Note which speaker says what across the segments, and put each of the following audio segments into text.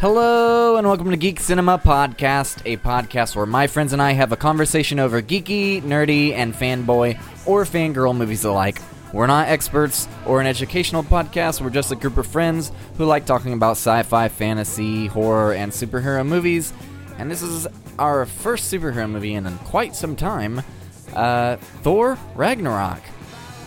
Speaker 1: Hello, and welcome to Geek Cinema Podcast, a podcast where my friends and I have a conversation over geeky, nerdy, and fanboy or fangirl movies alike. We're not experts or an educational podcast, we're just a group of friends who like talking about sci fi, fantasy, horror, and superhero movies. And this is our first superhero movie in quite some time uh, Thor Ragnarok.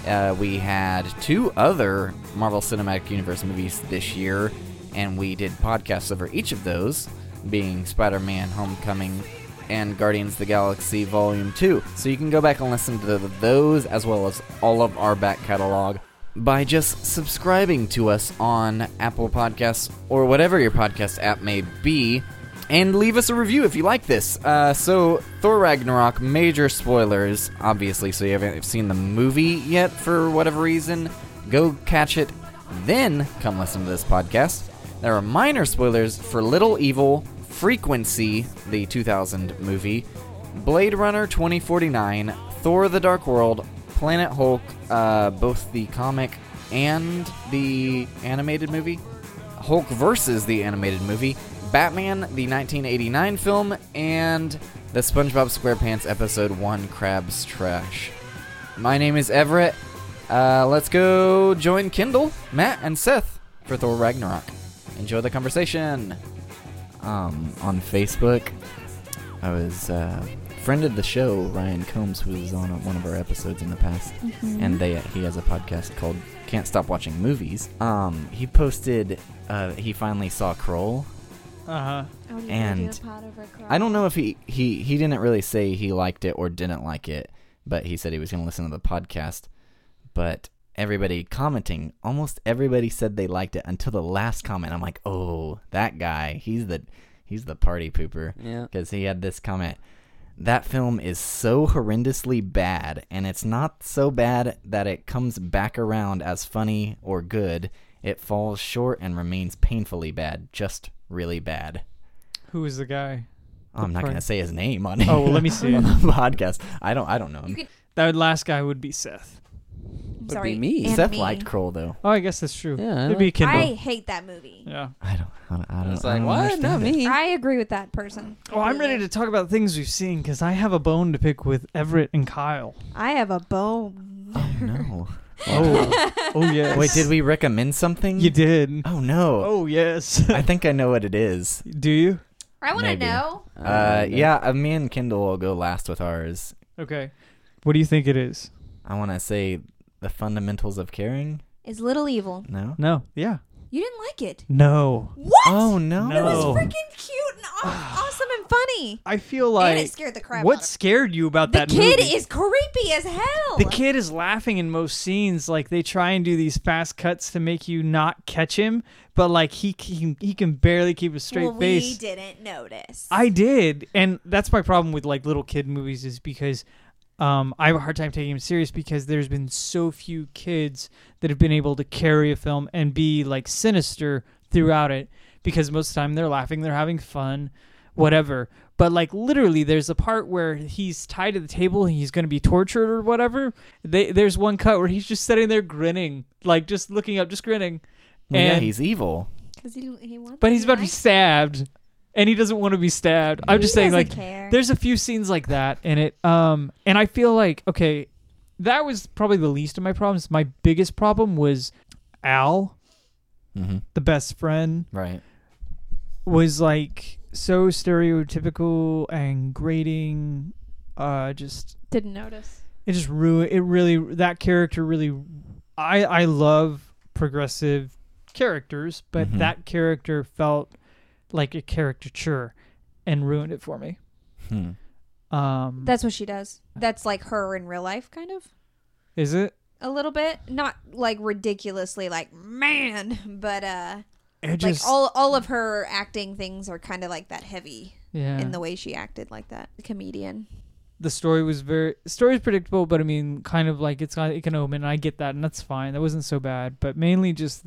Speaker 1: Uh, we had two other Marvel Cinematic Universe movies this year, and we did podcasts over each of those, being Spider Man Homecoming and Guardians of the Galaxy Volume 2. So you can go back and listen to th- those as well as all of our back catalog by just subscribing to us on Apple Podcasts or whatever your podcast app may be. And leave us a review if you like this. Uh, so, Thor Ragnarok, major spoilers, obviously, so you haven't seen the movie yet for whatever reason. Go catch it, then come listen to this podcast. There are minor spoilers for Little Evil, Frequency, the 2000 movie, Blade Runner 2049, Thor the Dark World, Planet Hulk, uh, both the comic and the animated movie. Hulk versus the animated movie, Batman, the 1989 film, and the SpongeBob SquarePants episode 1 Crab's Trash. My name is Everett. Uh, let's go join Kendall, Matt, and Seth for Thor Ragnarok. Enjoy the conversation. Um, on Facebook, I was uh, friend of the show Ryan Combs, who was on one of our episodes in the past,
Speaker 2: Mm-hmm.
Speaker 1: and they he has a podcast called "Can't Stop Watching Movies." Um, he posted uh, he finally saw Kroll.
Speaker 3: Uh huh.
Speaker 2: I would
Speaker 1: And-
Speaker 2: never do a pot over crop.
Speaker 1: I don't know if he he he didn't really say he liked it or didn't like it, but he said he was going to listen to the podcast. But everybody commenting, almost everybody said they liked it until the last comment. I'm like, oh, that guy, he's the he's the party pooper.
Speaker 3: Yeah.
Speaker 1: because he had this comment. That film is so horrendously bad, and it's not so bad that it comes back around as funny or good. It falls short and remains painfully bad, just really bad.
Speaker 3: Who is the guy?
Speaker 1: I'm not
Speaker 3: Right.
Speaker 1: gonna say his name on
Speaker 3: Oh, well, let me see.
Speaker 1: on the podcast. I don't I don't know him.
Speaker 2: You could,
Speaker 3: That last guy would be Seth.
Speaker 2: I'm
Speaker 4: be
Speaker 2: sorry,
Speaker 4: me.
Speaker 2: and
Speaker 1: Seth
Speaker 2: me.
Speaker 1: liked Kroll though.
Speaker 3: Oh, I guess that's true.
Speaker 4: Yeah, I
Speaker 3: It'd be Kendall.
Speaker 2: I hate that movie.
Speaker 3: yeah.
Speaker 1: I don't I don't, I
Speaker 4: I
Speaker 1: don't
Speaker 4: was
Speaker 1: I
Speaker 4: like,
Speaker 1: don't
Speaker 4: what? Not
Speaker 1: understand it."
Speaker 4: me.
Speaker 2: I agree with that person.
Speaker 3: Well, Oh, I'm ready to talk about things we've seen because I have a bone to pick with Everett and Kyle.
Speaker 2: I have a bone.
Speaker 1: Oh no.
Speaker 3: Oh, oh yes.
Speaker 1: Wait, did we recommend something?
Speaker 3: You did.
Speaker 1: Oh no.
Speaker 3: Oh yes.
Speaker 1: I think I know what it is.
Speaker 3: Do you?
Speaker 2: I want to
Speaker 1: Maybe.
Speaker 2: know.
Speaker 1: Uh, yeah, uh, me and Kendall will go last with ours.
Speaker 3: Okay. What do you think it is?
Speaker 1: I want to say the fundamentals of caring.
Speaker 2: Is Little Evil?
Speaker 1: No.
Speaker 3: No. Yeah.
Speaker 2: You didn't like it?
Speaker 3: No.
Speaker 2: What?
Speaker 1: Oh no.
Speaker 2: It was
Speaker 3: No.
Speaker 2: freaking cute and aw- awesome and funny.
Speaker 3: I feel
Speaker 2: and it
Speaker 3: like
Speaker 2: scared the crap
Speaker 3: what
Speaker 2: out of
Speaker 3: scared you about
Speaker 2: me. The
Speaker 3: that
Speaker 2: kid
Speaker 3: movie?
Speaker 2: is creepy as hell.
Speaker 3: the kid is laughing in most scenes. Like they try and do these fast cuts to make you not catch him, but like he can, he can barely keep a straight
Speaker 2: well,
Speaker 3: face.
Speaker 2: We didn't notice.
Speaker 3: I did, and that's my problem with like little kid movies is because um, I have a hard time taking them serious because there's been so few kids that have been able to carry a film and be like sinister throughout it because most of the time they're laughing, they're having fun, whatever. But like literally, there's a part where he's tied to the table and he's going to be tortured or whatever. They, there's one cut where he's just sitting there grinning, like just looking up, just grinning.
Speaker 1: Well, yeah,
Speaker 3: and-
Speaker 1: he's evil.
Speaker 2: Cause he, he wants
Speaker 3: but he's
Speaker 2: to
Speaker 3: about to be stabbed, and he doesn't want to be stabbed. I'm
Speaker 2: He
Speaker 3: just saying,
Speaker 2: doesn't
Speaker 3: like,
Speaker 2: care.
Speaker 3: there's a few scenes like that in it. Um, and I feel like okay, that was probably the least of my problems. My biggest problem was Al,
Speaker 1: Mm-hmm.
Speaker 3: the best friend,
Speaker 1: Right.
Speaker 3: was like so stereotypical and grating. Uh, just
Speaker 2: didn't notice.
Speaker 3: it just ruined it really that character really i i love progressive characters but
Speaker 1: Mhm.
Speaker 3: that character felt like a caricature and ruined it for me
Speaker 1: Hmm.
Speaker 3: um
Speaker 2: That's what she does. That's like her in real life, kind of.
Speaker 3: is it
Speaker 2: a little bit not like ridiculously like man but uh
Speaker 3: it
Speaker 2: like all all of her acting things are kind of like that heavy
Speaker 3: yeah
Speaker 2: in the way she acted like that comedian
Speaker 3: the story was very story is predictable, but I mean, kind of like it's got- it can open. And I get that, and that's fine. That wasn't so bad, but mainly just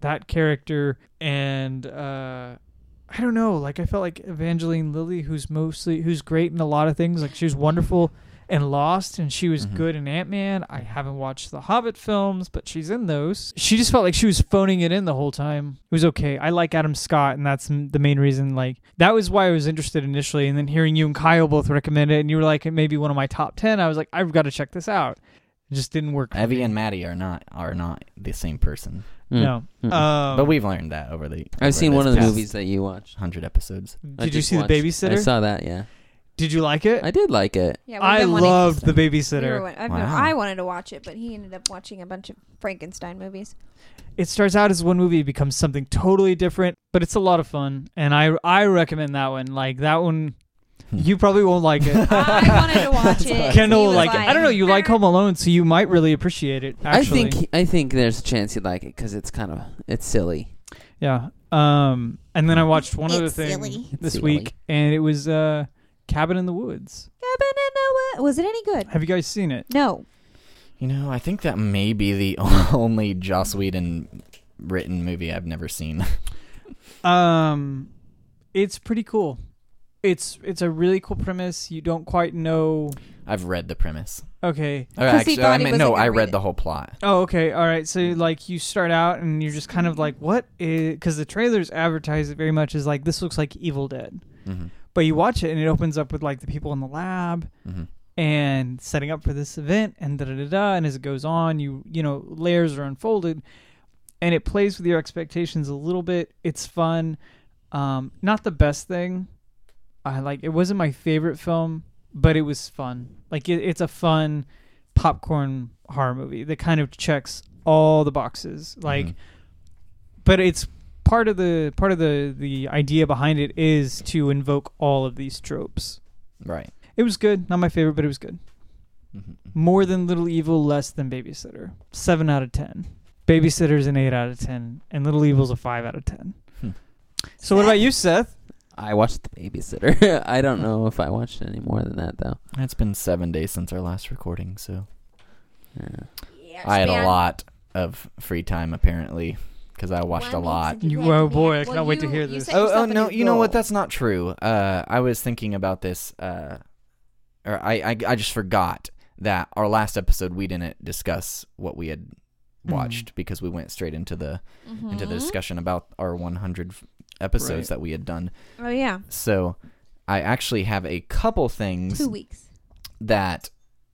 Speaker 3: that character and uh I don't know. Like I felt like Evangeline Lilly, who's mostly who's great in a lot of things. Like she was wonderful and Lost, and she
Speaker 4: Mm-hmm.
Speaker 3: was good in Ant Man. I haven't watched the Hobbit films, but she's in those. She just felt like she was phoning it in the whole time. It was okay. I like Adam Scott, and that's m- the main reason. Like that was why I was interested initially, and then hearing you and Kyle both recommend it, and you were like maybe one of my top ten. I was like, I've got to check this out. It just didn't work. for
Speaker 1: Evie
Speaker 3: me.
Speaker 1: and Maddie are not are not the same person,
Speaker 4: Mm.
Speaker 3: no.
Speaker 4: Mm.
Speaker 3: Um,
Speaker 1: but we've learned that over the.
Speaker 4: I've seen one of the movies that you watched.
Speaker 1: Hundred episodes.
Speaker 4: I
Speaker 3: Did you
Speaker 4: just
Speaker 3: see
Speaker 4: watched-
Speaker 3: the
Speaker 4: I
Speaker 3: babysitter?
Speaker 4: saw that. Yeah,
Speaker 3: Did you like it?
Speaker 4: I did like it.
Speaker 2: Yeah, we've
Speaker 3: I
Speaker 2: been wanting-
Speaker 3: loved the
Speaker 2: we
Speaker 3: babysitter.
Speaker 2: were- I've been-
Speaker 1: Wow.
Speaker 2: I wanted to watch it, but he ended up watching a bunch of Frankenstein movies.
Speaker 3: it starts out as one movie it becomes something totally different but it's a lot of fun and i i recommend that one like that one
Speaker 4: Hmm.
Speaker 3: you probably won't like it
Speaker 2: I wanted to watch it. He
Speaker 3: kendall will
Speaker 2: was
Speaker 3: like it i don't know you like home alone so you might really appreciate it actually
Speaker 4: I think I think there's a chance you'd like it because it's kind of it's silly.
Speaker 3: yeah um and then i watched one
Speaker 2: It's
Speaker 3: other thing
Speaker 2: silly.
Speaker 4: It's
Speaker 3: this
Speaker 4: silly.
Speaker 3: week and it was uh cabin in the woods
Speaker 2: Cabin in the Wo- Was it any good?
Speaker 3: have you guys seen it
Speaker 2: No.
Speaker 1: You know, I think that may be the only Joss Whedon written movie I've never seen.
Speaker 3: um it's pretty cool it's it's a really cool premise you don't quite know
Speaker 1: I've read the premise.
Speaker 3: okay
Speaker 1: Or
Speaker 2: 'Cause he
Speaker 1: actually,
Speaker 2: thought
Speaker 1: I
Speaker 2: he
Speaker 1: mean,
Speaker 2: wasn't
Speaker 1: no,
Speaker 2: gonna
Speaker 1: I
Speaker 2: read
Speaker 1: read
Speaker 2: it.
Speaker 1: the whole plot.
Speaker 3: Oh, okay. All right. So, like, you start out and you're just kind of like, what is. Because the trailers advertise it very much as, like, this looks like Evil Dead.
Speaker 1: Mm-hmm.
Speaker 3: But you watch it and it opens up with, like, the people in the lab
Speaker 1: Mm-hmm.
Speaker 3: and setting up for this event and da da da da. And as it goes on, you, you know, layers are unfolded and it plays with your expectations a little bit. It's fun. Um, not the best thing. I like it wasn't my favorite film, but it was fun. Like it, it's a fun popcorn horror movie that kind of checks all the boxes. Like,
Speaker 1: Mhm.
Speaker 3: but it's part of the part of the the idea behind it is to invoke all of these tropes.
Speaker 1: Mm-hmm. Right.
Speaker 3: It was good, not my favorite, but it was good.
Speaker 1: Mm-hmm.
Speaker 3: More than Little Evil, less than Babysitter. Seven out of ten. Babysitter's an eight out of ten, and Little Evil's a five out of ten.
Speaker 1: Hmm.
Speaker 3: So what about you, Seth?
Speaker 4: I watched the babysitter. I don't know if I watched any more than that though.
Speaker 1: It's been seven days since our last recording, so
Speaker 4: Yeah.
Speaker 2: Yes,
Speaker 1: I had
Speaker 2: man.
Speaker 1: a lot of free time apparently because I watched
Speaker 2: One
Speaker 1: a lot.
Speaker 2: makes a
Speaker 3: You-
Speaker 2: difference,
Speaker 3: oh, boy, I
Speaker 2: man.
Speaker 3: cannot wait to
Speaker 2: you-
Speaker 3: hear
Speaker 2: you
Speaker 3: this.
Speaker 2: set
Speaker 1: Oh, oh
Speaker 2: yourself a
Speaker 1: no!
Speaker 2: new
Speaker 1: You know what?
Speaker 2: goal.
Speaker 1: That's not true. Uh, I was thinking about this, uh, or I, I I just forgot that our last episode we didn't discuss what we had watched because we went straight into the into the
Speaker 2: Mhm.
Speaker 1: discussion about our 100 f- episodes
Speaker 3: Right.
Speaker 1: that we had done.
Speaker 2: Oh yeah,
Speaker 1: So I actually have a couple things
Speaker 2: two weeks.
Speaker 1: that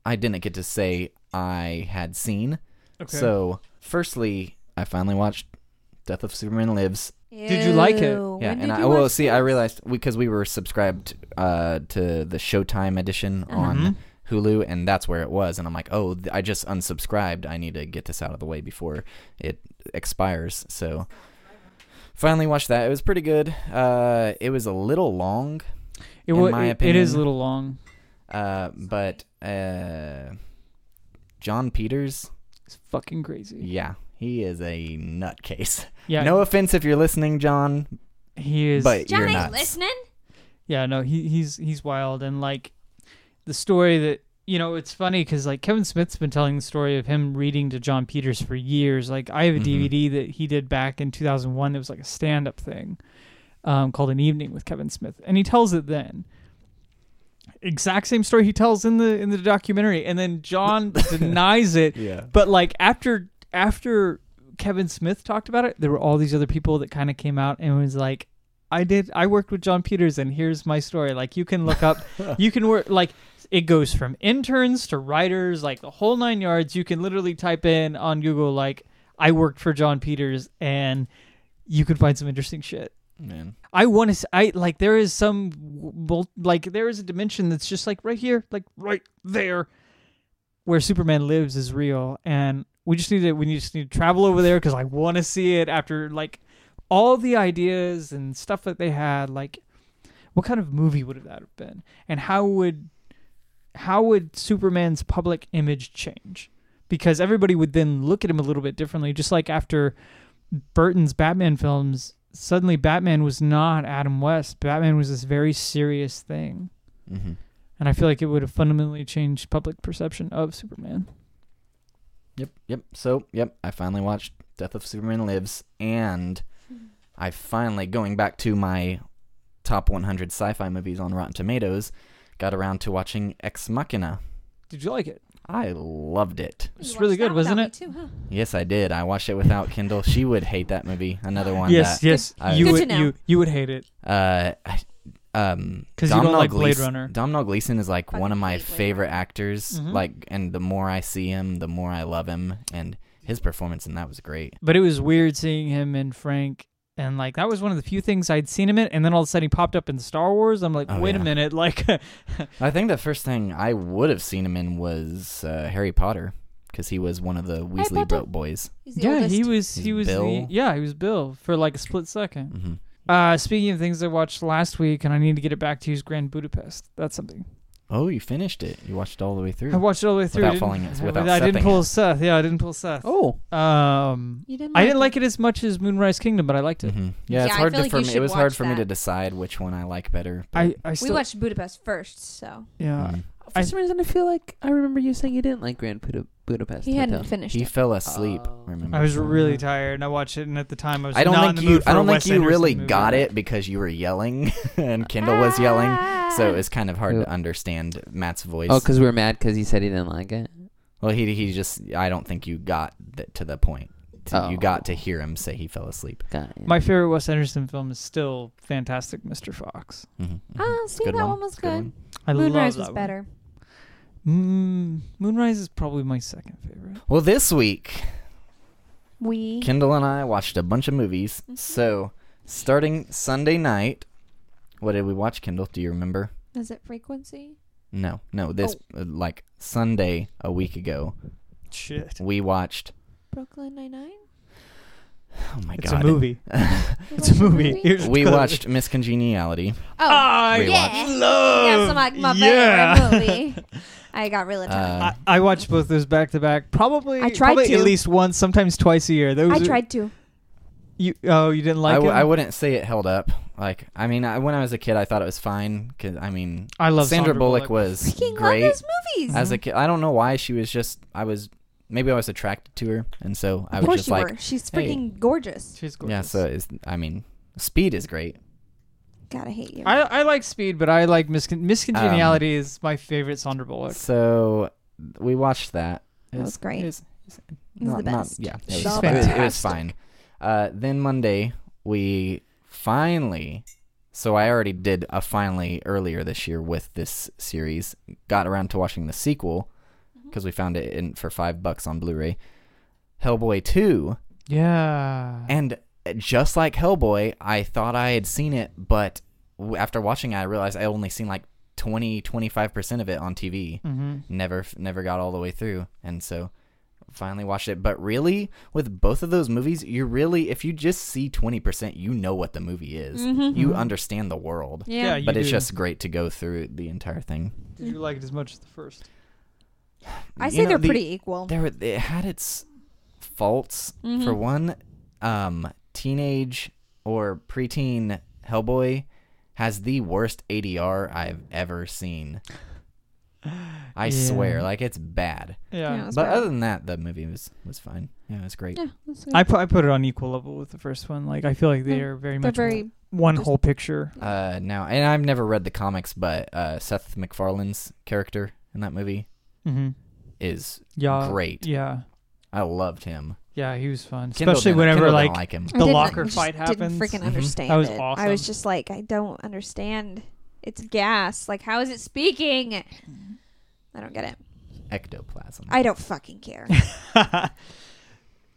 Speaker 1: I didn't get to say I had seen.
Speaker 3: Okay.
Speaker 1: So firstly, I finally watched Death of Superman Lives.
Speaker 3: Did you like it?
Speaker 2: Ew.
Speaker 1: Yeah, and
Speaker 2: When did
Speaker 1: I
Speaker 2: you
Speaker 1: well,
Speaker 2: watch
Speaker 1: see, I
Speaker 2: this?
Speaker 1: realized because we were subscribed uh, to the Showtime edition
Speaker 2: Uh-huh.
Speaker 3: Mhm.
Speaker 1: on Hulu, and that's where it was. And I'm like, oh, th- I just unsubscribed. I need to get this out of the way before it expires. So finally watched that. It was pretty good. Uh, it was a little long,
Speaker 3: It,
Speaker 1: in
Speaker 3: wa-
Speaker 1: my
Speaker 3: it- it is a
Speaker 1: opinion-
Speaker 3: little long.
Speaker 1: uh, but uh, John Peters,
Speaker 3: It's fucking crazy.
Speaker 1: yeah, he is a nutcase.
Speaker 3: Yeah.
Speaker 1: No offense if you're listening, John,
Speaker 3: he is.
Speaker 1: but
Speaker 2: John
Speaker 1: you're
Speaker 2: ain't
Speaker 1: nuts.
Speaker 2: listening.
Speaker 3: yeah, no, he, he's he's wild and like the story that you know it's funny because like Kevin Smith's been telling the story of him reading to John Peters for years. Like I have a
Speaker 1: Mhm.
Speaker 3: DVD that he did back in 2001 that was like a stand-up thing um, called An Evening with Kevin Smith, and he tells it then. Exact same story he tells in the in the documentary, and then John denies it
Speaker 1: Yeah.
Speaker 3: But like after after Kevin Smith talked about it, there were all these other people that kind of came out and was like, "I did. I worked with John Peters, and here's my story. Like you can look up, you can work like." It goes from interns to writers, like the whole nine yards. You can literally type in on Google, like, I worked for John Peters, and you can find some interesting shit.
Speaker 1: Man.
Speaker 3: I want to. I like there is some mul- like there is a dimension that's just like right here, like right there, where Superman lives is real, and we just need to we just need to travel over there because I want to see it after like all the ideas and stuff that they had. Like, what kind of movie would that have been, and how would how would Superman's public image change? Because everybody would then look at him a little bit differently, just like after Burton's Batman films, suddenly Batman was not Adam West. Batman was this very serious thing.
Speaker 1: Mm-hmm.
Speaker 3: And I feel like it would have fundamentally changed public perception of Superman.
Speaker 1: Yep, yep. So, yep, I finally watched Death of Superman Lives, and I finally, going back to my top 100 sci fi movies on Rotten Tomatoes, got around to watching Ex Machina.
Speaker 3: Did you like it?
Speaker 1: I loved it.
Speaker 2: You
Speaker 3: It's
Speaker 2: watched
Speaker 3: really good,
Speaker 2: that
Speaker 3: wasn't
Speaker 2: without
Speaker 3: it?
Speaker 2: me too, huh?
Speaker 1: Yes, I did. I watched it without Kendall. She would hate that movie. Another one.
Speaker 3: yes,
Speaker 1: That,
Speaker 3: yes.
Speaker 1: I-
Speaker 3: you
Speaker 2: Good to
Speaker 3: would
Speaker 2: know.
Speaker 3: you you would hate it.
Speaker 1: Uh, I- um,
Speaker 3: 'Cause you don't
Speaker 1: Domhnall
Speaker 3: like Blade
Speaker 1: Gleeson-
Speaker 3: Runner.
Speaker 1: Domhnall Gleeson is like one of
Speaker 2: Fucking
Speaker 1: my
Speaker 2: hate Blade
Speaker 1: favorite actors.
Speaker 3: Mhm.
Speaker 1: Like, and the more I see him, the more I love him. And his performance in that was great.
Speaker 3: But it was weird seeing him in Frank and like that was one of the few things I'd seen him in and then all of a sudden he popped up in Star Wars. I'm like,
Speaker 1: Oh,
Speaker 3: "Wait
Speaker 1: yeah.
Speaker 3: a minute, like
Speaker 1: I think the first thing I would have seen him in was uh, Harry Potter because he was one of the Weasley
Speaker 2: Potter.
Speaker 1: bro- boys.
Speaker 2: He's the
Speaker 3: Yeah,
Speaker 2: oldest.
Speaker 3: he was he
Speaker 1: He's
Speaker 3: was
Speaker 1: Bill.
Speaker 3: the Yeah, he was Bill for like a split second.
Speaker 1: hmm
Speaker 3: Uh speaking of things I watched last week and I need to get it back to you is Grand Budapest. That's something.
Speaker 1: Oh, you finished it. You watched it all the way through.
Speaker 3: I watched it all the way through.
Speaker 1: Without
Speaker 3: didn't-
Speaker 1: falling- it's without
Speaker 3: I didn't
Speaker 1: stepping
Speaker 3: pull Seth. Yeah, I didn't pull Seth.
Speaker 4: Oh,
Speaker 3: Um
Speaker 2: You didn't
Speaker 3: I didn't like it as much as Moonrise Kingdom, but I liked it.
Speaker 1: Mhm. Yeah,
Speaker 2: Yeah,
Speaker 1: it's
Speaker 2: I
Speaker 1: hard
Speaker 2: feel
Speaker 1: to
Speaker 2: like
Speaker 1: for
Speaker 2: you
Speaker 1: me. It
Speaker 2: should
Speaker 1: was hard
Speaker 2: watch
Speaker 1: for me to
Speaker 2: that.
Speaker 1: decide which one I like better. but-
Speaker 3: I uh, I
Speaker 2: We
Speaker 3: still
Speaker 2: watched Budapest first, so
Speaker 3: yeah.
Speaker 1: Mhm.
Speaker 4: for
Speaker 3: I-
Speaker 4: some reason I feel like I remember you saying you didn't like Grand Buda- Budapest.
Speaker 2: he
Speaker 4: Hotel.
Speaker 2: hadn't finished
Speaker 1: He
Speaker 2: it.
Speaker 1: fell asleep.
Speaker 4: Oh.
Speaker 1: remember?
Speaker 3: I was
Speaker 4: Mhm.
Speaker 3: really tired and I watched it and at the time I was
Speaker 1: I don't
Speaker 3: not in
Speaker 1: think
Speaker 3: the
Speaker 1: you.
Speaker 3: mood for
Speaker 1: I
Speaker 3: a
Speaker 1: don't
Speaker 3: Wes
Speaker 1: think you
Speaker 3: Anderson
Speaker 1: really
Speaker 3: movie.
Speaker 1: got it because you were yelling and Kendall was yelling,
Speaker 2: Ah.
Speaker 1: so it's kind of hard
Speaker 4: Yeah.
Speaker 1: to understand Matt's voice.
Speaker 4: Oh, because we were mad because he said he didn't like it.
Speaker 1: well, he he just. I don't think you got th- to the point. To- You
Speaker 4: Oh.
Speaker 1: got to hear him say he fell asleep.
Speaker 4: Got it.
Speaker 3: My favorite Wes Anderson film is still Fantastic Mr. Fox.
Speaker 1: Mm-hmm.
Speaker 2: Ah, see that one, was good.
Speaker 3: I
Speaker 2: Moonrise was
Speaker 3: love that one.
Speaker 2: better.
Speaker 3: Mm, Moonrise is probably my second favorite.
Speaker 1: Well, this week
Speaker 2: We
Speaker 1: Kendall and I watched a bunch of movies.
Speaker 2: Mm-hmm.
Speaker 1: So starting Sunday night, what did we watch? Kendall, do you remember?
Speaker 2: is it frequency?
Speaker 1: No, no. This
Speaker 2: Oh.
Speaker 1: uh, like Sunday a week ago,
Speaker 3: Shit.
Speaker 1: we watched.
Speaker 2: Brooklyn Nine Nine.
Speaker 1: Oh my
Speaker 3: It's
Speaker 1: god!
Speaker 3: a movie. It's a movie. Here's
Speaker 1: We
Speaker 3: the-
Speaker 1: watched Miss Congeniality.
Speaker 2: Oh,
Speaker 3: I
Speaker 1: We
Speaker 2: yeah.
Speaker 3: love.
Speaker 2: That's my, my
Speaker 3: yeah.
Speaker 2: favorite movie. I got really tired.
Speaker 1: Uh,
Speaker 3: I, I watched both those back to back. Probably,
Speaker 2: I tried
Speaker 3: probably at
Speaker 2: to.
Speaker 3: least once, sometimes twice a year. Those
Speaker 2: I
Speaker 3: are-
Speaker 2: tried to.
Speaker 3: You oh, you didn't
Speaker 1: I,
Speaker 3: like
Speaker 1: w-
Speaker 3: it.
Speaker 1: I wouldn't say it held up. Like, I mean, I, when I was a kid, I thought it was fine. Cause I mean,
Speaker 3: I love
Speaker 1: Sandra,
Speaker 3: Sandra
Speaker 1: Bullock,
Speaker 3: Bullock.
Speaker 1: was
Speaker 2: Freaking
Speaker 1: great
Speaker 2: love those movies.
Speaker 1: as a kid. I don't know why she was just. I was maybe I was attracted to her, and so I
Speaker 2: of
Speaker 1: was
Speaker 2: course
Speaker 1: just
Speaker 2: you
Speaker 1: like,
Speaker 2: were. She's
Speaker 1: hey.
Speaker 2: freaking gorgeous.
Speaker 3: She's gorgeous.
Speaker 1: yeah. So it's, I mean, Speed is great.
Speaker 2: Gotta hate you.
Speaker 3: I, I like Speed, but I like Miscon- Miscongeniality
Speaker 1: Um,
Speaker 3: is my favorite Sandra Bullock.
Speaker 1: So we watched that. It
Speaker 2: That was great.
Speaker 1: It was, it was
Speaker 2: was
Speaker 1: not-
Speaker 2: the
Speaker 1: not-
Speaker 2: best.
Speaker 1: yeah, it
Speaker 3: She's
Speaker 1: was, it was- It was
Speaker 3: fantastic.
Speaker 1: fine. Uh, then Monday we finally. So I already did a finally earlier this year with this series. Got around to watching the sequel
Speaker 2: Mm-hmm.
Speaker 1: because we found it in for five bucks on Blu-ray. Hellboy two,
Speaker 3: Yeah.
Speaker 1: and uh, just like Hellboy, I thought I had seen it, but w- after watching it, I realized I only seen like 20 25 percent of it on TV
Speaker 3: mm-hmm.
Speaker 1: never never got all the way through and so finally watched it but really with both of those movies you really if you just see 20% you know what the movie is
Speaker 2: Mhm.
Speaker 1: you
Speaker 3: Mhm.
Speaker 1: understand the world
Speaker 3: Yeah, you
Speaker 1: but it's
Speaker 3: do.
Speaker 1: just great to go through the entire thing
Speaker 3: Did you like it as much as the first?
Speaker 2: I
Speaker 1: You
Speaker 2: Mm-hmm. say
Speaker 1: know,
Speaker 2: they're
Speaker 1: the-
Speaker 2: pretty equal.
Speaker 1: there were- it had its faults
Speaker 2: Mhm.
Speaker 1: for one um teenage or preteen hellboy has the worst adr i've ever seen i
Speaker 3: Yeah.
Speaker 1: swear like it's bad
Speaker 3: Yeah.
Speaker 2: Yeah. That's
Speaker 1: but
Speaker 2: bad.
Speaker 1: other than that the movie was was fine yeah it was great
Speaker 2: Yeah, that's good.
Speaker 3: I put I put it on equal level with the first one. Like I feel like they
Speaker 2: Yeah.
Speaker 3: are very
Speaker 2: they're
Speaker 3: much
Speaker 2: very
Speaker 3: one
Speaker 2: just-
Speaker 3: whole picture.
Speaker 1: Uh, now, and I've never read the comics, but uh, Seth MacFarlane's character in that movie
Speaker 3: Mm-hmm.
Speaker 1: is
Speaker 3: Yeah.
Speaker 1: great.
Speaker 3: Yeah.
Speaker 1: I loved him,
Speaker 3: Yeah, he was fun,
Speaker 1: Kendall
Speaker 3: especially
Speaker 1: didn't-
Speaker 3: whenever
Speaker 1: Kendall
Speaker 3: like,
Speaker 1: didn't like him.
Speaker 2: I
Speaker 3: the
Speaker 2: didn't-
Speaker 3: locker
Speaker 2: I just
Speaker 3: fight happens.
Speaker 2: Didn't freaking
Speaker 1: Mhm.
Speaker 2: understand.
Speaker 3: Mm-hmm. That was
Speaker 2: it. I
Speaker 3: awesome.
Speaker 2: was just like, I don't understand. It's gas. Like, how is it speaking? I don't get it.
Speaker 1: Ectoplasm.
Speaker 2: I don't fucking care.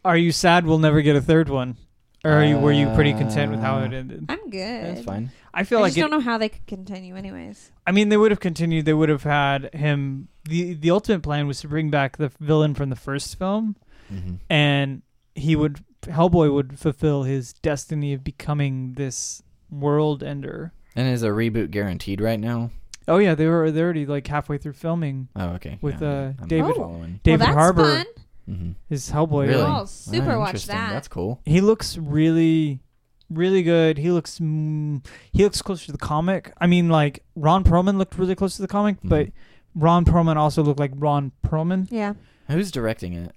Speaker 3: are you sad we'll never get a third one, or are you, were you pretty content with how it
Speaker 1: Uh,
Speaker 3: ended?
Speaker 2: I'm good.
Speaker 1: That's fine.
Speaker 3: I
Speaker 2: I
Speaker 3: feel like
Speaker 2: just
Speaker 3: it,
Speaker 2: don't know how they could continue, anyways.
Speaker 3: I mean, they would have continued. They would have had him. the The ultimate plan was to bring back the villain from the first film,
Speaker 1: Mm-hmm.
Speaker 3: and he would Hellboy would fulfill his destiny of becoming this world ender.
Speaker 1: And is a reboot guaranteed right now?
Speaker 3: Oh yeah, they were they're already like halfway through filming.
Speaker 1: Oh, okay.
Speaker 3: With,
Speaker 1: yeah,
Speaker 3: uh,
Speaker 1: I'm
Speaker 3: David-
Speaker 1: following.
Speaker 3: David
Speaker 2: well, that's
Speaker 3: Harbour
Speaker 2: fun.
Speaker 1: Mm-hmm.
Speaker 3: is Hellboy.
Speaker 1: Really?
Speaker 2: Oh, super watch
Speaker 1: interesting.
Speaker 2: that.
Speaker 1: That's cool.
Speaker 3: He looks really, really good. He looks mm, he looks close to the comic. I mean, like Ron Perlman looked really close to the comic,
Speaker 1: Mhm.
Speaker 3: but Ron Perlman also looked like Ron Perlman.
Speaker 2: Yeah.
Speaker 1: Who's directing it?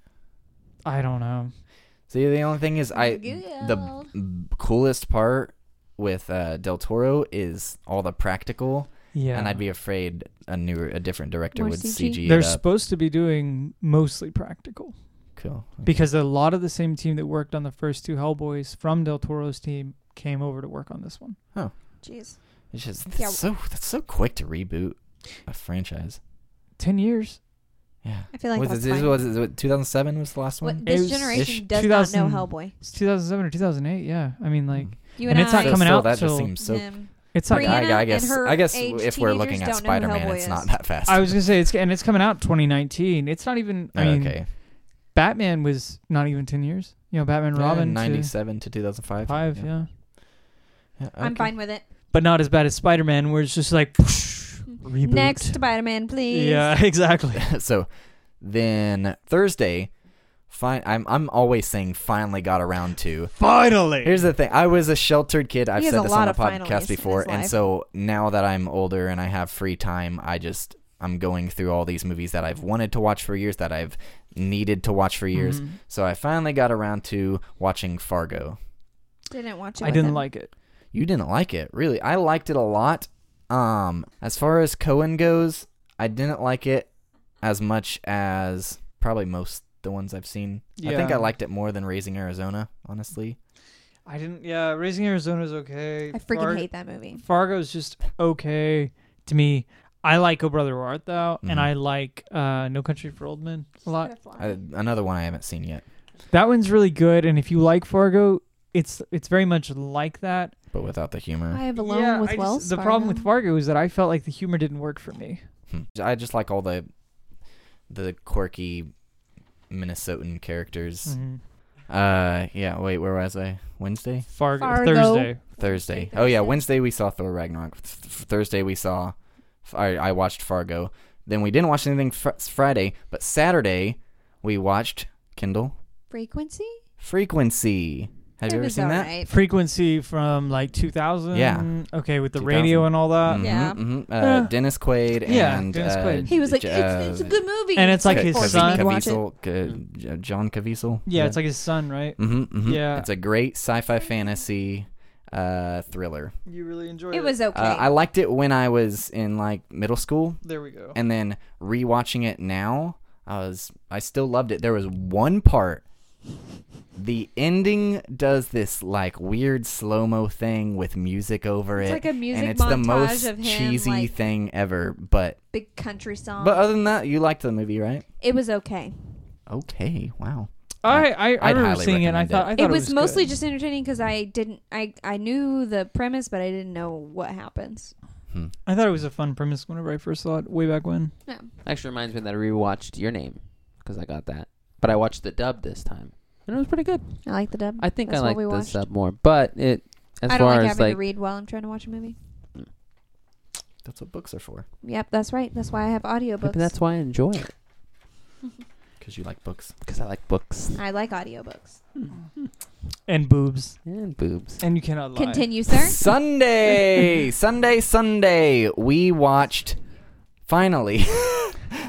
Speaker 3: I don't know.
Speaker 1: See, the only thing is, I the b- b- coolest part with uh, Del Toro is all the practical
Speaker 3: Yeah.
Speaker 1: and I'd be afraid a newer, a different director
Speaker 2: More
Speaker 1: would
Speaker 2: CG?
Speaker 1: CG,
Speaker 3: They're
Speaker 1: it up.
Speaker 3: supposed to be doing mostly practical
Speaker 1: cool.
Speaker 3: because a lot of the same team that worked on the first two Hellboys from Del Toro's team came over to work on this one.
Speaker 2: Jeez.
Speaker 1: It's just
Speaker 2: Yeah.
Speaker 1: that's so that's so quick to reboot a franchise.
Speaker 3: 10 years.
Speaker 1: Yeah.
Speaker 2: I feel like
Speaker 1: was
Speaker 2: that's
Speaker 1: it,
Speaker 2: fine.
Speaker 1: was it, 2007 was the last
Speaker 2: What-
Speaker 1: one?
Speaker 3: It
Speaker 2: this
Speaker 3: was-
Speaker 2: generation
Speaker 1: ish.
Speaker 2: does not know
Speaker 3: 2000
Speaker 2: Hellboy.
Speaker 3: It's 2007 or 2008. Yeah. I mean, like,
Speaker 1: Mm-hmm.
Speaker 2: You
Speaker 3: And
Speaker 2: and,
Speaker 3: it's not
Speaker 2: I,
Speaker 3: coming
Speaker 1: still,
Speaker 3: out
Speaker 1: That just
Speaker 3: till-
Speaker 1: seems so.
Speaker 2: him.
Speaker 3: it's
Speaker 1: Like,
Speaker 3: not.
Speaker 2: Brianna
Speaker 1: I, I
Speaker 2: and
Speaker 1: guess
Speaker 2: her
Speaker 1: I guess
Speaker 2: age
Speaker 1: if we're looking at
Speaker 2: teenagers don't know who
Speaker 1: Spider Man,
Speaker 2: Hellboy
Speaker 1: it's
Speaker 2: is.
Speaker 1: not that fast. Oh,
Speaker 3: I was going to say, it's and it's coming out 2019. It's not even. I mean,
Speaker 1: okay.
Speaker 3: Batman was not even 10 years. You know, Batman Robin. to
Speaker 1: 97 to 2005.
Speaker 3: Five, yeah.
Speaker 1: Yeah,
Speaker 2: I'm
Speaker 1: okay.
Speaker 2: fine with it.
Speaker 3: But not as bad as Spider Man, where it's just like. Reboot.
Speaker 2: Next Spider-Man, please.
Speaker 3: Yeah, exactly.
Speaker 1: so then Thursday, fine. I'm I'm always saying finally got around to.
Speaker 3: Finally.
Speaker 1: Here's the thing. I was a sheltered kid. I've
Speaker 2: He has
Speaker 1: said
Speaker 2: a
Speaker 1: this
Speaker 2: lot
Speaker 1: on the
Speaker 2: of finalies in
Speaker 1: podcast
Speaker 2: his
Speaker 1: before, and
Speaker 2: life.
Speaker 1: so now that I'm older and I have free time, I just I'm going through all these movies that I've wanted to watch for years, that I've needed to watch for years.
Speaker 2: Mm-hmm.
Speaker 3: Mhm.
Speaker 1: So I finally got around to watching Fargo.
Speaker 2: Didn't watch it.
Speaker 3: I
Speaker 2: with
Speaker 3: didn't
Speaker 2: him.
Speaker 3: like it.
Speaker 1: You didn't like it, really. I liked it a lot. Um, as far as Cohen goes, I didn't like it as much as probably most the ones I've seen. I think I
Speaker 3: Yeah.
Speaker 1: liked it more than Raising Arizona, honestly.
Speaker 3: I didn't. Yeah, Raising Arizona is okay.
Speaker 2: I freaking
Speaker 3: Far-
Speaker 2: hate that movie.
Speaker 3: Fargo's just okay to me. I like O Brother Where Art Thou,
Speaker 1: Mhm.
Speaker 3: and I like uh, No Country for Old Men a lot.
Speaker 1: I, another one I haven't seen yet,
Speaker 3: That one's really good, and if you like Fargo, it's it's very much like that.
Speaker 1: but without the humor.
Speaker 2: I have alone
Speaker 3: Yeah,
Speaker 2: with
Speaker 3: I just-
Speaker 2: Wells.
Speaker 3: The problem with
Speaker 2: Fargo.
Speaker 3: Fargo is that I felt like the humor didn't work for me.
Speaker 1: Hmm. I just like all the the quirky Minnesotan characters. Uh, yeah. Wait, where was I? Wednesday,
Speaker 3: Fargo,
Speaker 2: Fargo.
Speaker 3: Thursday.
Speaker 1: Thursday. Oh yeah, Wednesday we saw Thor Ragnarok. Th- Thursday we saw. I, I watched Fargo. Then we didn't watch anything fr- Friday, but Saturday we watched Kindle
Speaker 2: frequency.
Speaker 1: Frequency. Have you
Speaker 2: It
Speaker 1: ever
Speaker 2: was
Speaker 1: seen that?
Speaker 2: alright. Uh,
Speaker 3: Frequency from like 2000.
Speaker 1: Yeah.
Speaker 3: Okay, with the
Speaker 1: 2000.
Speaker 3: radio and all that.
Speaker 1: Mhm,
Speaker 2: Yeah.
Speaker 1: mhm. Uh,
Speaker 3: Yeah.
Speaker 1: Dennis Quaid
Speaker 3: Yeah,
Speaker 1: and
Speaker 3: Dennis
Speaker 1: uh,
Speaker 3: Quaid.
Speaker 2: He was like,
Speaker 1: J-
Speaker 2: it's, it's a
Speaker 1: uh,
Speaker 2: good movie.
Speaker 3: And it's like
Speaker 1: Ca-
Speaker 3: his
Speaker 1: Cavie-
Speaker 2: Forced
Speaker 3: son.
Speaker 2: me to watch it.
Speaker 1: Caviezel, Ca- J- John Caviezel.
Speaker 3: Yeah, it's like his son, right?
Speaker 1: hmm
Speaker 3: Yeah.
Speaker 1: It's a great sci-fi fantasy uh, thriller.
Speaker 3: You really enjoyed
Speaker 2: It was okay.
Speaker 1: Uh, I liked it when I was in like middle school,
Speaker 3: there we go.
Speaker 1: and then rewatching it now, I was I still loved it. There was one part. The ending does this like weird slow mo thing with music over
Speaker 2: It's
Speaker 1: it,
Speaker 2: like a music
Speaker 1: and it's the
Speaker 2: montage
Speaker 1: most
Speaker 2: of him,
Speaker 1: cheesy
Speaker 2: like-
Speaker 1: thing ever. But
Speaker 2: Big country song.
Speaker 1: but other than that, you liked the movie, right?
Speaker 2: it was okay.
Speaker 1: Okay, wow.
Speaker 3: I I, I
Speaker 1: I'd
Speaker 3: remember
Speaker 1: highly
Speaker 3: seeing it. and I
Speaker 1: recommend
Speaker 3: thought
Speaker 1: it.
Speaker 3: I thought
Speaker 2: It was, mostly
Speaker 3: good.
Speaker 2: just entertaining because I didn't. I I knew the premise, but I didn't know what happens.
Speaker 1: Hmm.
Speaker 3: I thought it was a fun premise whenever I first saw it way back when.
Speaker 2: Yeah.
Speaker 4: Actually reminds me that I rewatched Your Name because I got that, but I watched the dub this time, and it was pretty good.
Speaker 2: I like the dub.
Speaker 4: I think
Speaker 2: That's
Speaker 4: I
Speaker 2: what
Speaker 4: like
Speaker 2: we
Speaker 4: the
Speaker 2: watched.
Speaker 4: sub more, but it as
Speaker 2: I don't
Speaker 4: far
Speaker 2: like
Speaker 4: as
Speaker 2: having
Speaker 4: like
Speaker 2: to read while I'm trying to watch a movie.
Speaker 1: That's what books are for,
Speaker 2: Yep, that's right. That's why I have audiobooks.
Speaker 4: maybe that's why I enjoy it
Speaker 1: because you like books.
Speaker 4: because I like books
Speaker 2: I like audiobooks.
Speaker 3: And boobs.
Speaker 4: and boobs.
Speaker 3: And you cannot lie.
Speaker 2: Continue, sir.
Speaker 1: Sunday, Sunday, Sunday. We watched finally.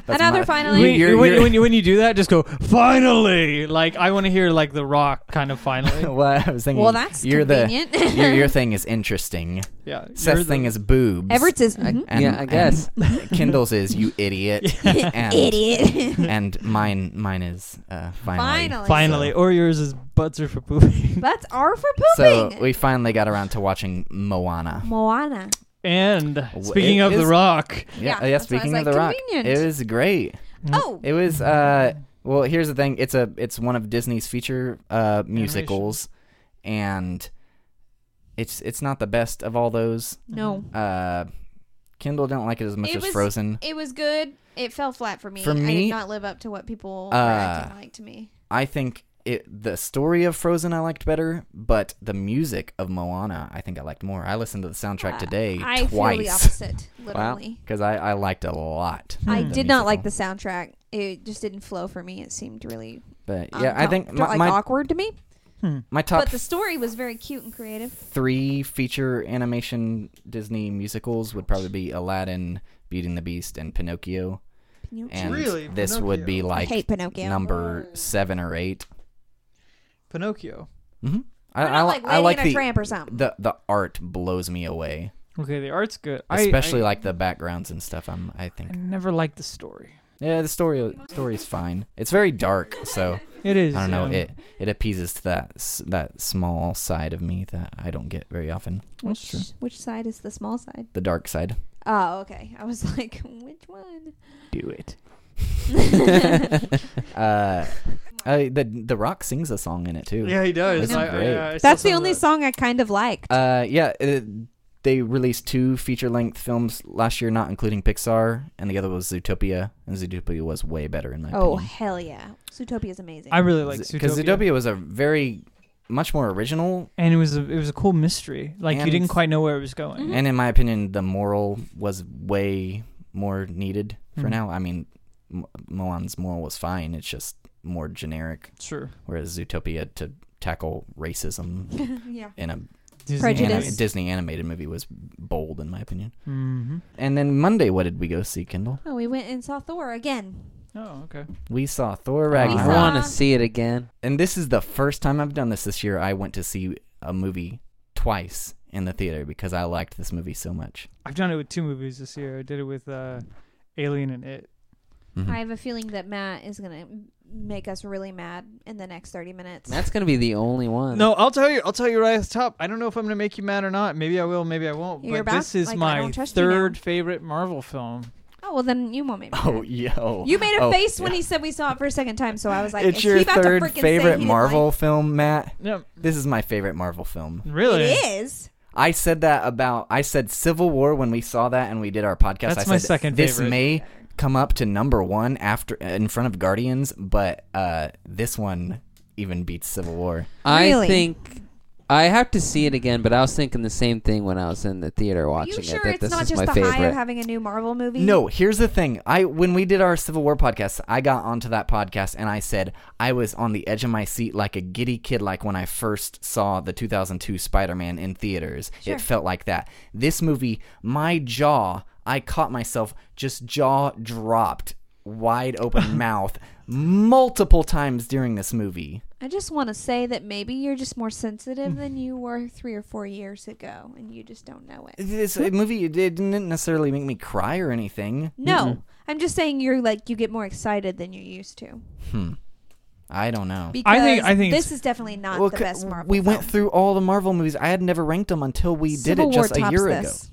Speaker 1: That's
Speaker 2: Another
Speaker 1: my-
Speaker 2: finally.
Speaker 3: When,
Speaker 2: Wait,
Speaker 1: You're-
Speaker 3: when,
Speaker 1: you're-
Speaker 3: when you when you do that, just go finally. Like I want to hear like the rock kind of finally.
Speaker 1: well, I was thinking.
Speaker 2: Well, that's
Speaker 1: you're
Speaker 2: convenient.
Speaker 1: the your, your thing is interesting.
Speaker 3: yeah.
Speaker 1: Seth's
Speaker 3: you're the-
Speaker 1: thing is boobs.
Speaker 2: Everett's is
Speaker 4: I,
Speaker 2: mhm.
Speaker 1: And-
Speaker 4: yeah, I guess.
Speaker 1: Kindle's is you idiot, and,
Speaker 2: idiot.
Speaker 1: and mine mine is uh, finally.
Speaker 2: Finally.
Speaker 3: finally, or yours is butts are for pooping.
Speaker 2: That's R for
Speaker 1: So
Speaker 2: pooping.
Speaker 1: we finally got around to watching Moana.
Speaker 2: Moana.
Speaker 3: and speaking
Speaker 1: it
Speaker 3: of the
Speaker 1: is-
Speaker 3: rock,
Speaker 2: Yeah,
Speaker 1: yeah.
Speaker 2: that's why I was
Speaker 1: Speaking
Speaker 2: like,
Speaker 1: of the rock,
Speaker 2: convenient.
Speaker 1: it was great.
Speaker 2: Oh,
Speaker 1: Mm-hmm. It was uh well here's the thing it's a it's one of Disney's feature uh musicals and it's it's not the best of all those.
Speaker 2: no.
Speaker 1: Uh Kendall didn't like it as much
Speaker 2: It
Speaker 1: as
Speaker 2: was-
Speaker 1: Frozen.
Speaker 2: It was good. It fell flat for me.
Speaker 1: For
Speaker 2: I
Speaker 1: me-
Speaker 2: did not live up to what people
Speaker 1: Uh,
Speaker 2: were acting like to me.
Speaker 1: I think it the story of Frozen I liked better, but the music of Moana I think I liked more. I listened to the soundtrack
Speaker 2: Uh,
Speaker 1: today
Speaker 2: I feel the
Speaker 1: twice Hmm.
Speaker 2: opposite, literally.
Speaker 1: because I I liked a lot.
Speaker 2: I
Speaker 1: the
Speaker 2: did not like the
Speaker 1: musical.
Speaker 2: soundtrack. It just didn't flow for me. It seemed really
Speaker 1: But yeah, I think
Speaker 2: uncom-
Speaker 1: my
Speaker 2: like
Speaker 1: my,
Speaker 2: awkward to me.
Speaker 3: Hmm.
Speaker 1: my top
Speaker 2: But the story was very cute and creative.
Speaker 1: three feature animation Disney musicals would probably be Aladdin, Beauty and the Beast, and Pinocchio.
Speaker 2: Pinocchio.
Speaker 1: And
Speaker 3: Really?
Speaker 1: this would be
Speaker 3: Pinocchio?
Speaker 2: I
Speaker 1: like
Speaker 2: hate Pinocchio.
Speaker 1: number seven or eight.
Speaker 3: Pinocchio.
Speaker 1: Mm-hmm. I,
Speaker 2: I,
Speaker 1: I,
Speaker 2: like
Speaker 1: like, I
Speaker 2: Lady
Speaker 1: like
Speaker 2: and a
Speaker 1: the,
Speaker 2: Tramp or something.
Speaker 1: the the art blows me away.
Speaker 3: Okay, the art's good. I-
Speaker 1: especially
Speaker 3: I,
Speaker 1: like the backgrounds and stuff. I'm I
Speaker 3: I
Speaker 1: think
Speaker 3: never liked the story.
Speaker 1: yeah, the story story's fine. It's very dark, so
Speaker 3: It is.
Speaker 1: I don't know.
Speaker 3: um,
Speaker 1: It it appeases to that s- that small side of me that I don't get very often.
Speaker 3: That's
Speaker 2: Which
Speaker 3: true.
Speaker 2: which side is the small side?
Speaker 1: The dark side.
Speaker 2: Oh, okay. I was like, which one?
Speaker 3: do it.
Speaker 1: Uh, uh, the the Rock sings a song in it too.
Speaker 3: Yeah, he does.
Speaker 1: That's
Speaker 3: I- I-
Speaker 1: great.
Speaker 3: I saw
Speaker 2: That's the
Speaker 3: some of
Speaker 2: only
Speaker 3: that.
Speaker 2: song I kind of liked.
Speaker 1: Uh, yeah. It, they released two feature length films last year, not including Pixar, and the other was Zootopia, and Zootopia was way better in my
Speaker 2: oh
Speaker 1: opinion.
Speaker 2: hell yeah, Zootopia is amazing.
Speaker 3: I really like
Speaker 1: because
Speaker 3: Zootopia.
Speaker 1: Zootopia was a very much more original,
Speaker 3: and it was a, it was a cool mystery. Like you
Speaker 1: And-
Speaker 3: didn't quite know where it was going.
Speaker 2: Mhm.
Speaker 1: and in my opinion, the moral was way more needed for
Speaker 2: Mm-hmm.
Speaker 3: Mhm.
Speaker 1: now. I mean, M- Milan's moral was fine; it's just more generic,
Speaker 3: Sure.
Speaker 1: whereas Zootopia to tackle racism
Speaker 2: yeah.
Speaker 1: in a
Speaker 2: Prejudice.
Speaker 1: Anim- Disney animated movie was bold, in my opinion.
Speaker 3: Mm-hmm.
Speaker 1: And then Monday, what did we go see, Kendall?
Speaker 2: Oh, we went and saw Thor again.
Speaker 3: Oh, okay.
Speaker 1: We saw
Speaker 2: Ah,
Speaker 1: Thor
Speaker 4: I
Speaker 1: Ragnarok.
Speaker 2: saw-
Speaker 4: want to see it again.
Speaker 1: And this is the first time I've done this this year. I went to see a movie twice in the theater because I liked this movie so much.
Speaker 3: I've done it with two movies this year. I did it with uh, Alien and It.
Speaker 4: Mm-hmm.
Speaker 1: Mm-hmm.
Speaker 2: I have a feeling that Matt is gonna m- make us really mad in the next thirty minutes.
Speaker 4: That's gonna be the only one.
Speaker 3: No, I'll tell you. I'll tell you right off the top. I don't know if I'm gonna make you mad or not. Maybe I will. Maybe I won't.
Speaker 2: You're
Speaker 3: but
Speaker 2: back-
Speaker 3: this is
Speaker 2: like, I
Speaker 3: my
Speaker 2: don't trust you now.
Speaker 3: third favorite Marvel film.
Speaker 2: oh well, then you won't make me.
Speaker 1: Oh,
Speaker 2: mad.
Speaker 1: yo.
Speaker 2: you made a
Speaker 1: Oh,
Speaker 2: face when
Speaker 1: yeah.
Speaker 2: he said we saw it for a second time, so I was like,
Speaker 1: it's
Speaker 2: is
Speaker 1: your
Speaker 2: he about to
Speaker 1: third
Speaker 2: frickin' say he
Speaker 1: favorite
Speaker 2: didn't
Speaker 1: Marvel film, Matt.
Speaker 3: Yeah,
Speaker 1: This is my favorite Marvel film.
Speaker 2: Like-
Speaker 3: really.
Speaker 2: It is.
Speaker 1: I said that about I said Civil War when we saw that and we did our podcast.
Speaker 3: That's
Speaker 1: I
Speaker 3: my
Speaker 1: said,
Speaker 3: second
Speaker 1: This
Speaker 3: favorite."
Speaker 1: may come up to number one after in front of Guardians, but uh, this one even beats Civil War.
Speaker 4: I
Speaker 2: Really?
Speaker 4: think I have to see it again. But I was thinking the same thing when I was in the theater
Speaker 2: Are
Speaker 4: watching
Speaker 2: you sure
Speaker 4: it. That
Speaker 2: it's
Speaker 4: this
Speaker 2: not
Speaker 4: is
Speaker 2: just
Speaker 4: my
Speaker 2: the high
Speaker 4: favorite.
Speaker 2: of having a new Marvel movie?
Speaker 1: No, here's the thing. I when we did our Civil War podcast, I got onto that podcast and I said I was on the edge of my seat like a giddy kid, like when I first saw the 2002 Spider-Man in theaters.
Speaker 2: Sure.
Speaker 1: It felt like that. This movie, my jaw, I caught myself just jaw dropped, wide open mouth, multiple times during this movie.
Speaker 2: I just want to say that maybe you're just more sensitive than you were three or four years ago, and you just don't know it.
Speaker 1: This movie it didn't necessarily make me cry or anything.
Speaker 2: No, I'm just saying you're like you get more excited than you used to.
Speaker 1: Hmm. I don't know.
Speaker 2: Because
Speaker 3: I think- I think
Speaker 2: this
Speaker 3: it's-
Speaker 2: is definitely not the
Speaker 1: c-
Speaker 2: best Marvel.
Speaker 1: We went
Speaker 2: film.
Speaker 1: through all the Marvel movies. I had never ranked them until we
Speaker 2: Civil
Speaker 1: did it
Speaker 2: War
Speaker 1: just a
Speaker 2: tops
Speaker 1: year
Speaker 2: this.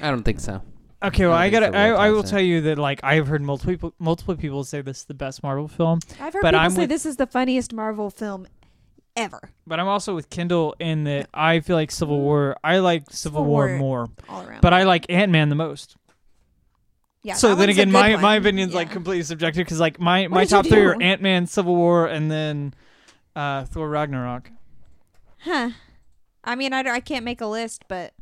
Speaker 4: I don't think so.
Speaker 3: Okay, well,
Speaker 4: I
Speaker 3: I,
Speaker 4: think
Speaker 3: gotta.
Speaker 4: Civil War
Speaker 3: I, I will
Speaker 4: tops it.
Speaker 3: tell you that like I've heard multiple people, multiple people say this is the best Marvel film,
Speaker 2: I've heard
Speaker 3: But
Speaker 2: people
Speaker 3: I'm
Speaker 2: say
Speaker 3: with-
Speaker 2: this is the funniest Marvel film ever,
Speaker 3: but I'm also with Kindle in that I feel like Civil War. I like Civil,
Speaker 2: Mm. Civil
Speaker 3: War,
Speaker 2: War.
Speaker 3: more,
Speaker 2: all around.
Speaker 3: but I like Ant Man the most.
Speaker 2: yeah,
Speaker 3: so
Speaker 2: that
Speaker 3: then
Speaker 2: one's a
Speaker 3: again,
Speaker 2: good
Speaker 3: my
Speaker 2: one.
Speaker 3: my opinion's like
Speaker 2: Yeah.
Speaker 3: completely subjective because like my my
Speaker 2: did you
Speaker 3: top three
Speaker 2: do?
Speaker 3: are Ant Man, Civil War, and then uh, Thor Ragnarok.
Speaker 2: huh? I mean, I, don't- I can't make a list, but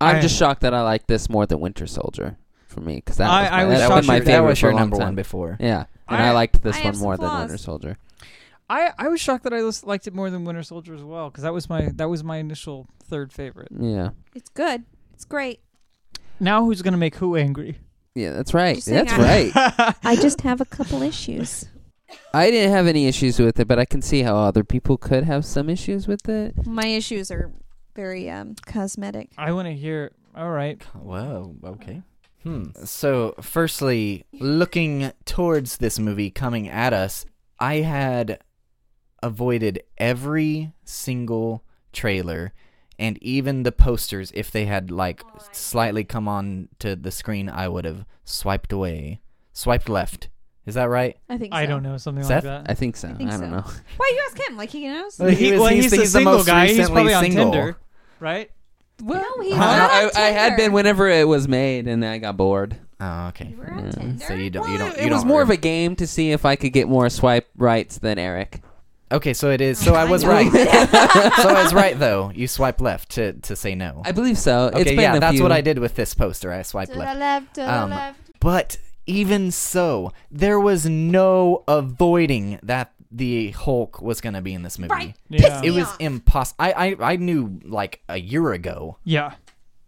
Speaker 4: I'm
Speaker 3: I-
Speaker 4: just shocked that I like this more than Winter Soldier for me because that
Speaker 3: I-
Speaker 4: was my,
Speaker 3: I was
Speaker 4: that
Speaker 3: shocked
Speaker 4: was
Speaker 3: you-
Speaker 4: my
Speaker 1: ago.
Speaker 4: favorite
Speaker 1: That was
Speaker 4: for
Speaker 1: your
Speaker 4: a long
Speaker 1: number
Speaker 4: time.
Speaker 1: one before.
Speaker 4: Yeah, and
Speaker 3: I-
Speaker 4: I, liked this
Speaker 2: I have
Speaker 4: one
Speaker 2: some
Speaker 4: more than
Speaker 2: flaws.
Speaker 4: Winter Soldier.
Speaker 3: I, I was shocked that I lis- liked it more than Winter Soldier as well because that was my that was my initial third favorite.
Speaker 4: Yeah,
Speaker 2: it's good. It's great.
Speaker 3: Now who's gonna make who angry?
Speaker 4: yeah, that's right.
Speaker 2: Just saying
Speaker 4: That's
Speaker 2: I-
Speaker 4: right.
Speaker 2: I just have a couple issues.
Speaker 4: I didn't have any issues with it, but I can see how other people could have some issues with it.
Speaker 2: My issues are very um, cosmetic.
Speaker 3: I want to hear. All right,
Speaker 1: Whoa. Okay. Hmm. So, firstly, looking towards this movie coming at us, I had avoided every single trailer and even the posters. If they had like
Speaker 2: Oh,
Speaker 1: slightly come on to the screen, I would have swiped away, swiped left. Is that right?
Speaker 2: I think. So.
Speaker 3: I don't know something
Speaker 1: Seth?
Speaker 3: like
Speaker 4: I
Speaker 3: that.
Speaker 4: think so. I,
Speaker 2: think
Speaker 4: don't
Speaker 2: so.
Speaker 4: know.
Speaker 2: Why you ask him? Like he knows.
Speaker 1: Well, he was-
Speaker 3: well,
Speaker 1: he's
Speaker 3: he's
Speaker 1: the-
Speaker 3: the
Speaker 1: he's the
Speaker 3: single
Speaker 1: most
Speaker 3: guy. He's
Speaker 1: recently
Speaker 3: probably on
Speaker 1: single.
Speaker 3: Tinder, right?
Speaker 2: no, he was
Speaker 1: Huh?
Speaker 2: not
Speaker 4: I,
Speaker 2: on
Speaker 4: I had
Speaker 2: Tinder.
Speaker 4: been whenever it was made, and I got bored.
Speaker 1: Oh, okay.
Speaker 2: You were on
Speaker 4: Yeah.
Speaker 2: Tinder.
Speaker 1: So you don't, you
Speaker 4: Well,
Speaker 1: don't,
Speaker 4: it
Speaker 1: you
Speaker 4: was
Speaker 1: don't
Speaker 4: more of
Speaker 1: rem-
Speaker 4: a game to see if I could get more swipe rights than Eric.
Speaker 1: Okay, so it is. So I was
Speaker 2: know.
Speaker 1: right. so I was right though. You swipe left to to say no.
Speaker 4: I believe so. it's
Speaker 1: Okay,
Speaker 4: been
Speaker 1: yeah,
Speaker 4: a
Speaker 1: that's
Speaker 4: few-
Speaker 1: what I did with this poster. I swiped
Speaker 2: To the
Speaker 1: left.
Speaker 2: left, to the
Speaker 1: Um,
Speaker 2: left.
Speaker 1: But even so, there was no avoiding that the Hulk was going to be in this movie.
Speaker 2: Right.
Speaker 3: Yeah.
Speaker 1: It
Speaker 2: Me
Speaker 1: was
Speaker 2: off.
Speaker 1: impossible. I, I I knew like a year ago.
Speaker 3: Yeah.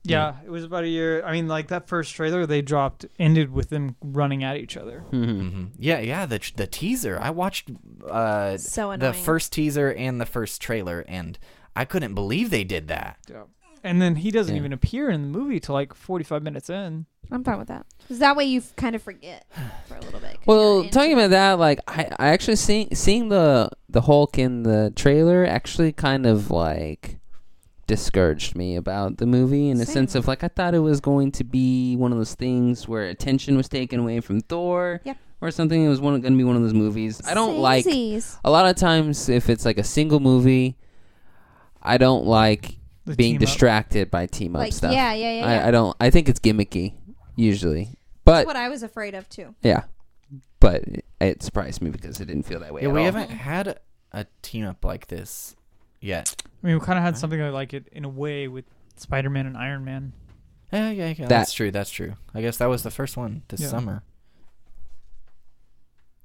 Speaker 3: Yeah, it was about a year. I mean, like that first trailer they dropped ended with them running at each other.
Speaker 4: Mhm.
Speaker 3: Mm-hmm.
Speaker 1: hmm Yeah, yeah. The the teaser. I watched uh,
Speaker 2: So annoying.
Speaker 1: the first teaser and the first trailer, and I couldn't believe they did that.
Speaker 3: Yeah. and then he doesn't
Speaker 4: Yeah.
Speaker 3: even appear in the movie till like 45 minutes in.
Speaker 2: I'm fine with that. 'Cause that way you f- kind of forget for a little bit. 'cause you're
Speaker 4: Well,
Speaker 2: into
Speaker 4: talking
Speaker 2: it.
Speaker 4: about that, like I, I actually seeing seeing the the Hulk in the trailer actually kind of like discouraged me about the movie in a
Speaker 2: Same.
Speaker 4: sense of like I thought it was going to be one of those things where attention was taken away from Thor
Speaker 2: Yeah.
Speaker 4: or something. It was one going to be one of those movies. I don't like
Speaker 2: Samesies.
Speaker 4: a lot of times if it's like a single movie. I don't like
Speaker 3: The
Speaker 4: being
Speaker 3: team up.
Speaker 4: distracted by team up
Speaker 2: Like,
Speaker 4: stuff.
Speaker 2: yeah, yeah, yeah. yeah.
Speaker 4: I, I don't. I think it's gimmicky usually, but
Speaker 2: That's what I was afraid of too.
Speaker 4: yeah, but it, it surprised me because it didn't feel that way.
Speaker 1: Yeah,
Speaker 4: at
Speaker 1: we
Speaker 4: all.
Speaker 1: haven't had a, a team up like this yet.
Speaker 3: I mean, we kind of had something like it in a way with Spider-Man and Iron Man.
Speaker 1: Yeah, yeah, yeah.
Speaker 4: That-
Speaker 1: That's true. That's true. I guess that was the first one this
Speaker 3: Yeah.
Speaker 1: summer.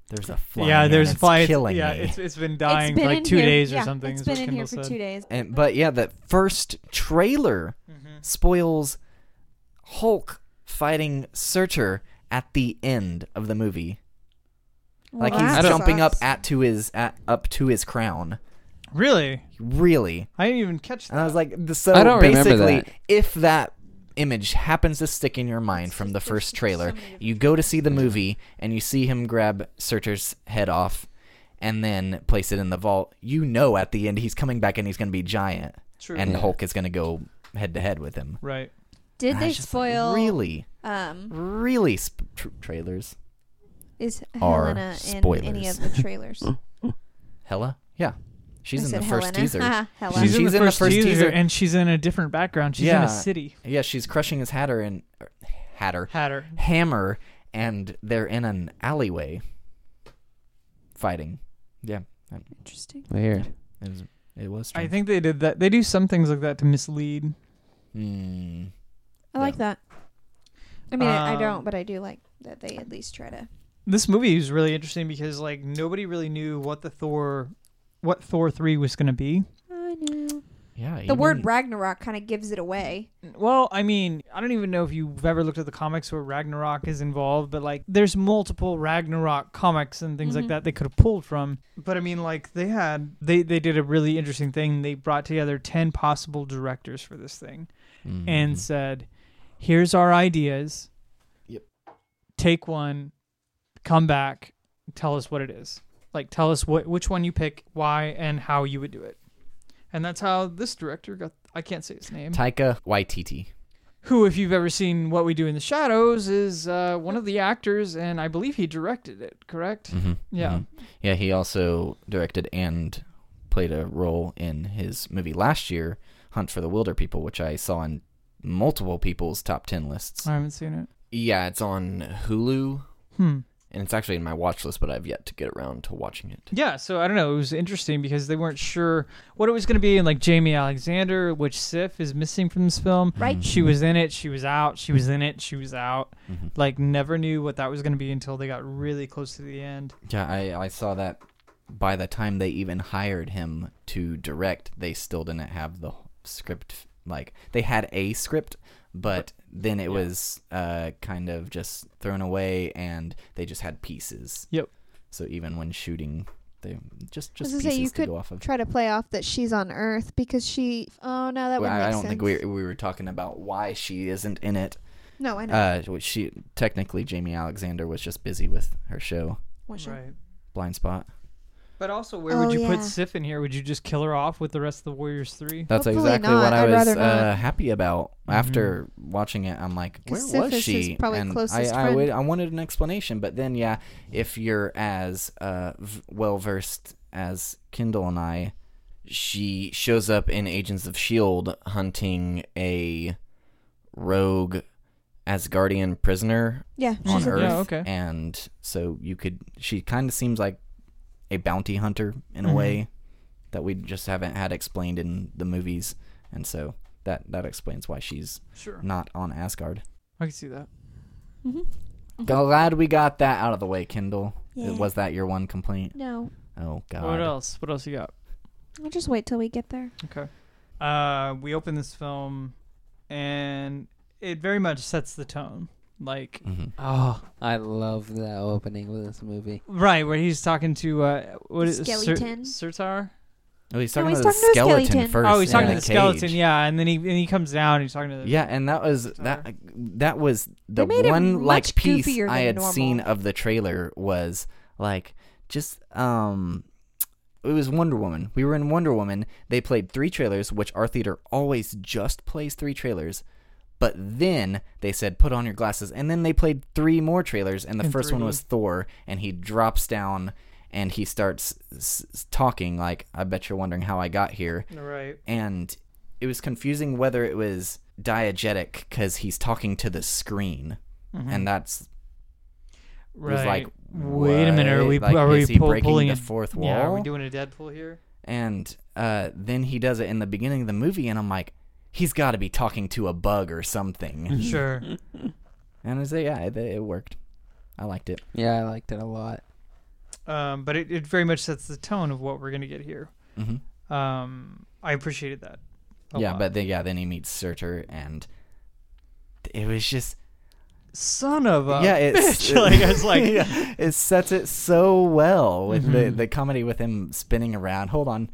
Speaker 1: There's a fly.
Speaker 3: yeah,
Speaker 1: and
Speaker 3: there's
Speaker 1: it's
Speaker 3: flies.
Speaker 1: killing
Speaker 3: yeah,
Speaker 1: me.
Speaker 3: it's it's been dying
Speaker 2: it's been
Speaker 3: for like
Speaker 2: in
Speaker 3: two
Speaker 2: here.
Speaker 3: days
Speaker 2: yeah,
Speaker 3: or something.
Speaker 2: It's
Speaker 3: is
Speaker 2: been
Speaker 3: what
Speaker 2: in
Speaker 3: Kendall
Speaker 2: here for
Speaker 3: said.
Speaker 2: two days.
Speaker 1: and but yeah, that first trailer spoils Hulk fighting Searcher at the end of the movie. Like
Speaker 2: Well,
Speaker 1: he's
Speaker 2: that
Speaker 1: jumping
Speaker 2: sucks.
Speaker 1: up at to his at, up to his crown.
Speaker 3: Really,
Speaker 1: Really.
Speaker 3: I didn't even catch that.
Speaker 1: And I was like, th- so
Speaker 4: I don't remember
Speaker 1: basically,
Speaker 4: that.
Speaker 1: if that image happens to stick in your mind from the
Speaker 2: just-
Speaker 1: first
Speaker 2: there's so
Speaker 1: trailer,
Speaker 2: many different
Speaker 1: you go to see the movie and you see him grab Searcher's head off and then place it in the vault. You know at the end he's coming back and he's going to be giant.
Speaker 3: True.
Speaker 1: And
Speaker 4: Yeah.
Speaker 1: Hulk is going to go head to head with him.
Speaker 3: right.
Speaker 1: And
Speaker 2: Did
Speaker 1: I
Speaker 2: they
Speaker 1: was just like,
Speaker 2: spoil?
Speaker 1: really,
Speaker 2: Um,
Speaker 1: really sp- tr- trailers.
Speaker 2: is
Speaker 1: Are
Speaker 2: Helena in any
Speaker 1: spoilers.
Speaker 2: of the trailers?
Speaker 1: Hella? Yeah. She's
Speaker 2: I
Speaker 1: in the
Speaker 2: said
Speaker 1: first
Speaker 2: Helena.
Speaker 1: teaser.
Speaker 2: Helena.
Speaker 1: She's
Speaker 3: She's, in, the first teaser,
Speaker 1: teaser.
Speaker 3: and she's in a different background. She's in
Speaker 1: Yeah.
Speaker 3: a city.
Speaker 1: yeah, she's crushing his hatter and er, hatter
Speaker 3: Hatter.
Speaker 1: hammer and they're in an alleyway fighting. Yeah.
Speaker 2: Interesting.
Speaker 4: Weird.
Speaker 1: It was it was
Speaker 3: I
Speaker 1: strange.
Speaker 3: think they did that. They do some things like that to mislead.
Speaker 1: Hmm.
Speaker 2: I
Speaker 1: Yeah.
Speaker 2: like that. I mean, I, I
Speaker 3: Um,
Speaker 2: don't, but I do like that they at least try to.
Speaker 3: This movie is really interesting because like nobody really knew what the Thor, what Thor three was going to be.
Speaker 2: I know.
Speaker 1: yeah.
Speaker 2: The word Ragnarok kind of gives it away.
Speaker 3: Well, I mean, I don't even know if you've ever looked at the comics where Ragnarok is involved, but like there's multiple Ragnarok comics and things like
Speaker 2: Mhm.
Speaker 3: that they could have pulled from. But I mean, like they had they they did a really interesting thing. They brought together 10 possible directors for this thing
Speaker 1: Mhm.
Speaker 3: and said, "Here's our ideas.
Speaker 1: Yep.
Speaker 3: Take one, come back, tell us what it is. Like tell us what which one you pick, why and how you would do it." And that's how this director got I can't say his name
Speaker 1: Taika Waititi.
Speaker 3: who, if you've ever seen What We Do in the Shadows, is uh, one of the actors, and I believe he directed it. Correct?
Speaker 1: Mm-hmm.
Speaker 3: Yeah.
Speaker 1: Yeah, he also directed and played a role in his movie last year, Hunt for the Wilder People, which I saw in multiple people's top 10 lists.
Speaker 3: I haven't seen it.
Speaker 1: Yeah, it's on Hulu
Speaker 3: Hmm.
Speaker 1: and it's actually in my watch list, but I've yet to get around to watching it.
Speaker 3: Yeah. So I don't know. It was interesting because they weren't sure what it was going to be, and like Jamie Alexander, which Sif is missing from this film.
Speaker 1: Hmm.
Speaker 2: Right.
Speaker 3: She was in it. She was out. She was in it. She was out.
Speaker 1: Mm-hmm.
Speaker 3: Like never knew what that was going to be until they got really close to the end.
Speaker 1: Yeah, I, I saw that by the time they even hired him to direct, they still didn't have the script. Like, they had a script, but then it was uh, kind of just thrown away and they just had pieces.
Speaker 3: Yep.
Speaker 1: So even when shooting, they just, just
Speaker 2: gonna
Speaker 1: pieces
Speaker 2: say, you
Speaker 1: to
Speaker 2: could
Speaker 1: go off of.
Speaker 2: Try to play off that she's on Earth because she. Oh no,
Speaker 1: Well,
Speaker 2: that wouldn't make
Speaker 1: I I don't
Speaker 2: sense.
Speaker 1: think we, we were talking about why she isn't in it.
Speaker 2: No, I know.
Speaker 1: Uh, which she technically Jamie Alexander was just busy with her show
Speaker 2: What show?
Speaker 3: Right.
Speaker 1: Blind Spot.
Speaker 3: But also, where
Speaker 2: Oh,
Speaker 3: would you put
Speaker 2: yeah.
Speaker 3: Sif in here? Would you just kill her off with the rest of the Warriors Three?
Speaker 1: That's
Speaker 2: Hopefully
Speaker 1: exactly
Speaker 2: not.
Speaker 1: what I
Speaker 2: I'd
Speaker 1: was
Speaker 2: rather not. Mm-hmm.
Speaker 1: uh, happy about after watching it. I'm like, where
Speaker 2: 'Cause
Speaker 1: was
Speaker 2: Sif is his
Speaker 1: she?
Speaker 2: probably
Speaker 1: and I,
Speaker 2: closest
Speaker 1: I,
Speaker 2: friend.
Speaker 1: would- I wanted an explanation, but then yeah, if you're as uh, v- well versed as Kindle and I, she shows up in Agents of Shield E hunting a rogue Asgardian prisoner
Speaker 2: Yeah,
Speaker 1: on
Speaker 2: she's a-
Speaker 1: Earth,
Speaker 3: Yeah, okay.
Speaker 1: and so you could. She kind of seems like a bounty hunter in a
Speaker 3: Mhm.
Speaker 1: way that we just haven't had explained in the movies, and so that that explains why she's
Speaker 3: Sure.
Speaker 1: not on Asgard.
Speaker 3: I can see that.
Speaker 2: Mhm.
Speaker 1: Glad we got that out of the way, Kindle.
Speaker 2: Yeah.
Speaker 1: Was that your one complaint?
Speaker 2: No,
Speaker 1: Oh God.
Speaker 3: What else? What else you got?
Speaker 2: I'll just wait till we get there.
Speaker 3: uh, we open this film and it very much sets the tone like
Speaker 1: Mhm.
Speaker 3: Ah.
Speaker 4: Oh, I love that opening with this movie.
Speaker 3: right where he's talking to uh what is it Sir-
Speaker 2: Skeleton.
Speaker 3: Sirtar
Speaker 1: Oh, he's
Speaker 2: No,
Speaker 1: talking
Speaker 2: he's
Speaker 1: to the
Speaker 2: talking to the
Speaker 1: skeleton,
Speaker 2: skeleton.
Speaker 1: first.
Speaker 3: Oh, he's
Speaker 1: in
Speaker 3: talking to
Speaker 1: the
Speaker 3: the skeleton,
Speaker 1: cage.
Speaker 3: yeah, and then he and he comes down. and He's talking to the
Speaker 1: Yeah, and that was that.
Speaker 3: Sorry.
Speaker 1: That was the
Speaker 2: made it
Speaker 1: one like
Speaker 2: much
Speaker 1: piece
Speaker 2: goofier
Speaker 1: I
Speaker 2: than
Speaker 1: had
Speaker 2: normal.
Speaker 1: seen of the trailer was like just um. It was Wonder Woman. We were in Wonder Woman. They played three trailers, which our theater always just plays three trailers. But then they said, "Put on your glasses," and then they played three more trailers. And the
Speaker 3: And
Speaker 1: first
Speaker 3: three
Speaker 1: one
Speaker 3: more.
Speaker 1: was Thor, and he drops down and he starts s- s- talking like, "I bet you're wondering how I got here."
Speaker 3: right.
Speaker 1: and it was confusing whether it was diegetic because he's talking to the screen,
Speaker 3: Mm-hmm.
Speaker 1: and that's
Speaker 3: Mm. Right.
Speaker 1: like,
Speaker 3: wait a minute, are
Speaker 1: what?
Speaker 3: we
Speaker 1: Like,
Speaker 3: are
Speaker 1: is
Speaker 3: we
Speaker 1: he
Speaker 3: pull,
Speaker 1: breaking
Speaker 3: pulling
Speaker 1: the
Speaker 3: a-
Speaker 1: fourth
Speaker 3: Yeah, are
Speaker 1: wall?
Speaker 3: we doing a Deadpool here?
Speaker 1: and uh, then he does it in the beginning of the movie, and I'm like, he's got to be talking to a bug or something.
Speaker 3: Sure.
Speaker 1: and I was like, yeah, it, it worked. I liked it.
Speaker 4: Yeah, I liked it a lot.
Speaker 3: um, but it, it very much sets the tone of what we're gonna get here.
Speaker 1: hmm
Speaker 3: Um, I appreciated that. a
Speaker 1: Yeah,
Speaker 3: lot.
Speaker 1: but then, yeah, then he meets Surtur, and it was just
Speaker 3: son of a
Speaker 1: yeah, it's uh,
Speaker 3: bitch. like I was like,
Speaker 1: yeah, it sets it so well with the
Speaker 3: Mhm.
Speaker 1: the comedy with him spinning around. Hold on.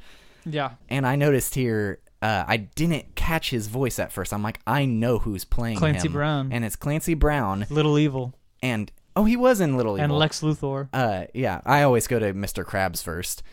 Speaker 3: yeah,
Speaker 1: and I noticed here uh, I didn't catch his voice at first. I'm like, I know who's playing
Speaker 3: Clancy
Speaker 1: him.
Speaker 3: Brown,
Speaker 1: and it's Clancy Brown,
Speaker 3: Little Evil,
Speaker 1: and oh, he was in Little
Speaker 3: and
Speaker 1: Evil.
Speaker 3: Lex Luthor.
Speaker 1: uh, yeah, I always go to Mr. Krabs first,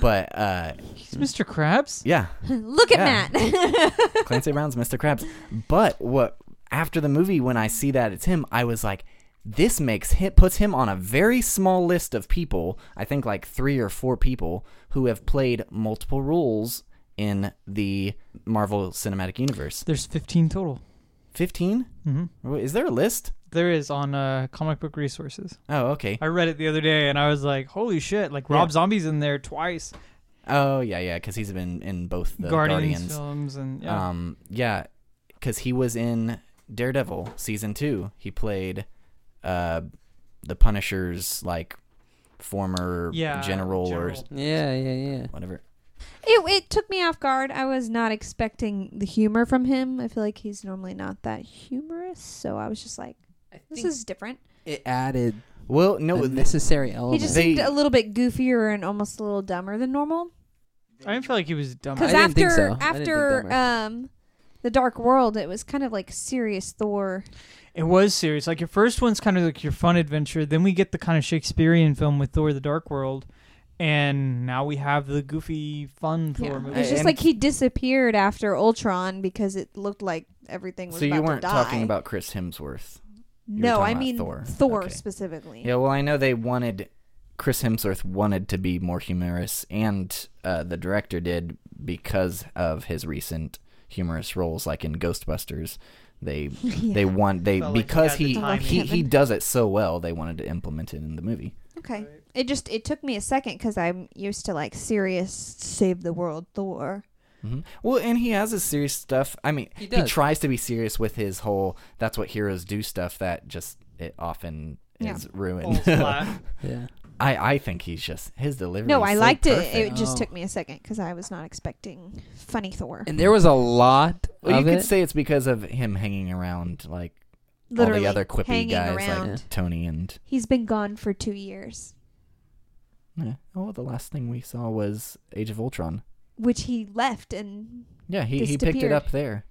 Speaker 1: but uh,
Speaker 3: He's Mr. Krabs.
Speaker 1: yeah,
Speaker 2: Look at
Speaker 1: Yeah.
Speaker 2: Matt.
Speaker 1: Clancy Brown's Mr. Krabs. But what after the movie, when I see that it's him, I was like, this makes him puts him on a very small list of people. I think like three or four people who have played multiple roles in the Marvel Cinematic Universe.
Speaker 3: There's 15 total.
Speaker 1: 15
Speaker 3: Mm-hmm.
Speaker 1: Wait, Is there a list?
Speaker 3: There is on uh, comic book resources.
Speaker 1: Oh, okay.
Speaker 3: I read it the other day and I was like, holy shit! Like Rob Zombie's in there twice.
Speaker 1: Oh, yeah, yeah, because he's been in both the
Speaker 3: Guardians,
Speaker 1: Guardians.
Speaker 3: films and yeah.
Speaker 1: Um, yeah, because he was in Daredevil season two. He played, uh, the Punisher's like former
Speaker 3: Yeah,
Speaker 1: general, or
Speaker 3: general.
Speaker 4: Yeah, yeah, yeah.
Speaker 1: whatever.
Speaker 2: It, it took me off guard. I was not expecting the humor from him. I feel like he's normally not that humorous, so I was just like, this is different.
Speaker 4: it added
Speaker 1: Well, no,
Speaker 4: the
Speaker 1: this
Speaker 4: necessary
Speaker 2: He
Speaker 4: element.
Speaker 2: just
Speaker 1: They-
Speaker 2: seemed a little bit goofier and almost a little dumber than normal.
Speaker 3: I didn't feel like he was dumb.
Speaker 2: Because
Speaker 4: I didn't
Speaker 2: after
Speaker 4: think so. I didn't think
Speaker 2: after
Speaker 4: dumber.
Speaker 2: um, the Dark World, it was kind of like serious Thor.
Speaker 3: It was serious. Like your first one's kind of like your fun adventure. Then we get the kind of Shakespearean film with Thor: The Dark World, and now we have the goofy fun Thor movie.
Speaker 2: It's just
Speaker 1: And-
Speaker 2: like he disappeared after Ultron because it looked like everything was.
Speaker 1: so you
Speaker 2: about to
Speaker 1: weren't talking
Speaker 2: die.
Speaker 1: about Chris Hemsworth. you were
Speaker 2: No,
Speaker 1: talking
Speaker 2: I
Speaker 1: about
Speaker 2: mean
Speaker 1: Thor.
Speaker 2: Thor,
Speaker 1: Okay.
Speaker 2: specifically.
Speaker 1: Yeah, well, I know they wanted Chris Hemsworth wanted to be more humorous, and uh, the director did because of his recent humorous roles, like in Ghostbusters. They
Speaker 2: Yeah.
Speaker 1: they want they
Speaker 3: Felt like he
Speaker 1: because
Speaker 3: had the
Speaker 1: he
Speaker 3: timing.
Speaker 1: he, he does it so well. They wanted to implement it in the movie.
Speaker 2: Okay. It just it took me a second because I'm used to like serious save the world Thor.
Speaker 1: hmm Well, and he has his serious stuff. I mean,
Speaker 4: He
Speaker 1: he,
Speaker 4: does.
Speaker 1: tries to be serious with his whole "that's what heroes do" stuff. That just it often
Speaker 2: Yeah.
Speaker 1: is
Speaker 3: Falls
Speaker 1: ruined.
Speaker 3: flat.
Speaker 4: yeah.
Speaker 1: I I think he's just his delivery.
Speaker 2: No,
Speaker 1: is
Speaker 2: I
Speaker 1: so
Speaker 2: liked
Speaker 1: perfect.
Speaker 2: it. It just
Speaker 4: Oh.
Speaker 2: took me a second because I was not expecting funny Thor.
Speaker 4: And there was a lot
Speaker 1: Well, you
Speaker 4: of
Speaker 1: could
Speaker 4: it.
Speaker 1: say it's because of him hanging around like
Speaker 2: Literally
Speaker 1: all the other quippy
Speaker 2: hanging
Speaker 1: guys
Speaker 2: around.
Speaker 1: like eh. Tony and.
Speaker 2: He's been gone for two years,
Speaker 1: Yeah. Oh, the last thing we saw was Age of Ultron.
Speaker 2: which he left and
Speaker 1: Yeah, he, he picked it
Speaker 2: Disappeared.
Speaker 1: up there.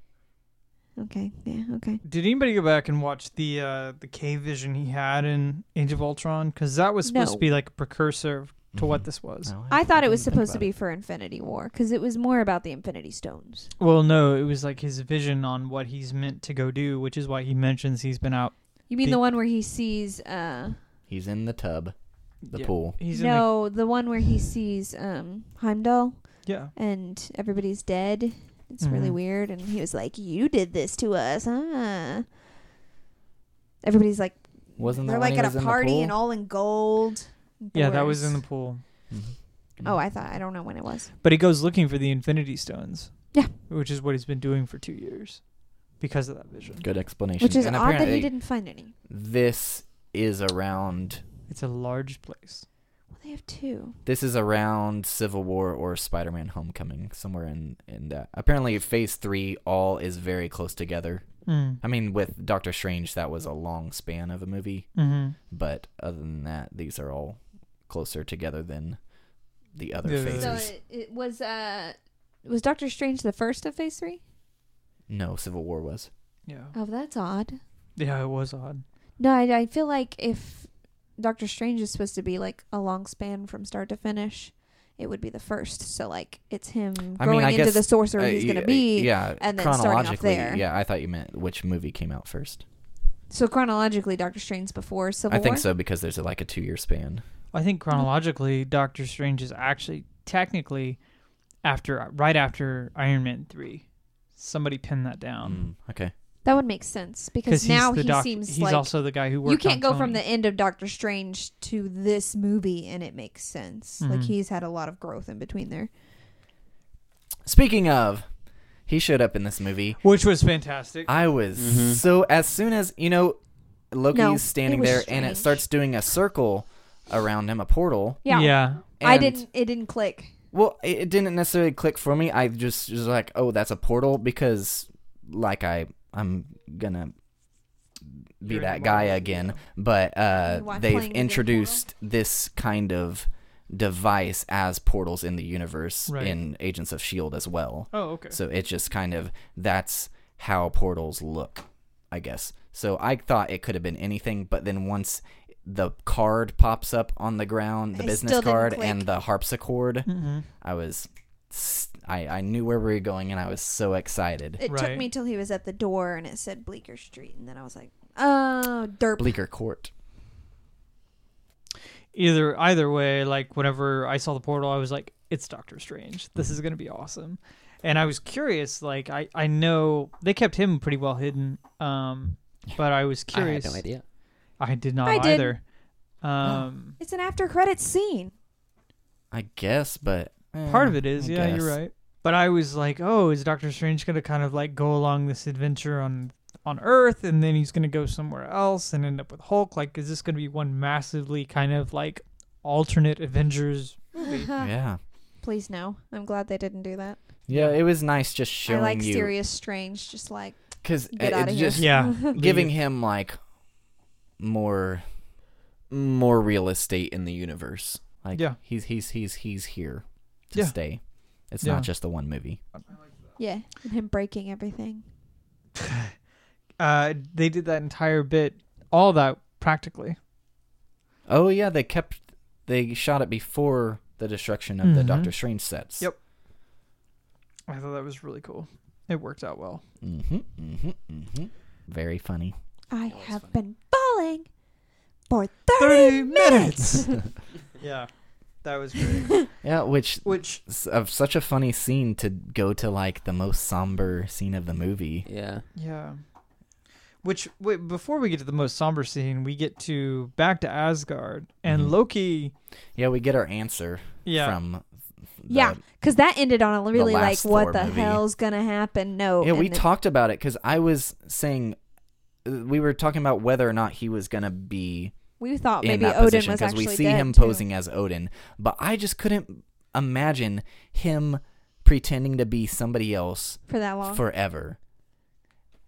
Speaker 2: okay, yeah, okay.
Speaker 3: Did anybody go back and watch the uh, the cave vision he had in Age of Ultron? Because that was supposed
Speaker 2: No.
Speaker 3: to be like a precursor to
Speaker 1: Mm-hmm.
Speaker 3: what this was.
Speaker 1: No,
Speaker 2: Oh, I thought it
Speaker 1: didn't
Speaker 2: was
Speaker 1: think
Speaker 2: supposed to
Speaker 1: about
Speaker 2: be
Speaker 1: it.
Speaker 2: for Infinity War because it was more about the Infinity Stones.
Speaker 3: Well, no, it was like his vision on what he's meant to go do, which is why he mentions he's been out.
Speaker 2: You mean
Speaker 3: The-
Speaker 2: the, one where he sees? uh
Speaker 1: He's in the tub, the
Speaker 3: Yeah.
Speaker 1: pool.
Speaker 3: He's in
Speaker 2: No, the one where he sees um Heimdall.
Speaker 3: the, yeah.
Speaker 2: and everybody's dead. It's really
Speaker 1: Mm-hmm.
Speaker 3: Mhm.
Speaker 2: weird. And he was like, "You did this to us, huh?" Everybody's like,
Speaker 1: Wasn't that
Speaker 2: they're
Speaker 1: when
Speaker 2: like
Speaker 1: he
Speaker 2: at
Speaker 1: was
Speaker 2: a
Speaker 1: in the
Speaker 2: party
Speaker 1: pool?
Speaker 2: and all in gold.
Speaker 3: Yeah, that was in the
Speaker 2: Doors.
Speaker 3: pool. Mm-hmm.
Speaker 2: Oh, I thought I don't know when it was.
Speaker 3: But he goes looking for the Infinity Stones.
Speaker 2: Yeah.
Speaker 3: Which is what he's been doing for two years because of that vision.
Speaker 1: Good explanation.
Speaker 2: Which is
Speaker 1: and
Speaker 2: odd that
Speaker 1: apparently
Speaker 2: he didn't find any.
Speaker 1: This is around.
Speaker 3: It's a large place.
Speaker 2: Well, they have two.
Speaker 1: This is around Civil War or Spider-Man: Homecoming, somewhere in in that. Apparently, Phase Three all is very close together.
Speaker 3: Mm.
Speaker 1: I mean, with Doctor Strange, that was a long span of a movie,
Speaker 3: Mm-hmm.
Speaker 1: but other than that, these are all closer together than the other
Speaker 3: Yeah.
Speaker 1: phases.
Speaker 2: So
Speaker 3: Phasers.
Speaker 2: it, it was uh was Doctor Strange the first of Phase Three?
Speaker 1: no, Civil War was.
Speaker 3: Yeah.
Speaker 2: Oh, that's odd.
Speaker 3: Yeah, it was odd.
Speaker 2: No, I, I feel like if Doctor Strange is supposed to be like a long span from start to finish, it would be the first. So like it's him growing
Speaker 1: I mean, I
Speaker 2: into
Speaker 1: guess-
Speaker 2: the sorcerer he's
Speaker 1: Uh,
Speaker 2: gonna
Speaker 1: y-
Speaker 2: be.
Speaker 1: yeah,
Speaker 2: and then starting off
Speaker 1: chronologically.
Speaker 2: there.
Speaker 1: Yeah, I thought you meant which movie came out first.
Speaker 2: So chronologically, Doctor Strange's before Civil
Speaker 1: I think
Speaker 2: War.
Speaker 1: so because there's like a two-year span.
Speaker 3: I think chronologically, Doctor Strange is actually technically after right after Iron Man three. Somebody pinned that down
Speaker 1: Mm, okay.
Speaker 2: That would make sense because
Speaker 3: because
Speaker 2: now
Speaker 3: the
Speaker 2: he
Speaker 3: doc-
Speaker 2: seems
Speaker 3: he's
Speaker 2: like
Speaker 3: also the guy who worked.
Speaker 2: you can't
Speaker 3: on
Speaker 2: go from
Speaker 3: Tony.
Speaker 2: the end of Doctor Strange to this movie and it makes sense. Like
Speaker 1: Mm-hmm.
Speaker 3: Mhm.
Speaker 2: he's had a lot of growth in between there.
Speaker 1: Speaking of, he showed up in this movie.
Speaker 3: which was fantastic.
Speaker 1: I was
Speaker 4: Mhm.
Speaker 1: so as soon as you know Loki's
Speaker 2: No,
Speaker 1: standing
Speaker 2: it was
Speaker 1: there and it
Speaker 2: strange.
Speaker 1: starts doing a circle around him, a portal.
Speaker 2: Yeah.
Speaker 3: yeah.
Speaker 2: I
Speaker 1: and-
Speaker 2: didn't it didn't click.
Speaker 1: Well, it, it didn't necessarily click for me. I just was like, oh, that's a portal because, like, I I'm gonna be
Speaker 3: You're
Speaker 1: that
Speaker 3: in
Speaker 1: guy
Speaker 3: Marvel.
Speaker 1: again. But
Speaker 2: You
Speaker 1: uh,
Speaker 2: watch
Speaker 1: they've
Speaker 2: playing the game
Speaker 1: introduced this kind of device as portals in the universe
Speaker 3: Right.
Speaker 1: in Agents of Shield E as well.
Speaker 3: Oh, okay.
Speaker 1: So it just kind of that's how portals look, I guess. So I thought it could have been anything, but then once the card pops up on the ground, the
Speaker 2: It
Speaker 1: business
Speaker 2: still didn't
Speaker 1: card
Speaker 2: click.
Speaker 1: and the harpsichord,
Speaker 3: hmm
Speaker 1: I was s- I I knew where we were going and I was so excited.
Speaker 2: It took
Speaker 3: Right.
Speaker 2: me till he was at the door and it said Bleecker Street and then I was like, "Oh, derp."
Speaker 1: Bleecker Court.
Speaker 3: Either either way, like whenever I saw the portal, I was like, "It's Doctor Strange. This is gonna be awesome." And I was curious. Like I I know they kept him pretty well hidden, um, but I was
Speaker 4: I had
Speaker 3: curious.
Speaker 4: no idea.
Speaker 3: I did not
Speaker 2: I did.
Speaker 3: either. Um,
Speaker 2: It's an after credit scene.
Speaker 1: I guess, but eh,
Speaker 3: Part of it is,
Speaker 1: Oh, I
Speaker 3: yeah, you're
Speaker 1: guess.
Speaker 3: right. But I was like, oh, is Doctor Strange gonna kind of like go along this adventure on on Earth, and then he's gonna go somewhere else and end up with Hulk? Like, is this gonna be one massively kind of like alternate Avengers?
Speaker 2: Ah.
Speaker 1: yeah.
Speaker 2: Please no. I'm glad they didn't do that.
Speaker 1: Yeah, it was nice just showing
Speaker 2: I like
Speaker 1: you
Speaker 2: Serious Strange just like
Speaker 1: cuz it,
Speaker 2: Get outta
Speaker 1: it
Speaker 2: here.
Speaker 1: just
Speaker 3: Yeah,
Speaker 1: giving him like more more real estate in the universe. Like
Speaker 3: Yeah.
Speaker 1: he's he's he's he's here to
Speaker 3: Yeah.
Speaker 1: stay. It's
Speaker 3: Yeah.
Speaker 1: not just the one movie.
Speaker 2: yeah, and him breaking everything.
Speaker 3: Uh, they did that entire bit, all that practically.
Speaker 1: Oh yeah, they kept they shot it before the destruction of the
Speaker 3: Mhm.
Speaker 1: Doctor Strange sets.
Speaker 3: Yep. I thought that was really cool. It worked out well.
Speaker 1: Mm-hmm, mm-hmm, mm-hmm. Very funny.
Speaker 2: I
Speaker 4: was
Speaker 2: have
Speaker 4: funny.
Speaker 2: been falling for 30, minutes.
Speaker 3: yeah, that was great.
Speaker 1: Yeah, which
Speaker 3: Which
Speaker 1: s- of such a funny scene to go to like the most somber scene of the movie.
Speaker 4: Yeah.
Speaker 3: Yeah. Which wait, before we get to the most somber scene, we get to back to Asgard and
Speaker 1: Mhm.
Speaker 3: Loki.
Speaker 1: Yeah, we get our answer
Speaker 3: Yeah,
Speaker 1: from. the-
Speaker 2: Yeah, Because that ended on a really like,
Speaker 1: last Thor
Speaker 2: what the
Speaker 1: movie.
Speaker 2: hell's gonna happen? No.
Speaker 1: Yeah,
Speaker 2: Oh, and
Speaker 1: we
Speaker 2: then-
Speaker 1: talked about it because I was saying uh, we were talking about whether or not he was gonna be
Speaker 2: We thought
Speaker 1: in
Speaker 2: Oh, maybe
Speaker 1: that
Speaker 2: Odin
Speaker 1: position
Speaker 2: was
Speaker 1: because
Speaker 2: actually
Speaker 1: we see
Speaker 2: dead,
Speaker 1: him
Speaker 2: too.
Speaker 1: posing as Odin, but I just couldn't imagine him pretending to be somebody else
Speaker 2: for that long.
Speaker 1: forever.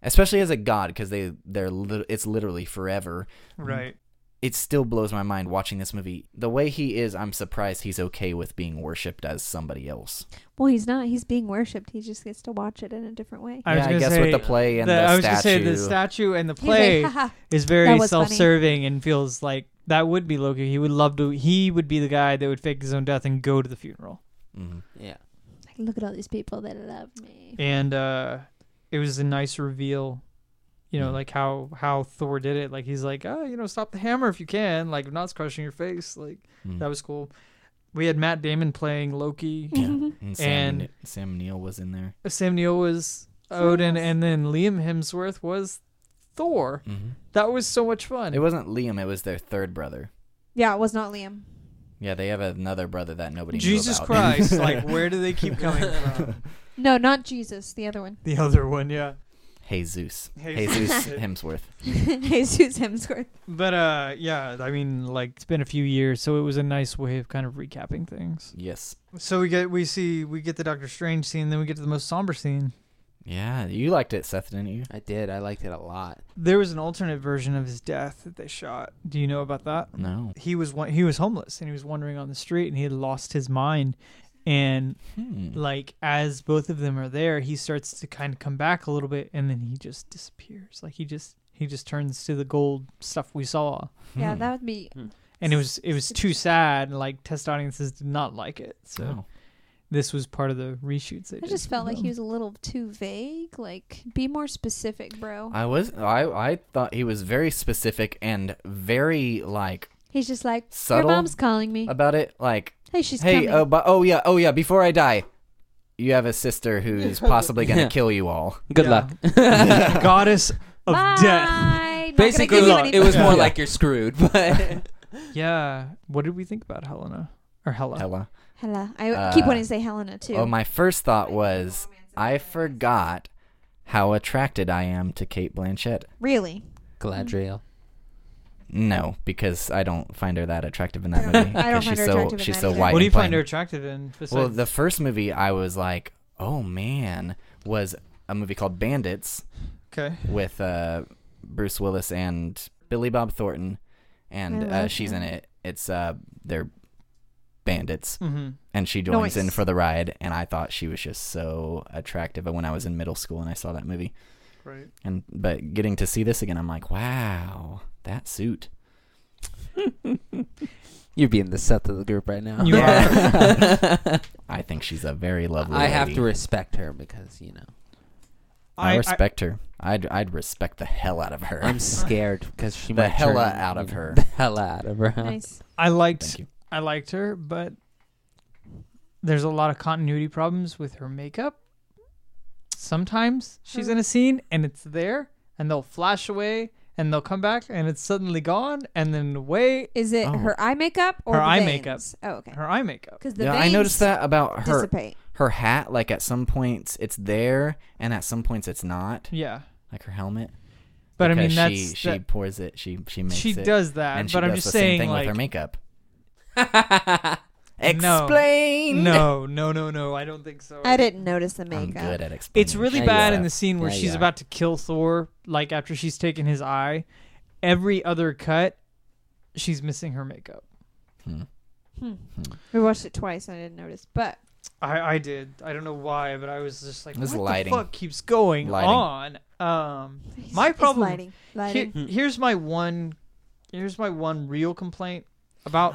Speaker 1: Especially as a god, because they they're lit- it's literally forever.
Speaker 3: right.
Speaker 1: It still blows my mind watching this movie. The way he is, I'm surprised he's okay with being worshipped as somebody else.
Speaker 2: well, he's not. He's being worshipped. He just gets to watch it in a different way.
Speaker 3: I was
Speaker 1: yeah, I
Speaker 3: gonna
Speaker 1: guess
Speaker 3: say
Speaker 1: with the play and
Speaker 3: the-
Speaker 1: the,
Speaker 3: I was
Speaker 1: statue.
Speaker 3: gonna say the statue and the
Speaker 2: He's like,
Speaker 3: play
Speaker 2: "Haha."
Speaker 3: is
Speaker 2: That
Speaker 3: very
Speaker 2: was funny.
Speaker 3: self-serving and feels like that would be Loki. He would love to. He would be the guy that would fake his own death and go to the funeral.
Speaker 1: Mhm.
Speaker 4: Yeah.
Speaker 2: Like, Look at all these people that love me.
Speaker 3: And uh, it was a nice reveal. You know,
Speaker 1: Mhm.
Speaker 3: like how how Thor did it. Like he's like, oh, you know, stop the hammer if you can. Like, if not, it's crushing your face. Like.
Speaker 1: Mhm.
Speaker 3: That was cool. We had Matt Damon playing Loki.
Speaker 1: Yeah. And Sam,
Speaker 3: And-
Speaker 1: Ne- Sam Neill was in there.
Speaker 3: Sam Neill was Odin, and then Liam Hemsworth was Thor. That was so much fun.
Speaker 1: Mm-hmm. It wasn't Liam; it was their third brother.
Speaker 2: Yeah, it was not Liam.
Speaker 1: Yeah, they have another brother that nobody.
Speaker 3: Jesus
Speaker 1: knew about.
Speaker 3: Christ! like, where do they keep coming from?
Speaker 2: No, not Jesus. The other one.
Speaker 3: The other one, yeah.
Speaker 1: Jesus,
Speaker 3: Jesus.
Speaker 1: Jesus Hemsworth.
Speaker 2: Jesus Hemsworth.
Speaker 3: But uh, yeah. I mean, like, it's been a few years, so it was a nice way of kind of recapping things.
Speaker 1: Yes.
Speaker 3: So we get we see we get the Doctor Strange scene, then we get to the most somber scene.
Speaker 1: Yeah, you liked it, Seth, didn't you?
Speaker 4: I did. I liked it a lot.
Speaker 3: There was an alternate version of his death that they shot. Do you know about that?
Speaker 1: No.
Speaker 3: He was one, he was homeless and he was wandering on the street and he had lost his mind and
Speaker 1: Hmm.
Speaker 3: like as both of them are there, he starts to kind of come back a little bit and then he just disappears. Like he just he just turns to the gold stuff we saw.
Speaker 2: Yeah,
Speaker 1: Hmm.
Speaker 2: that would be.
Speaker 3: And it was it was too sad and like test audiences did not like it. So
Speaker 1: Oh.
Speaker 3: this was part of the reshoots they
Speaker 2: I
Speaker 3: did
Speaker 2: just
Speaker 3: for
Speaker 2: felt like
Speaker 3: them.
Speaker 2: he was a little too vague. Like, be more specific, bro.
Speaker 1: I was I I thought he was very specific and very like
Speaker 2: He's just like,
Speaker 1: Subtle?
Speaker 2: your mom's calling me.
Speaker 1: about it like
Speaker 2: hey, she's
Speaker 1: hey
Speaker 2: coming.
Speaker 1: oh but oh yeah oh yeah before I die you have a sister who's possibly going to
Speaker 4: Yeah.
Speaker 1: kill you all.
Speaker 4: Good
Speaker 3: Yeah.
Speaker 4: luck.
Speaker 3: goddess of
Speaker 2: Bye.
Speaker 3: death.
Speaker 2: Not gonna
Speaker 4: Basically,
Speaker 2: give you
Speaker 4: it was
Speaker 2: anything."
Speaker 4: more
Speaker 1: Yeah.
Speaker 4: like you're screwed. But
Speaker 3: Yeah. What did we think about Helena or Hella?
Speaker 1: Hella.
Speaker 2: Hello. I
Speaker 1: Uh,
Speaker 2: keep wanting to say Helena too.
Speaker 1: Oh, my first thought was I forgot how attracted I am to Kate Blanchett.
Speaker 2: really?
Speaker 4: Galadriel.
Speaker 1: No, because I don't find her that attractive in that movie.
Speaker 2: I don't
Speaker 1: because
Speaker 2: find
Speaker 1: she's
Speaker 2: her
Speaker 1: so
Speaker 2: attractive in
Speaker 1: she's
Speaker 2: that
Speaker 1: so
Speaker 2: either.
Speaker 1: white.
Speaker 3: what do you
Speaker 1: and
Speaker 3: find her
Speaker 1: plain.
Speaker 3: attractive in? Besides,
Speaker 1: Well, the first movie I was like, oh man, was a movie called Bandits
Speaker 3: okay.
Speaker 1: with uh, Bruce Willis and Billy Bob Thornton, and
Speaker 2: I
Speaker 1: uh,
Speaker 2: like
Speaker 1: she's in
Speaker 2: that.
Speaker 1: it. It's uh, they're bandits,
Speaker 3: Mm-hmm.
Speaker 1: and she joins in
Speaker 2: Nice.
Speaker 1: for the ride. And I thought she was just so attractive when I was in middle school and I saw that movie.
Speaker 3: Right.
Speaker 1: And but getting to see this again, I'm like, wow, that suit.
Speaker 4: You're being the Seth of the group right now.
Speaker 3: You
Speaker 1: are. I think she's a very lovely.
Speaker 4: I have
Speaker 1: lady.
Speaker 4: to respect her because you know
Speaker 1: I, respect her. I'd I'd respect the hell out of her.
Speaker 4: I'm scared because she
Speaker 1: The
Speaker 4: might
Speaker 1: hella
Speaker 4: turn,
Speaker 1: out of
Speaker 4: you know,
Speaker 1: her.
Speaker 4: The hella out of her. huh?
Speaker 2: Nice.
Speaker 3: I
Speaker 1: Thank
Speaker 3: liked
Speaker 1: you.
Speaker 3: I liked her, but there's a lot of continuity problems with her makeup. Sometimes she's in a scene and it's there, and they'll flash away, and they'll come back, and it's suddenly gone, and then away
Speaker 2: Is it
Speaker 1: Oh.
Speaker 2: her eye makeup or
Speaker 3: Her
Speaker 2: the
Speaker 3: eye
Speaker 2: veins?
Speaker 3: makeup.
Speaker 2: Oh, okay.
Speaker 3: her eye makeup.
Speaker 2: Because the
Speaker 1: Yeah,
Speaker 2: veins
Speaker 1: I noticed that about her
Speaker 2: dissipate.
Speaker 1: her hat. Like at some points it's there, and at some points it's not.
Speaker 3: Yeah,
Speaker 1: Like her helmet.
Speaker 3: but I
Speaker 1: Because
Speaker 3: mean that's
Speaker 1: she she
Speaker 3: that-
Speaker 1: pours it. She she makes
Speaker 3: she
Speaker 1: it.
Speaker 3: does that,
Speaker 1: and she
Speaker 3: but
Speaker 1: does
Speaker 3: I'm just
Speaker 1: the
Speaker 3: saying
Speaker 1: same thing
Speaker 3: like
Speaker 1: with her makeup.
Speaker 3: No.
Speaker 1: Explain.
Speaker 3: no, no, no, no, I don't think so.
Speaker 2: I didn't notice the
Speaker 1: I'm
Speaker 2: makeup.
Speaker 1: good at explaining.
Speaker 3: It's really
Speaker 4: Yeah,
Speaker 3: bad
Speaker 4: yeah.
Speaker 3: in the scene where
Speaker 4: Yeah,
Speaker 3: she's
Speaker 4: yeah.
Speaker 3: about to kill Thor, like after she's taken his eye. Every other cut, she's missing her makeup.
Speaker 1: Hmm.
Speaker 2: Hmm. We watched it twice and I didn't notice. But
Speaker 3: I, I did. I don't know why, but I was just like,
Speaker 1: This
Speaker 3: what
Speaker 1: lighting.
Speaker 3: the fuck keeps going
Speaker 1: Lighting.
Speaker 3: on? Um,
Speaker 2: it's-
Speaker 3: My
Speaker 2: it's
Speaker 3: problem-
Speaker 2: lighting.
Speaker 3: here,
Speaker 2: Lighting.
Speaker 1: Hmm.
Speaker 3: here's my one, here's my one real complaint about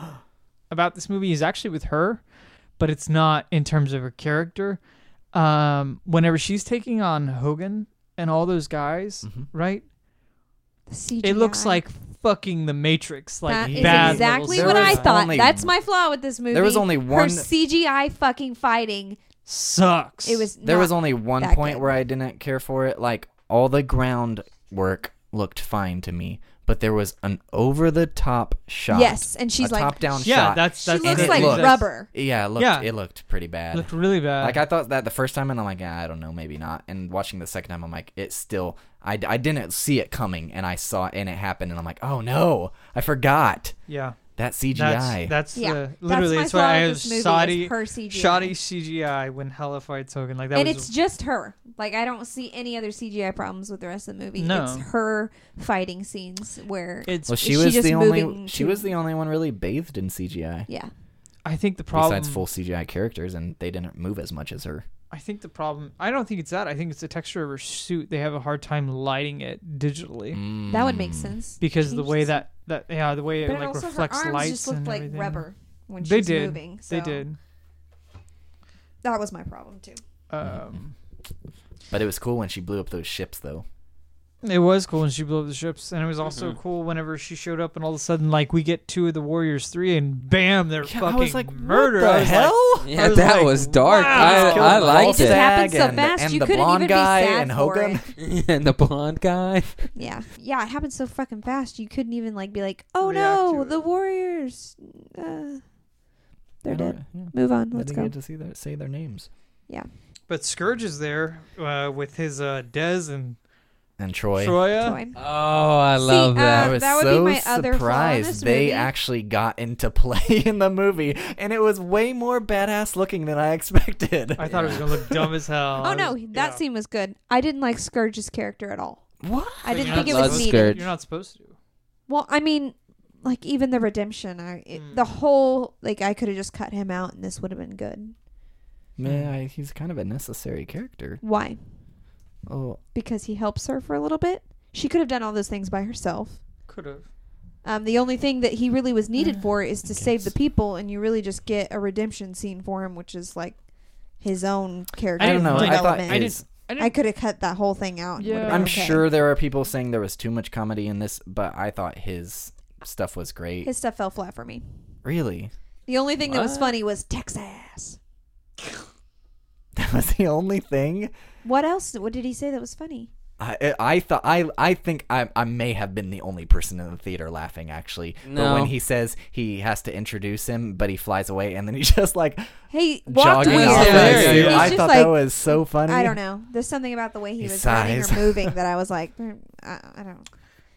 Speaker 3: about this movie is actually with her, but it's not in terms of her character. Um, whenever she's taking on Hogan and all those guys,
Speaker 1: Mhm.
Speaker 3: right?
Speaker 2: The CGI.
Speaker 3: It looks like fucking The Matrix, like
Speaker 2: that is
Speaker 3: bad
Speaker 2: exactly
Speaker 3: levels
Speaker 1: There
Speaker 2: what
Speaker 3: of
Speaker 2: I
Speaker 1: was
Speaker 3: that.
Speaker 2: thought.
Speaker 1: only-
Speaker 2: That's my flaw with this movie.
Speaker 1: There was only
Speaker 2: her
Speaker 1: one.
Speaker 2: CGI fucking fighting.
Speaker 3: Sucks.
Speaker 2: It was.
Speaker 1: There
Speaker 2: not-
Speaker 1: was only one
Speaker 2: that
Speaker 1: point
Speaker 2: good.
Speaker 1: where I didn't care for it. Like all the ground work looked fine to me, but there was an over the top shot.
Speaker 2: Yes, and she's
Speaker 1: a
Speaker 2: like,
Speaker 1: top down
Speaker 3: yeah.
Speaker 1: shot.
Speaker 3: That's
Speaker 2: she
Speaker 3: that's
Speaker 1: and
Speaker 2: looks
Speaker 1: it
Speaker 2: like
Speaker 1: looked-
Speaker 2: rubber.
Speaker 1: yeah, it looked,
Speaker 3: Yeah.
Speaker 1: it looked pretty bad.
Speaker 3: Looked really bad.
Speaker 1: like I thought that the first time, and I'm like, ah, I don't know, maybe not. And watching the second time, I'm like, it's still. I, I didn't see it coming, and I saw it, and it happened, and I'm like, oh no, I forgot
Speaker 3: yeah.
Speaker 1: that CGI.
Speaker 3: That's, that's
Speaker 2: Yeah,
Speaker 3: the
Speaker 2: that's
Speaker 3: literally
Speaker 2: my
Speaker 3: that's,
Speaker 2: flaw
Speaker 3: why I
Speaker 2: with
Speaker 3: was
Speaker 2: this movie is
Speaker 3: shoddy,
Speaker 2: her CGI.
Speaker 3: shoddy CGI when Hella fights Hogan. Like that
Speaker 2: and
Speaker 3: was
Speaker 2: it's just her. Like I don't see any other CGI problems with the rest of the movie.
Speaker 3: No.
Speaker 2: It's her fighting scenes where
Speaker 3: it's.
Speaker 1: well, she
Speaker 2: Is she
Speaker 1: was
Speaker 2: just
Speaker 1: the only.
Speaker 2: moving
Speaker 1: She
Speaker 2: to-
Speaker 1: was the only one really bathed in CGI.
Speaker 2: yeah.
Speaker 3: I think the problem.
Speaker 1: Besides full CGI characters, and they didn't move as much as her.
Speaker 3: I think the problem. I don't think it's that. I think it's the texture of her suit. They have a hard time lighting it digitally
Speaker 2: That would make
Speaker 1: Mm.
Speaker 2: sense.
Speaker 3: because the
Speaker 2: Change
Speaker 3: way
Speaker 2: the-
Speaker 3: that that yeah the way it
Speaker 2: But
Speaker 3: like
Speaker 2: also her
Speaker 3: reflects
Speaker 2: arms
Speaker 3: lights
Speaker 2: just looked
Speaker 3: and
Speaker 2: like
Speaker 3: everything.
Speaker 2: rubber when she
Speaker 3: They
Speaker 2: was
Speaker 3: did.
Speaker 2: moving. So
Speaker 3: They did.
Speaker 2: That was my problem too.
Speaker 1: Mm-hmm.
Speaker 3: Um,
Speaker 1: But it was cool when she blew up those ships, though.
Speaker 3: It was cool when she blew up the ships, and it was also
Speaker 1: Mm-hmm.
Speaker 3: cool whenever she showed up, and all of a sudden, like we get two of the Warriors three, and bam, they're fucking murder. I was like, I
Speaker 4: Yeah,
Speaker 3: was
Speaker 4: that
Speaker 3: like,
Speaker 4: was dark.
Speaker 3: wow.
Speaker 4: I, I
Speaker 3: It
Speaker 2: It
Speaker 4: liked
Speaker 2: just
Speaker 4: it.
Speaker 2: happened so
Speaker 1: And-
Speaker 2: fast
Speaker 1: and
Speaker 2: you
Speaker 1: the
Speaker 2: couldn't
Speaker 1: blonde
Speaker 2: even be
Speaker 1: guy
Speaker 2: sad
Speaker 1: and
Speaker 2: for
Speaker 1: Hogan.
Speaker 2: it.
Speaker 4: and the blonde guy.
Speaker 2: Yeah, yeah, it happened so fucking fast you couldn't even like be like, oh
Speaker 3: React
Speaker 2: no,
Speaker 3: to
Speaker 2: the Warriors, uh, they're dead. Move on, let's go.
Speaker 1: to see their, say their names.
Speaker 3: But Scourge is there uh, with his uh, Dez and
Speaker 1: and Troy.
Speaker 3: Troya.
Speaker 2: Troy.
Speaker 4: Oh, I love
Speaker 2: See,
Speaker 4: that.
Speaker 1: I
Speaker 2: uh,
Speaker 1: was
Speaker 2: that would be
Speaker 1: so
Speaker 2: my other flaw in this
Speaker 1: surprised they
Speaker 2: movie.
Speaker 1: actually got into play in the movie, and it was way more badass looking than I expected.
Speaker 3: I thought it was gonna look dumb as hell.
Speaker 2: Oh no, that
Speaker 3: Uh, Yeah.
Speaker 2: scene was good. I didn't like Scourge's character at all.
Speaker 1: what?
Speaker 2: I
Speaker 3: But
Speaker 2: didn't
Speaker 3: you're
Speaker 2: think it
Speaker 3: not
Speaker 2: was
Speaker 4: supposed-
Speaker 2: needed.
Speaker 4: Scourge.
Speaker 3: You're not supposed to.
Speaker 2: Well, I mean, like even the redemption, I it,
Speaker 3: Mm.
Speaker 2: the whole like I could have just cut him out and this would have been good.
Speaker 1: Man, I, he's kind of a necessary character.
Speaker 2: Why?
Speaker 1: Oh,
Speaker 2: Because he helps her for a little bit. She could have done all those things by herself.
Speaker 3: Could have.
Speaker 2: Um, the only thing that he really was needed for is to
Speaker 1: I
Speaker 2: save the
Speaker 1: guess.
Speaker 2: people, and you really just get a redemption scene for him, which is like his own character
Speaker 1: I don't know. I thought
Speaker 2: development.
Speaker 3: I
Speaker 1: his-
Speaker 3: I
Speaker 2: I could have cut that whole thing out. and would've
Speaker 3: Yeah.
Speaker 2: been
Speaker 1: I'm
Speaker 2: Oh, okay.
Speaker 1: sure there are people saying there was too much comedy in this, but I thought his stuff was great.
Speaker 2: his stuff fell flat for me.
Speaker 1: really,
Speaker 2: The only thing that was
Speaker 1: What?
Speaker 2: funny was Texas.
Speaker 1: that was the only thing.
Speaker 2: What else? What did he say that was funny?
Speaker 1: I, I- I thought I I think I I may have been the only person in the theater laughing actually. But
Speaker 4: No.
Speaker 1: when he says he has to introduce him, but he flies away and then he's just like
Speaker 2: Hey, walked
Speaker 1: jogging
Speaker 2: weird.
Speaker 1: off.
Speaker 4: Yeah,
Speaker 1: the
Speaker 4: yeah,
Speaker 1: scene.
Speaker 4: yeah.
Speaker 2: He's
Speaker 1: I
Speaker 2: just
Speaker 1: thought
Speaker 2: like-
Speaker 1: that was so funny.
Speaker 2: I don't know. There's something about the way
Speaker 1: He
Speaker 2: he, was running
Speaker 1: sighs.
Speaker 2: or moving that I was like, "Mm, I, I don't.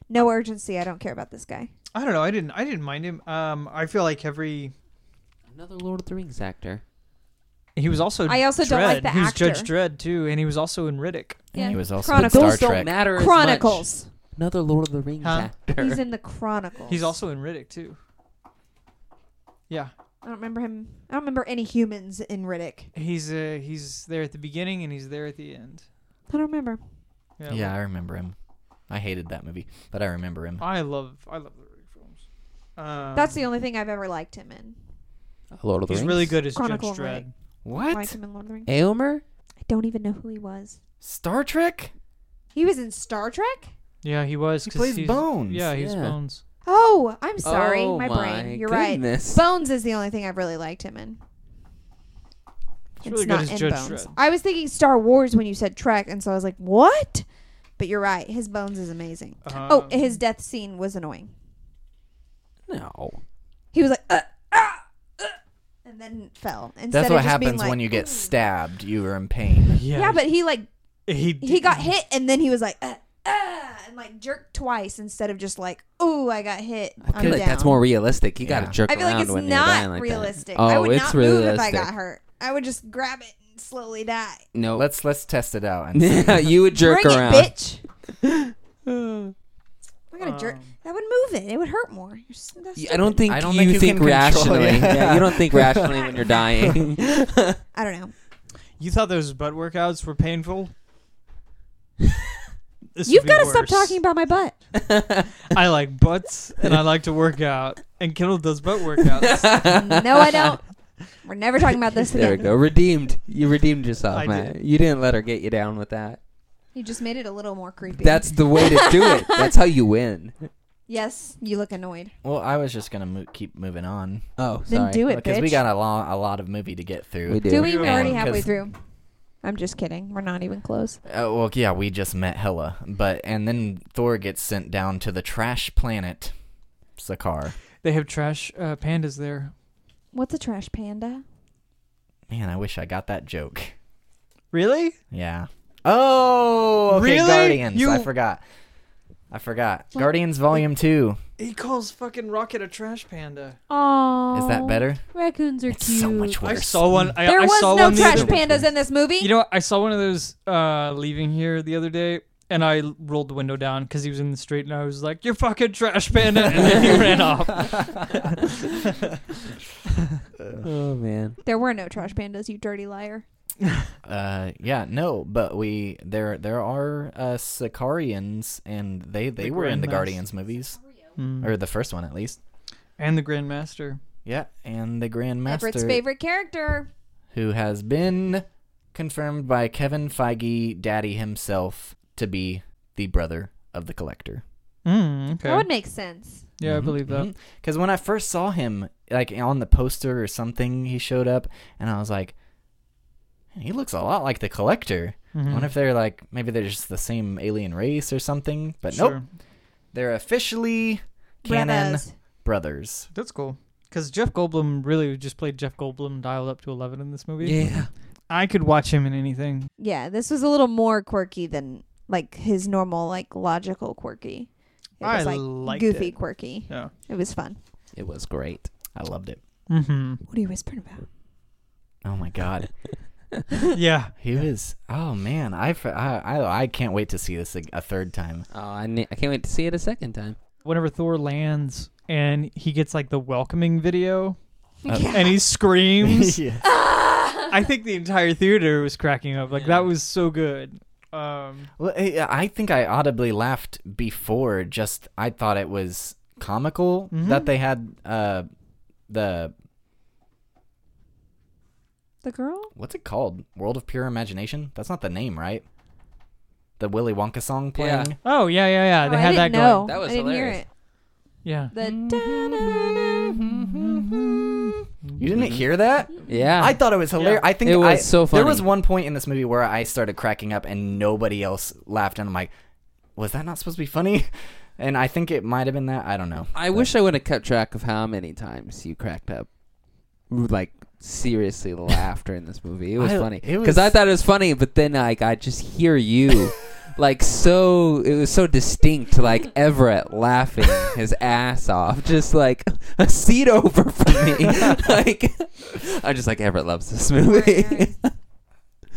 Speaker 2: No urgency. I don't care about this guy.
Speaker 3: I don't know. I didn't. I didn't mind him. Um, I feel like every
Speaker 4: Another Lord of the Rings actor.
Speaker 3: he was also.
Speaker 2: I also
Speaker 3: Dredd.
Speaker 2: don't like the
Speaker 3: he was Judge
Speaker 2: actor.
Speaker 3: Dredd too, and he was also in Riddick.
Speaker 1: And He was also
Speaker 2: Chronicles.
Speaker 1: in
Speaker 4: Those
Speaker 1: Star
Speaker 4: don't
Speaker 1: Trek.
Speaker 4: matter. as much.
Speaker 2: Chronicles.
Speaker 4: Another Lord of the Rings
Speaker 3: Huh?
Speaker 4: actor.
Speaker 2: He's in the Chronicles.
Speaker 3: He's also in Riddick too. Yeah,
Speaker 2: I don't remember him. I don't remember any humans in Riddick.
Speaker 3: he's uh, he's there at the beginning and he's there at the end.
Speaker 2: I don't remember.
Speaker 1: Yeah, I remember him. I hated that movie, but I remember him.
Speaker 3: I love I love the Riddick films. Um,
Speaker 2: That's the only thing I've ever liked him in.
Speaker 4: Lord of the
Speaker 3: He's
Speaker 4: Rings.
Speaker 3: really good as
Speaker 2: Chronicle
Speaker 3: Judge
Speaker 2: and
Speaker 3: Dredd.
Speaker 2: Liked
Speaker 1: What?
Speaker 2: him in Lord of the Rings.
Speaker 4: Aomer?
Speaker 2: I don't even know who he was.
Speaker 1: Star Trek?
Speaker 2: He was in Star Trek.
Speaker 3: Yeah, he was.
Speaker 1: He
Speaker 3: 'cause
Speaker 1: plays
Speaker 3: he's-
Speaker 1: Bones.
Speaker 3: Yeah, he's
Speaker 4: Yeah.
Speaker 3: Bones.
Speaker 2: Oh, I'm sorry,
Speaker 4: Oh
Speaker 2: my,
Speaker 4: my
Speaker 2: brain. You're
Speaker 4: goodness.
Speaker 2: right. Bones is the only thing I've really liked him in. It's
Speaker 3: He's really
Speaker 2: not
Speaker 3: good as
Speaker 2: in
Speaker 3: Judge
Speaker 2: Bones.
Speaker 3: Dredd.
Speaker 2: I was thinking Star Wars when you said Trek, and so I was like, what? But you're right. His Bones is amazing. oh,
Speaker 3: Um,
Speaker 2: his death scene was annoying.
Speaker 4: No.
Speaker 2: He was like, uh, ah, uh, and then fell. Instead
Speaker 1: That's
Speaker 2: of
Speaker 1: what
Speaker 2: just being
Speaker 1: happens
Speaker 2: like, "Hmm."
Speaker 1: when you get
Speaker 2: "Ooh."
Speaker 1: stabbed. You are in pain.
Speaker 3: Yeah,
Speaker 2: Yeah, but he like
Speaker 3: he
Speaker 2: he got hit, and then he was like, uh, uh, and like jerked twice instead of just like, ooh, I got hit.
Speaker 4: I
Speaker 2: am
Speaker 4: feel like
Speaker 2: down.
Speaker 4: that's more realistic. You
Speaker 1: Yeah.
Speaker 4: gotta jerk
Speaker 2: I feel like
Speaker 4: around
Speaker 2: it's
Speaker 4: when you're
Speaker 2: not
Speaker 4: dying like that.
Speaker 2: realistic.
Speaker 4: Oh,
Speaker 2: I would
Speaker 4: it's
Speaker 2: not
Speaker 4: realistic.
Speaker 2: move if I got hurt. I would just grab it and slowly die.
Speaker 4: No.
Speaker 1: Let's let's test it out. And see.
Speaker 4: yeah, you would jerk
Speaker 2: Bring
Speaker 4: around.
Speaker 2: it, bitch. I'm gonna jerk.
Speaker 3: Um,
Speaker 2: That would move it. It would hurt more. You're s- that's
Speaker 4: Yeah, I don't
Speaker 2: stupid.
Speaker 4: think
Speaker 1: I don't
Speaker 4: you
Speaker 1: think you
Speaker 4: think
Speaker 1: can control
Speaker 4: rationally.
Speaker 1: it.
Speaker 4: yeah, you don't think rationally when you're dying.
Speaker 2: I don't know.
Speaker 3: You thought those butt workouts were painful? This
Speaker 2: You've
Speaker 3: would be
Speaker 2: got to stop
Speaker 3: worse.
Speaker 2: talking about my butt.
Speaker 3: I like butts and I like to work out. And Kendall does butt workouts.
Speaker 2: no, I don't. We're never talking about this
Speaker 4: there we
Speaker 2: again.
Speaker 4: go. Redeemed. You redeemed yourself,
Speaker 3: I
Speaker 4: Matt.
Speaker 3: did.
Speaker 4: You didn't let her get you down with that.
Speaker 2: You just made it a little more creepy.
Speaker 4: That's the way to do it. That's how you win.
Speaker 2: yes. You look annoyed.
Speaker 1: Well, I was just gonna mo- keep moving on
Speaker 4: Oh,
Speaker 2: Then
Speaker 4: sorry.
Speaker 2: do it,
Speaker 1: because
Speaker 2: bitch.
Speaker 1: we got a lot a lot of movie to get through.
Speaker 4: We do.
Speaker 2: do we?
Speaker 3: Yeah.
Speaker 2: We're already
Speaker 1: Yeah,
Speaker 2: halfway
Speaker 1: 'cause-
Speaker 2: through. I'm just kidding. We're not even close.
Speaker 1: Uh, well, yeah, we just met Hela, but and then Thor gets sent down to the trash planet, Sakaar.
Speaker 3: they have trash uh, pandas there.
Speaker 2: What's a trash panda?
Speaker 1: Man, I wish I got that joke.
Speaker 3: Really?
Speaker 1: Yeah. Oh, okay,
Speaker 3: Really?
Speaker 1: Guardians.
Speaker 3: You-
Speaker 1: I forgot. I forgot.
Speaker 2: What?
Speaker 1: Guardians Volume Two.
Speaker 3: He calls fucking Rocket a trash panda.
Speaker 2: Oh,
Speaker 1: Is that better?
Speaker 2: Raccoons are
Speaker 1: It's
Speaker 2: cute.
Speaker 1: so much worse.
Speaker 3: I saw one. I,
Speaker 2: there
Speaker 3: I
Speaker 2: was
Speaker 3: saw
Speaker 2: no
Speaker 3: one the
Speaker 2: trash
Speaker 3: other-
Speaker 2: pandas in this movie.
Speaker 3: You know, what? I saw one of those uh, leaving here the other day, and I rolled the window down because he was in the street, and I was like, "You're fucking trash panda," and then he ran off.
Speaker 4: Oh man.
Speaker 2: there were no trash pandas. You dirty liar.
Speaker 1: Uh, yeah, no, but we there there are uh Sicarians and they they
Speaker 3: Like
Speaker 1: were in the
Speaker 3: Grandmas.
Speaker 1: Guardians movies
Speaker 3: Mm.
Speaker 1: or the first one at least.
Speaker 3: And the Grandmaster.
Speaker 1: Yeah, and the Grand
Speaker 2: Everett's
Speaker 1: Master
Speaker 2: favorite character.
Speaker 1: who has been confirmed by Kevin Feige, daddy himself, to be the brother of the collector.
Speaker 3: Mm, okay.
Speaker 2: That would make sense.
Speaker 3: yeah, I believe that.
Speaker 1: Cuz when I first saw him like on the poster or something he showed up and I was like he looks a lot like the collector. I
Speaker 3: Mhm.
Speaker 1: wonder if they're like maybe they're just the same alien race or something, but nope.
Speaker 3: Sure.
Speaker 1: They're officially canon
Speaker 2: Brothers.
Speaker 1: brothers.
Speaker 3: That's cool. Because Jeff Goldblum really just played Jeff Goldblum dialed up to 11 in this movie.
Speaker 4: Yeah.
Speaker 3: I could watch him in anything.
Speaker 2: Yeah, this was a little more quirky than like his normal like logical quirky. It
Speaker 3: I
Speaker 2: was like
Speaker 3: liked
Speaker 2: goofy
Speaker 3: it.
Speaker 2: quirky.
Speaker 3: Yeah.
Speaker 2: It was fun.
Speaker 4: It was great.
Speaker 1: I loved it.
Speaker 3: Mm-hmm.
Speaker 2: What are you whispering about?
Speaker 1: Oh my god,
Speaker 3: yeah.
Speaker 1: he was. Oh man, I f- I I, I can't wait to see this a, a third time.
Speaker 4: Oh, I, ne- I can't wait to see it a second time.
Speaker 3: Whenever Thor lands and he gets like the welcoming video
Speaker 1: Uh,
Speaker 2: yeah.
Speaker 3: and he screams,
Speaker 1: yeah.
Speaker 3: I think the entire theater was cracking up. Like that was so good. Um,
Speaker 1: Well, I I think I audibly laughed before. Just I thought it was comical
Speaker 3: Mhm.
Speaker 1: that they had uh the
Speaker 2: the girl?
Speaker 1: what's it called World of Pure Imagination. That's not the name, right? The Willy Wonka song
Speaker 4: Yeah.
Speaker 1: playing.
Speaker 3: oh yeah, yeah, yeah. They
Speaker 2: Oh, I
Speaker 3: had
Speaker 2: didn't
Speaker 3: that going.
Speaker 2: know.
Speaker 4: That was
Speaker 2: I didn't
Speaker 4: hilarious.
Speaker 2: hear
Speaker 3: Yeah.
Speaker 2: it. The da-na-na.
Speaker 1: You didn't hear that?
Speaker 4: Yeah.
Speaker 1: I thought it was hilarious.
Speaker 3: Yeah.
Speaker 1: I think
Speaker 4: It was
Speaker 1: I-
Speaker 4: so
Speaker 1: There was
Speaker 4: funny.
Speaker 1: one point in this movie where I started cracking up and nobody else laughed, and I'm like, was that not supposed to be funny? And I think it might have been that. I don't know.
Speaker 4: I wish I would have kept track of how many times you cracked up. Like seriously laughed during this movie. It was
Speaker 1: I-
Speaker 4: funny
Speaker 1: it
Speaker 4: because I
Speaker 1: was-
Speaker 4: thought it was funny, but then like I just hear you, like so it was so distinct. Like Everett laughing his ass off, just like a seat over from me. like I'm just like Everett loves this movie.
Speaker 2: Right, right.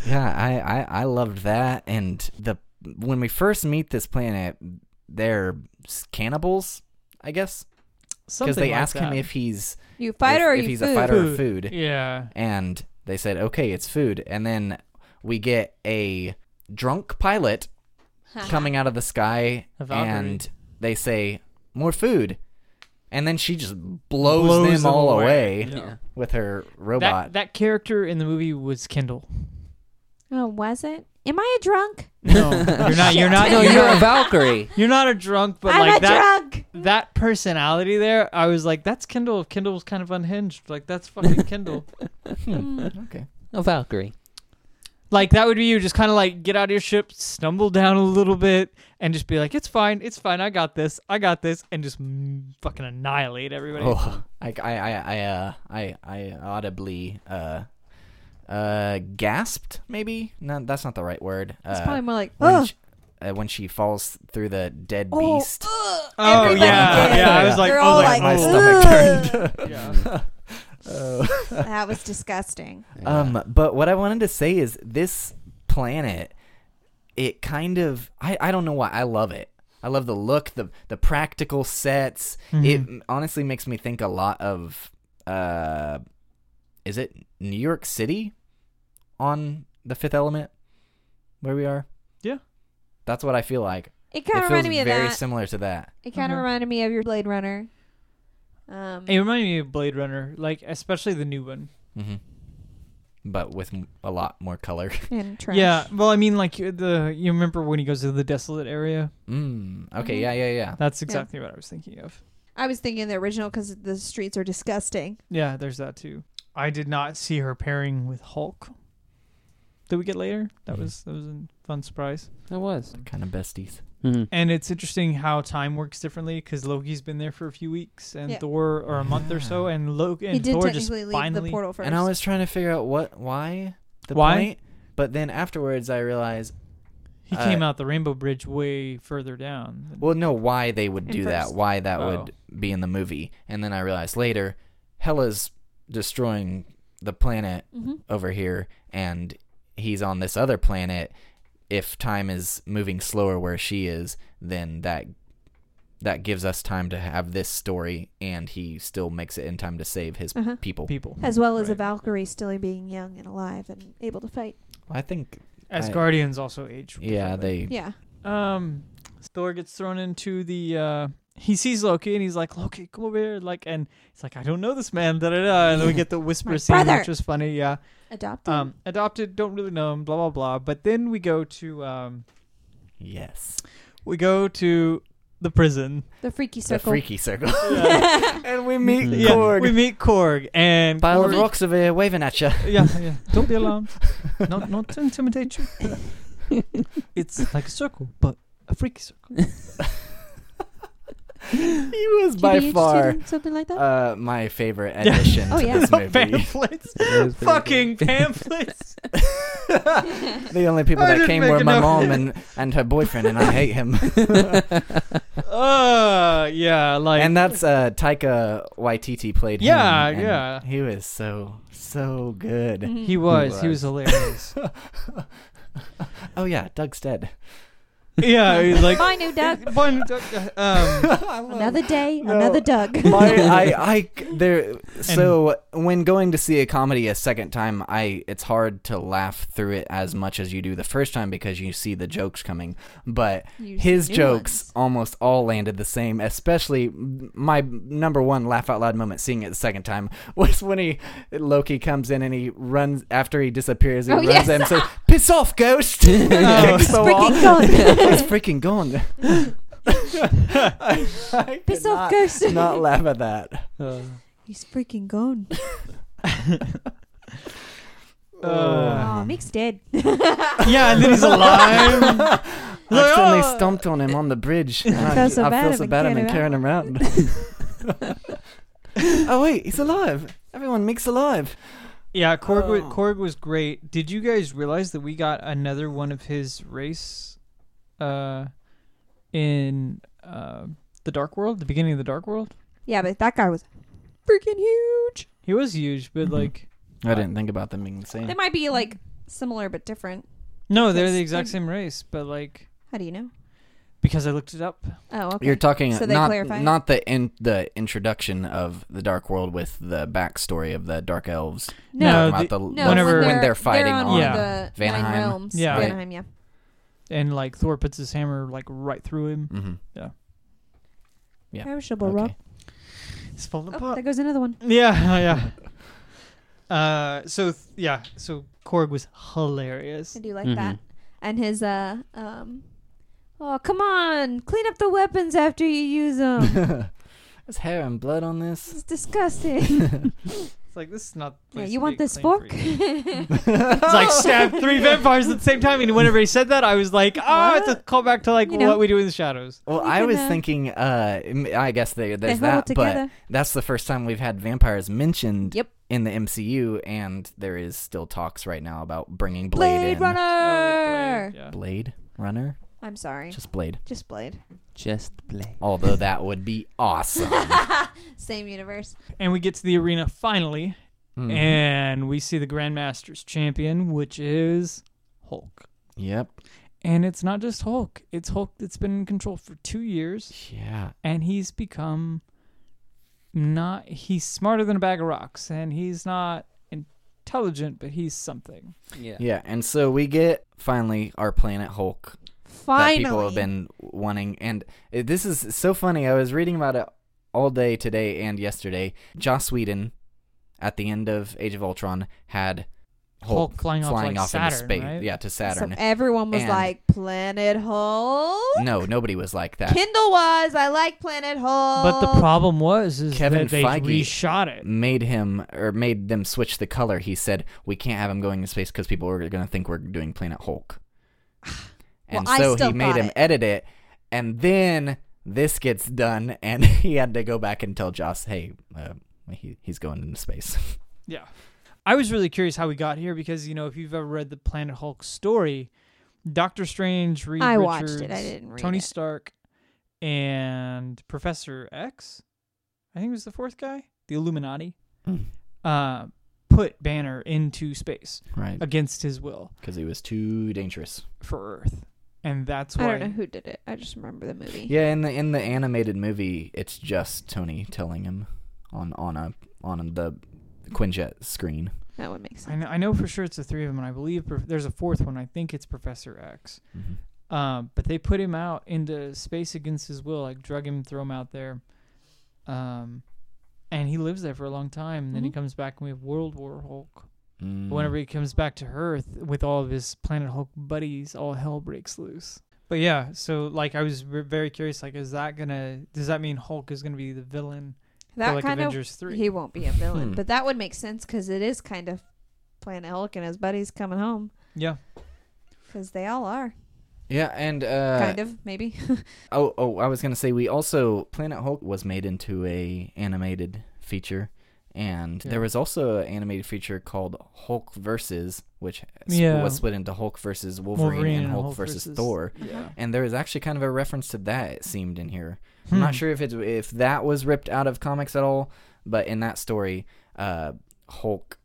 Speaker 1: Yeah, I, I I loved that, and the when we first meet this planet, they're s- cannibals, I guess, because
Speaker 3: Something
Speaker 1: they
Speaker 3: like
Speaker 1: ask him
Speaker 3: that.
Speaker 1: if he's
Speaker 2: You fighter
Speaker 1: if,
Speaker 2: or
Speaker 1: if
Speaker 2: you
Speaker 1: he's
Speaker 2: food?
Speaker 1: a fighter or
Speaker 3: Food.
Speaker 1: food,
Speaker 3: Yeah.
Speaker 1: and they said okay, it's food, and then we get a drunk pilot coming out of the sky,
Speaker 3: A Valkyrie.
Speaker 1: and they say more food, and then she just blows, them, all away,
Speaker 4: Yeah.
Speaker 1: with her
Speaker 3: That,
Speaker 1: robot.
Speaker 3: that character in the movie was Kendall.
Speaker 2: Oh, was it? Am I a drunk?
Speaker 3: No, you're not. You're not.
Speaker 4: no,
Speaker 3: you're,
Speaker 4: you're a
Speaker 3: not
Speaker 4: Valkyrie.
Speaker 3: you're not a drunk, but
Speaker 2: I'm
Speaker 3: like
Speaker 2: a
Speaker 3: that.
Speaker 2: drunk.
Speaker 3: that personality there, I was like, that's Kendall. If Kendall was kind of unhinged, like that's fucking Kendall.
Speaker 2: Mm.
Speaker 1: okay.
Speaker 4: A Valkyrie.
Speaker 3: like that would be you, just kind of like get out of your ship, stumble down a little bit, and just be like, it's fine, it's fine, I got this, I got this, and just mm, fucking annihilate everybody.
Speaker 1: Oh, I, I, I, I, uh, I, I audibly, uh, uh, gasped. Maybe no, that's not the right word.
Speaker 2: It's
Speaker 1: uh,
Speaker 2: probably more like
Speaker 1: when,
Speaker 2: oh,
Speaker 1: she, uh, when she falls through the dead
Speaker 2: oh,
Speaker 1: beast.
Speaker 2: ugh,
Speaker 3: Oh,
Speaker 2: everybody
Speaker 3: yeah,
Speaker 2: did.
Speaker 3: yeah, I was like-
Speaker 2: They're
Speaker 3: I was
Speaker 2: all
Speaker 3: like,
Speaker 2: like,
Speaker 1: my
Speaker 2: "Ugh."
Speaker 1: stomach turned.
Speaker 3: Yeah.
Speaker 2: that was disgusting.
Speaker 1: Um, but what I wanted to say is this planet, it kind of I, I don't know why I love it. I love the look, the the practical sets.
Speaker 3: Mm-hmm.
Speaker 1: It honestly makes me think a lot of uh, is it New York City on the Fifth Element where we are?
Speaker 3: Yeah.
Speaker 1: that's what I feel like.
Speaker 2: It
Speaker 1: It
Speaker 2: kind of
Speaker 1: feels
Speaker 2: reminded me of
Speaker 1: very
Speaker 2: that.
Speaker 1: similar to that.
Speaker 2: it kind of
Speaker 3: Mhm.
Speaker 2: reminded me of your Blade Runner. Um,
Speaker 3: It reminded me of Blade Runner, like especially the new one.
Speaker 4: Mm-hmm.
Speaker 1: hmm But with m- a lot more color.
Speaker 2: and trash.
Speaker 3: Yeah, well, I mean, like the you remember when he goes to the desolate area?
Speaker 1: Mm. Okay.
Speaker 2: Mhm.
Speaker 1: Yeah. Yeah. Yeah.
Speaker 3: That's exactly what I was thinking of.
Speaker 2: I was thinking the original because the streets are disgusting.
Speaker 3: Yeah, there's that too. I did not see her pairing with Hulk. Did we get later? That
Speaker 1: Mhm.
Speaker 3: was that was a fun surprise.
Speaker 4: it was.
Speaker 1: Kind of besties.
Speaker 4: Mm-hmm.
Speaker 3: And it's interesting how time works differently because Loki's been there for a few weeks and
Speaker 2: Yeah.
Speaker 3: Thor or a month or so, and Loki
Speaker 2: he
Speaker 3: and
Speaker 2: did
Speaker 3: Thor just
Speaker 2: technically leave
Speaker 3: finally.
Speaker 2: the portal first.
Speaker 1: And I was trying to figure out what, why, the
Speaker 3: Why?
Speaker 1: point. But then afterwards, I realized,
Speaker 3: He
Speaker 1: uh,
Speaker 3: came out the Rainbow Bridge way further down. than-
Speaker 1: well, no, why they would
Speaker 2: And
Speaker 1: do that,
Speaker 2: first.
Speaker 1: why that
Speaker 3: Oh.
Speaker 1: would be in the movie. And then I realized later, Hela's destroying the planet
Speaker 2: Mhm.
Speaker 1: over here, and he's on this other planet. If time is moving slower where she is, then that that gives us time to have this story, and he still makes it in time to save his
Speaker 2: Uh-huh.
Speaker 1: people.
Speaker 3: people
Speaker 2: As well as a
Speaker 3: Right.
Speaker 2: Valkyrie still being young and alive and able to fight.
Speaker 1: I think,
Speaker 3: as
Speaker 1: I-
Speaker 3: Guardians also age.
Speaker 1: yeah,
Speaker 3: differently.
Speaker 1: they.
Speaker 2: Yeah.
Speaker 3: Um, Thor gets thrown into the. uh He sees Loki and he's like, "Loki, come over here!" Like, and he's like, "I don't know this man." Da da da. And then we get the whisper
Speaker 2: My
Speaker 3: scene,
Speaker 2: brother.
Speaker 3: which was funny. Yeah.
Speaker 2: Adopted.
Speaker 3: Um, adopted, don't really know him. Blah blah blah. But then we go to um,
Speaker 1: Yes.
Speaker 3: we go to the prison.
Speaker 2: the freaky
Speaker 1: The
Speaker 2: circle.
Speaker 1: freaky circle. and we meet
Speaker 4: Mhm. Yeah,
Speaker 1: Korg.
Speaker 3: we meet Korg and
Speaker 1: Pile of
Speaker 3: Korg-
Speaker 1: rocks over here waving at you.
Speaker 3: Yeah, yeah. Don't be alarmed. not not to intimidate you. it's like a circle, but a freaky circle.
Speaker 1: he was by
Speaker 2: GBH
Speaker 1: far
Speaker 2: student, something like that.
Speaker 1: uh, my favorite addition
Speaker 2: Oh,
Speaker 1: to
Speaker 2: yeah.
Speaker 1: this movie.
Speaker 3: pamphlets.
Speaker 4: It was pretty
Speaker 3: Fucking
Speaker 4: good.
Speaker 3: pamphlets.
Speaker 1: the only people
Speaker 3: I
Speaker 1: that
Speaker 3: didn't
Speaker 1: came
Speaker 3: make
Speaker 1: were my
Speaker 3: enough.
Speaker 1: mom and, and her boyfriend, and I hate him.
Speaker 3: Uh, yeah, like
Speaker 1: and that's uh, Taika Waititi played. him,
Speaker 3: Yeah,
Speaker 1: and
Speaker 3: yeah.
Speaker 1: He was so so good.
Speaker 2: Mhm.
Speaker 3: he was. He was
Speaker 4: was.
Speaker 3: hilarious.
Speaker 1: Mm. oh yeah, Doug's dead.
Speaker 3: yeah, he was like
Speaker 2: Bye, new Doug.
Speaker 3: One, um,
Speaker 2: Another day,
Speaker 1: No.
Speaker 2: another Doug.
Speaker 1: my I I there so when going to see a comedy a second time I it's hard to laugh through it as much as you do the first time because you see the jokes coming but
Speaker 2: You
Speaker 1: his
Speaker 2: see new
Speaker 1: jokes
Speaker 2: ones.
Speaker 1: almost all landed the same especially my number one laugh out loud moment seeing it the second time was when he Loki comes in and he runs after he disappears he
Speaker 2: Oh,
Speaker 1: runs
Speaker 2: yes.
Speaker 1: in and says piss off ghost and
Speaker 3: Oh.
Speaker 1: kicks the wall.
Speaker 2: Freaking gone.
Speaker 1: He's freaking gone I- I
Speaker 2: Piss
Speaker 1: could
Speaker 2: off,
Speaker 1: not-
Speaker 2: ghost.
Speaker 1: not laugh at that
Speaker 3: uh,
Speaker 2: He's freaking gone.
Speaker 3: Uh.
Speaker 1: Uh,
Speaker 2: Oh, Mick's dead.
Speaker 3: yeah, and then he's alive.
Speaker 1: I
Speaker 3: Like,
Speaker 1: accidentally
Speaker 3: "Oh."
Speaker 1: stomped on him on the bridge. and I,
Speaker 2: felt so
Speaker 1: I
Speaker 2: bad
Speaker 1: feel
Speaker 2: I've
Speaker 1: so
Speaker 2: been
Speaker 1: bad I've been carrying
Speaker 2: carrying
Speaker 1: him around. oh wait, he's alive. Everyone, Mick's alive.
Speaker 3: Yeah, Korg, wa-
Speaker 1: Oh.
Speaker 3: Korg was great. Did you guys realize that we got another one of his race uh, in uh, the Dark World, the beginning of the Dark World?
Speaker 2: yeah, but that guy was freaking huge.
Speaker 3: He was huge, but
Speaker 1: Mhm.
Speaker 3: like,
Speaker 1: I didn't think about them being the
Speaker 2: They
Speaker 1: same.
Speaker 2: might be like similar but different.
Speaker 3: no, they're the
Speaker 2: That's-
Speaker 3: exact same race, but like,
Speaker 2: How do you know?
Speaker 3: because I looked it up.
Speaker 2: Oh, okay.
Speaker 1: You're talking
Speaker 2: So they
Speaker 1: not
Speaker 2: clarify it?
Speaker 1: not the in, the introduction of the Dark World with the backstory of the Dark Elves.
Speaker 2: no,
Speaker 3: No,
Speaker 1: Talking
Speaker 3: the-
Speaker 1: about Oh, the,
Speaker 2: no.
Speaker 3: whenever-
Speaker 1: when
Speaker 2: when
Speaker 1: they're, fighting
Speaker 2: on,
Speaker 1: on.
Speaker 3: Yeah.
Speaker 2: the
Speaker 1: Vanaheim.
Speaker 2: Nine realms.
Speaker 3: Yeah.
Speaker 1: Right.
Speaker 2: Vanaheim, yeah.
Speaker 3: And like, Thor puts his hammer like right through him.
Speaker 1: Mm-hmm. Yeah.
Speaker 2: Perishable rock.
Speaker 1: Okay.
Speaker 3: It's falling
Speaker 2: Oh,
Speaker 3: apart.
Speaker 2: there goes another one.
Speaker 3: Yeah, yeah. uh, so th- yeah, so Korg was hilarious.
Speaker 2: I do like
Speaker 1: Mm-hmm.
Speaker 4: Mhm.
Speaker 2: that. And his uh um Oh, come on. Clean up the weapons after you use them.
Speaker 1: There's hair and blood on
Speaker 2: this
Speaker 1: this.
Speaker 2: is disgusting.
Speaker 3: It's like this is not.
Speaker 2: yeah,
Speaker 3: the place
Speaker 2: you
Speaker 3: to
Speaker 2: want
Speaker 3: be
Speaker 2: this
Speaker 3: clean
Speaker 2: fork?
Speaker 3: freak. It's like stabbed three vampires at the same time, and whenever he said that, I was like, "Ah, it's a callback to like
Speaker 2: You know.
Speaker 3: what we do in the shadows."
Speaker 1: Well,
Speaker 2: You
Speaker 1: Oh, I
Speaker 2: can,
Speaker 1: was
Speaker 2: uh,
Speaker 1: thinking. Uh, m- I guess there,
Speaker 2: they
Speaker 1: there's
Speaker 2: huddle
Speaker 1: that, but
Speaker 2: together.
Speaker 1: that's the first time we've had vampires mentioned
Speaker 2: Yep.
Speaker 1: in the MCU, and there is still talks right now about bringing Blade,
Speaker 2: Blade
Speaker 1: in.
Speaker 2: Runner.
Speaker 3: Oh, yeah.
Speaker 1: Blade Runner,
Speaker 2: I'm sorry. Just,
Speaker 1: just Blade.
Speaker 2: Blade.
Speaker 4: Just play.
Speaker 1: Although that would be awesome.
Speaker 2: Same universe.
Speaker 3: And we get to the arena finally,
Speaker 1: Hmm.
Speaker 3: and we see the Grandmaster's champion, which is Hulk.
Speaker 1: yep.
Speaker 3: And it's not just Hulk; it's Hulk that's been in control for two years,
Speaker 1: Yeah.
Speaker 3: and he's become not. He's smarter than a bag of rocks, and he's not intelligent, but he's something.
Speaker 4: Yeah.
Speaker 1: Yeah, and so we get finally our Planet Hulk
Speaker 2: Finally.
Speaker 1: that people have been wanting. And uh, this is so funny. I was reading about it all day today and yesterday. Joss Whedon, at the end of Age of Ultron, had Hulk,
Speaker 3: Hulk flying off, like,
Speaker 1: into
Speaker 3: Saturn,
Speaker 1: space.
Speaker 3: right?
Speaker 1: Yeah, to
Speaker 2: So
Speaker 1: Saturn.
Speaker 2: everyone was
Speaker 1: And-
Speaker 2: like Planet Hulk.
Speaker 1: no, nobody was like that.
Speaker 2: Kindle was. I like Planet Hulk.
Speaker 3: But the problem was is
Speaker 1: Kevin
Speaker 3: that they
Speaker 1: Feige-
Speaker 3: reshot it.
Speaker 1: made him or made them switch the color. He said, "We can't have him going to space because people are going to think we're doing Planet Hulk."
Speaker 2: Well,
Speaker 1: And
Speaker 2: I
Speaker 1: so
Speaker 2: still
Speaker 1: he made
Speaker 2: got
Speaker 1: him
Speaker 2: it.
Speaker 1: edit it, and then this gets done, and he had to go back and tell Joss, "Hey, uh, he, he's going into space."
Speaker 3: Yeah. I was really curious how we got here because, you know, if you've ever read the Planet Hulk story, Doctor Strange, Reed
Speaker 2: I watched
Speaker 3: Richards,
Speaker 2: it. I didn't read
Speaker 3: Tony
Speaker 2: it.
Speaker 3: Stark, and Professor X, I think it was the fourth guy, the Illuminati,
Speaker 2: Hmm.
Speaker 1: Mm.
Speaker 3: uh, put Banner into space
Speaker 1: right,
Speaker 3: against his will
Speaker 1: because he was too dangerous.
Speaker 3: for Earth. And that's
Speaker 2: I
Speaker 3: why.
Speaker 2: don't know who did it. I just remember the movie.
Speaker 1: Yeah, in the in the animated movie, it's just Tony telling him on on a on the Quinjet screen.
Speaker 2: That would make sense.
Speaker 3: I know, I know for sure it's the three of them, and I believe prof- there's a fourth one. I think it's Professor X.
Speaker 1: Mhm.
Speaker 2: Mm-hmm.
Speaker 3: Um, but they put him out into space against his will, like drug him, throw him out there. Um, and he lives there for a long time. And then he
Speaker 2: Mhm.
Speaker 3: comes back, and we have World War Hulk.
Speaker 1: Mm.
Speaker 3: Whenever he comes back to Earth with all of his Planet Hulk buddies, all hell breaks loose. But yeah, so like I was re- very curious, like is that gonna? Does that mean Hulk is gonna be the villain
Speaker 2: That
Speaker 3: for like
Speaker 2: kind
Speaker 3: Avengers three?
Speaker 2: of he won't be a villain,
Speaker 1: Hmm.
Speaker 2: but that would make sense because it is kind of Planet Hulk and his buddies coming home
Speaker 3: yeah,
Speaker 2: because they all are.
Speaker 1: Yeah, and uh,
Speaker 2: kind of, maybe.
Speaker 1: Oh, oh, I was gonna say we also Planet Hulk was made into a animated feature, and
Speaker 3: Yeah.
Speaker 1: there was also an animated feature called Hulk versus, which sp-
Speaker 3: Yeah.
Speaker 1: was split into Hulk versus Wolverine,
Speaker 3: Wolverine
Speaker 1: and Hulk, versus, Thor.
Speaker 3: Yeah.
Speaker 1: And there was actually kind of a reference to that. It seemed in here. I'm
Speaker 3: Hmm.
Speaker 1: not sure if it's if that was ripped out of comics at all, but in that story, uh, Hulk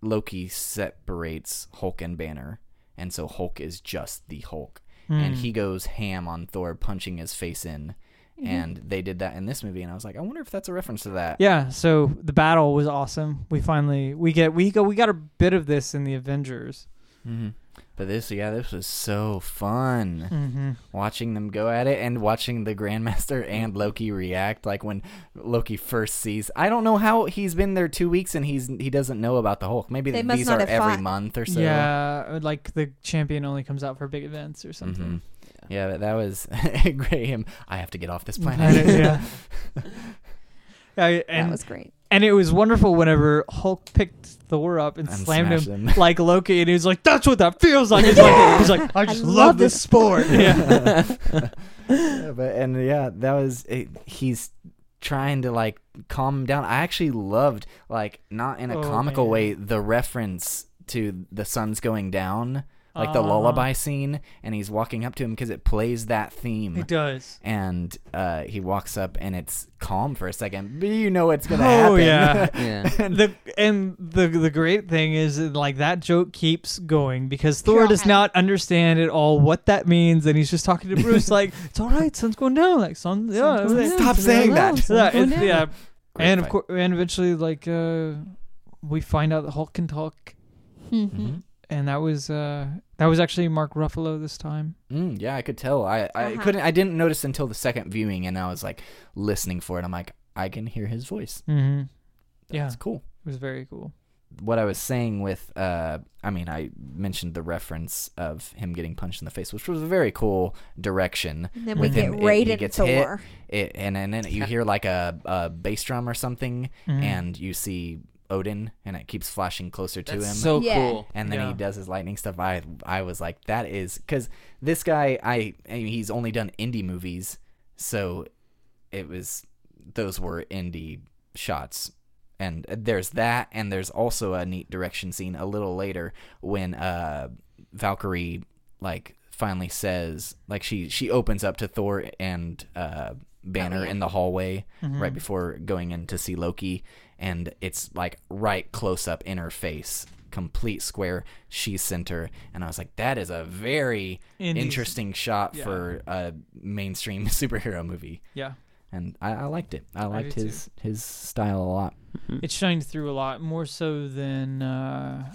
Speaker 1: Loki separates Hulk and Banner, and so Hulk is just the Hulk and
Speaker 3: Hmm.
Speaker 1: he goes ham on Thor punching his face in.
Speaker 2: Mm-hmm.
Speaker 1: And they did that in this movie, and I was like, I wonder if that's a reference to that.
Speaker 3: Yeah, so the battle was awesome. We finally we get we go we got a bit of this in the Avengers.
Speaker 1: hmm But this, yeah, this was so fun
Speaker 3: Mm-hmm.
Speaker 1: watching them go at it and watching the Grandmaster and Loki react. Like when Loki first sees, I don't know how he's been there two weeks and he's he doesn't know about the Hulk. Maybe
Speaker 2: They
Speaker 1: th-
Speaker 2: must
Speaker 1: these are
Speaker 2: not have
Speaker 1: every
Speaker 2: fought.
Speaker 1: month or so.
Speaker 3: Yeah, uh, like the champion only comes out for big events or
Speaker 1: Mhm.
Speaker 3: something.
Speaker 1: Yeah, but that was Graham. I have to get off this planet.
Speaker 3: Planet, yeah. Yeah,
Speaker 2: that
Speaker 3: and
Speaker 2: was great.
Speaker 3: and it was wonderful whenever Hulk picked Thor up and,
Speaker 1: And
Speaker 3: slammed
Speaker 1: smash
Speaker 3: him
Speaker 1: them.
Speaker 3: like Loki, and he was like, "That's what that feels like." He's, like, he's like, "I just love,
Speaker 2: love
Speaker 3: this
Speaker 2: this
Speaker 3: sport." yeah.
Speaker 1: Yeah, but and yeah, that was it, he's trying to like calm him down. I actually loved like not in a
Speaker 3: Oh,
Speaker 1: comical
Speaker 3: man.
Speaker 1: way the reference to the sun's going down, like the
Speaker 3: Uh-huh.
Speaker 1: lullaby scene, and he's walking up to him because it plays that theme.
Speaker 3: It does.
Speaker 1: And uh, he walks up and it's calm for a second, but you know it's gonna happen.
Speaker 3: Oh, yeah.
Speaker 4: Yeah.
Speaker 3: the and the the great thing is like that joke keeps going because Thor
Speaker 2: Yeah.
Speaker 3: does not understand at all what that means, and he's just talking to Bruce like, "It's all right, sun's going down." Like sun, yeah,
Speaker 2: Sun's going
Speaker 3: yeah,
Speaker 2: down,
Speaker 1: Stop
Speaker 2: sun's
Speaker 1: saying
Speaker 2: going
Speaker 1: that.
Speaker 2: down, sun's
Speaker 3: yeah,
Speaker 2: going
Speaker 3: it's-
Speaker 2: down.
Speaker 3: yeah.
Speaker 1: Great
Speaker 3: And of
Speaker 1: fight.
Speaker 3: course, and eventually, like uh, we find out that Hulk can talk,
Speaker 1: Mhm.
Speaker 3: and that was uh that was actually Mark Ruffalo this time.
Speaker 1: Mm, yeah, I could tell. I, I
Speaker 2: Uh-huh.
Speaker 1: couldn't. I didn't notice until the second viewing, and I was like listening for it. I'm like, I can hear his voice.
Speaker 3: Mm-hmm. Yeah,
Speaker 1: That's
Speaker 3: it
Speaker 1: cool.
Speaker 3: was very cool.
Speaker 1: What I was saying with, uh, I mean, I mentioned the reference of him getting punched in the face, which was a very cool direction.
Speaker 2: And then
Speaker 3: With
Speaker 2: we
Speaker 3: him,
Speaker 1: it-
Speaker 2: get
Speaker 1: he
Speaker 2: raided
Speaker 1: gets
Speaker 2: Thor.
Speaker 1: hit. uh, It, and, and then you hear like a, a bass drum or something,
Speaker 3: Mhm.
Speaker 1: and you see Odin, and it keeps flashing closer to him.
Speaker 4: so
Speaker 2: Yeah.
Speaker 4: cool.
Speaker 1: and then
Speaker 3: Yeah.
Speaker 1: he does his lightning stuff. I I was like, that is because this guy, I, I mean, he's only done indie movies, so it was those were indie shots. And there's that, and there's also a neat direction scene a little later when uh, Valkyrie like finally says like she she opens up to Thor and uh, Banner
Speaker 2: Oh, yeah.
Speaker 1: in the hallway right
Speaker 3: Mhm.
Speaker 1: before going in to see Loki, and it's like right close up in her face, complete square. She's center, and I was like, that is a very
Speaker 3: Indies.
Speaker 1: interesting shot
Speaker 3: Yeah.
Speaker 1: for a mainstream superhero movie,
Speaker 3: Yeah,
Speaker 1: and I, I liked it. I liked
Speaker 3: did too.
Speaker 1: his his style a lot.
Speaker 4: Mm-hmm.
Speaker 3: it shined through a lot more so than uh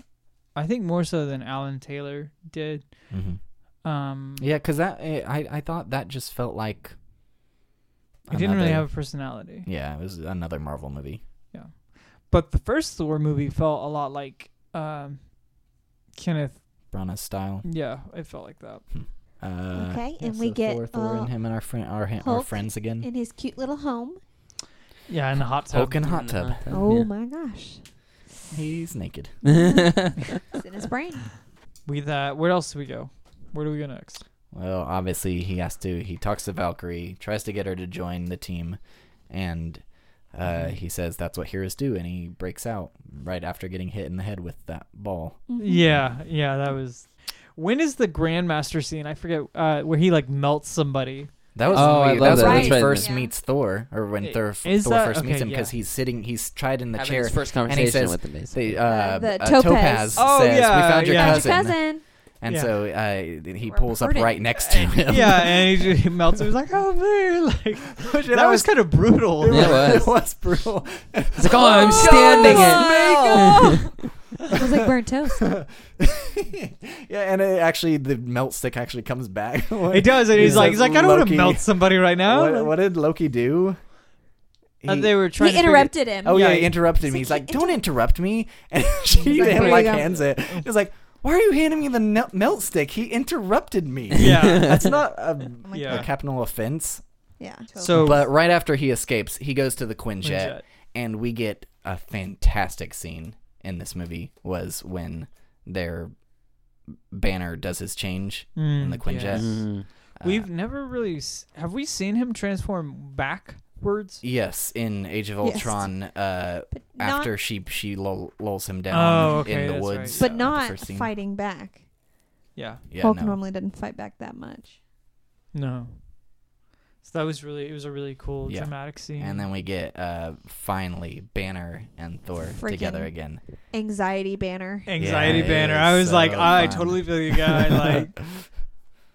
Speaker 3: I think more so than Alan Taylor did.
Speaker 1: Mm-hmm.
Speaker 3: Um,
Speaker 1: Yeah, because that eh, I I thought that just felt like.
Speaker 3: it didn't really
Speaker 1: another-
Speaker 3: have a personality.
Speaker 1: Yeah, it was another Marvel movie.
Speaker 3: But the first Thor movie felt a lot like um, Kenneth.
Speaker 1: Brana's style.
Speaker 3: Yeah, it felt like that.
Speaker 1: Uh,
Speaker 2: Okay,
Speaker 1: yeah,
Speaker 2: and
Speaker 1: so
Speaker 2: we get,
Speaker 1: Thor, Thor
Speaker 2: uh,
Speaker 1: and him and our friend, our, our
Speaker 2: Hulk
Speaker 1: friends again.
Speaker 2: in his cute little home.
Speaker 3: Yeah, in the hot tub.
Speaker 1: Hulk and hot
Speaker 4: Mm-hmm.
Speaker 1: tub.
Speaker 2: Oh my gosh,
Speaker 1: He's naked.
Speaker 2: it's in his brain.
Speaker 3: We that. Where else do we go? Where do we go next?
Speaker 1: Well, obviously he has to. He talks to Valkyrie, tries to get her to join the team, and uh, he says that's what heroes do, and he breaks out right after getting hit in the head with that ball.
Speaker 2: Mm-hmm.
Speaker 3: Yeah, yeah, that was. When is the Grandmaster scene? I forget uh, where he like melts somebody.
Speaker 1: That was
Speaker 4: Oh,
Speaker 1: when
Speaker 4: I
Speaker 1: we-
Speaker 4: love
Speaker 1: that's
Speaker 4: that.
Speaker 1: when
Speaker 2: That's
Speaker 1: he
Speaker 2: right.
Speaker 1: first
Speaker 2: Yeah.
Speaker 1: meets Thor, or when
Speaker 3: I-
Speaker 1: Thor, Thor
Speaker 3: is that-
Speaker 1: first meets
Speaker 3: okay,
Speaker 1: him because
Speaker 3: yeah.
Speaker 1: he's sitting, he's tried in the
Speaker 4: Having
Speaker 1: chair.
Speaker 4: his first
Speaker 1: and
Speaker 4: conversation
Speaker 1: he says,
Speaker 4: with him.
Speaker 1: the, uh,
Speaker 2: The
Speaker 1: uh,
Speaker 2: Topaz.
Speaker 1: Topaz
Speaker 3: Oh,
Speaker 1: says,
Speaker 3: yeah,
Speaker 1: "We found your
Speaker 3: yeah.
Speaker 2: Found
Speaker 1: cousin,"
Speaker 2: your cousin.
Speaker 1: and
Speaker 3: Yeah.
Speaker 1: so uh, he
Speaker 2: We're
Speaker 1: pulls up
Speaker 2: hurting.
Speaker 1: right next to him.
Speaker 3: yeah, and he, just, he melts. He was like, "Oh man!" Like that, was, kind of brutal.
Speaker 4: Yeah, it
Speaker 1: it
Speaker 4: was.
Speaker 1: was brutal.
Speaker 4: It's like, oh, I'm standing it.
Speaker 2: it was like burnt toast.
Speaker 1: yeah, and it actually the melt stick actually comes back. What-
Speaker 3: It does, and he's,
Speaker 1: He's
Speaker 3: like,
Speaker 1: like,
Speaker 3: he's like, I don't want to
Speaker 1: "Loki,
Speaker 3: melt somebody right now.
Speaker 1: what,
Speaker 3: Like,
Speaker 1: what did Loki do?
Speaker 2: Oh,
Speaker 3: uh,
Speaker 1: He-
Speaker 3: they were trying.
Speaker 2: he
Speaker 3: to figure-
Speaker 2: interrupted him.
Speaker 1: oh yeah,
Speaker 3: yeah,
Speaker 1: he interrupted
Speaker 2: he's
Speaker 1: me.
Speaker 2: like,
Speaker 1: He's like,
Speaker 2: "Hey,
Speaker 1: "Don't interrupt me!" And she
Speaker 2: like,
Speaker 1: then
Speaker 2: "Where
Speaker 1: like
Speaker 2: you go?"
Speaker 1: hands it. It's like, "Why are you handing me the nel- melt stick? He interrupted me.
Speaker 3: Yeah.
Speaker 1: That's not a,
Speaker 2: I'm like,
Speaker 3: Yeah.
Speaker 1: a capital offense."
Speaker 2: yeah.
Speaker 3: So
Speaker 1: But right after he escapes, he goes to the Quinjet,
Speaker 3: Quinjet.
Speaker 1: and we get a fantastic scene in this movie. Was when they're Banner does his change in the
Speaker 3: Mm,
Speaker 1: Quinjet.
Speaker 3: yes.
Speaker 4: Mm.
Speaker 1: Uh,
Speaker 3: We've never really s- have we seen him transform backwards?
Speaker 1: yes in Age of
Speaker 2: Yes.
Speaker 1: Ultron. Uh,
Speaker 2: But not,
Speaker 1: after she she lull, lulls him down
Speaker 3: Oh, okay,
Speaker 1: in the
Speaker 3: that's right.
Speaker 1: woods,
Speaker 2: but
Speaker 1: uh, the
Speaker 2: not
Speaker 1: first scene.
Speaker 2: fighting back.
Speaker 3: Yeah.
Speaker 1: Yeah,
Speaker 2: Hulk
Speaker 1: no.
Speaker 2: normally doesn't fight back that much.
Speaker 3: No. So that was really it was a really cool
Speaker 1: Yeah.
Speaker 3: dramatic scene.
Speaker 1: And then we get uh, finally Banner and Thor together
Speaker 2: Freaking-
Speaker 1: again.
Speaker 2: Anxiety banner.
Speaker 3: anxiety
Speaker 1: Yeah, it
Speaker 3: banner.
Speaker 1: is
Speaker 3: I was like,
Speaker 1: so
Speaker 3: I
Speaker 1: fun.
Speaker 3: totally feel you guy. Like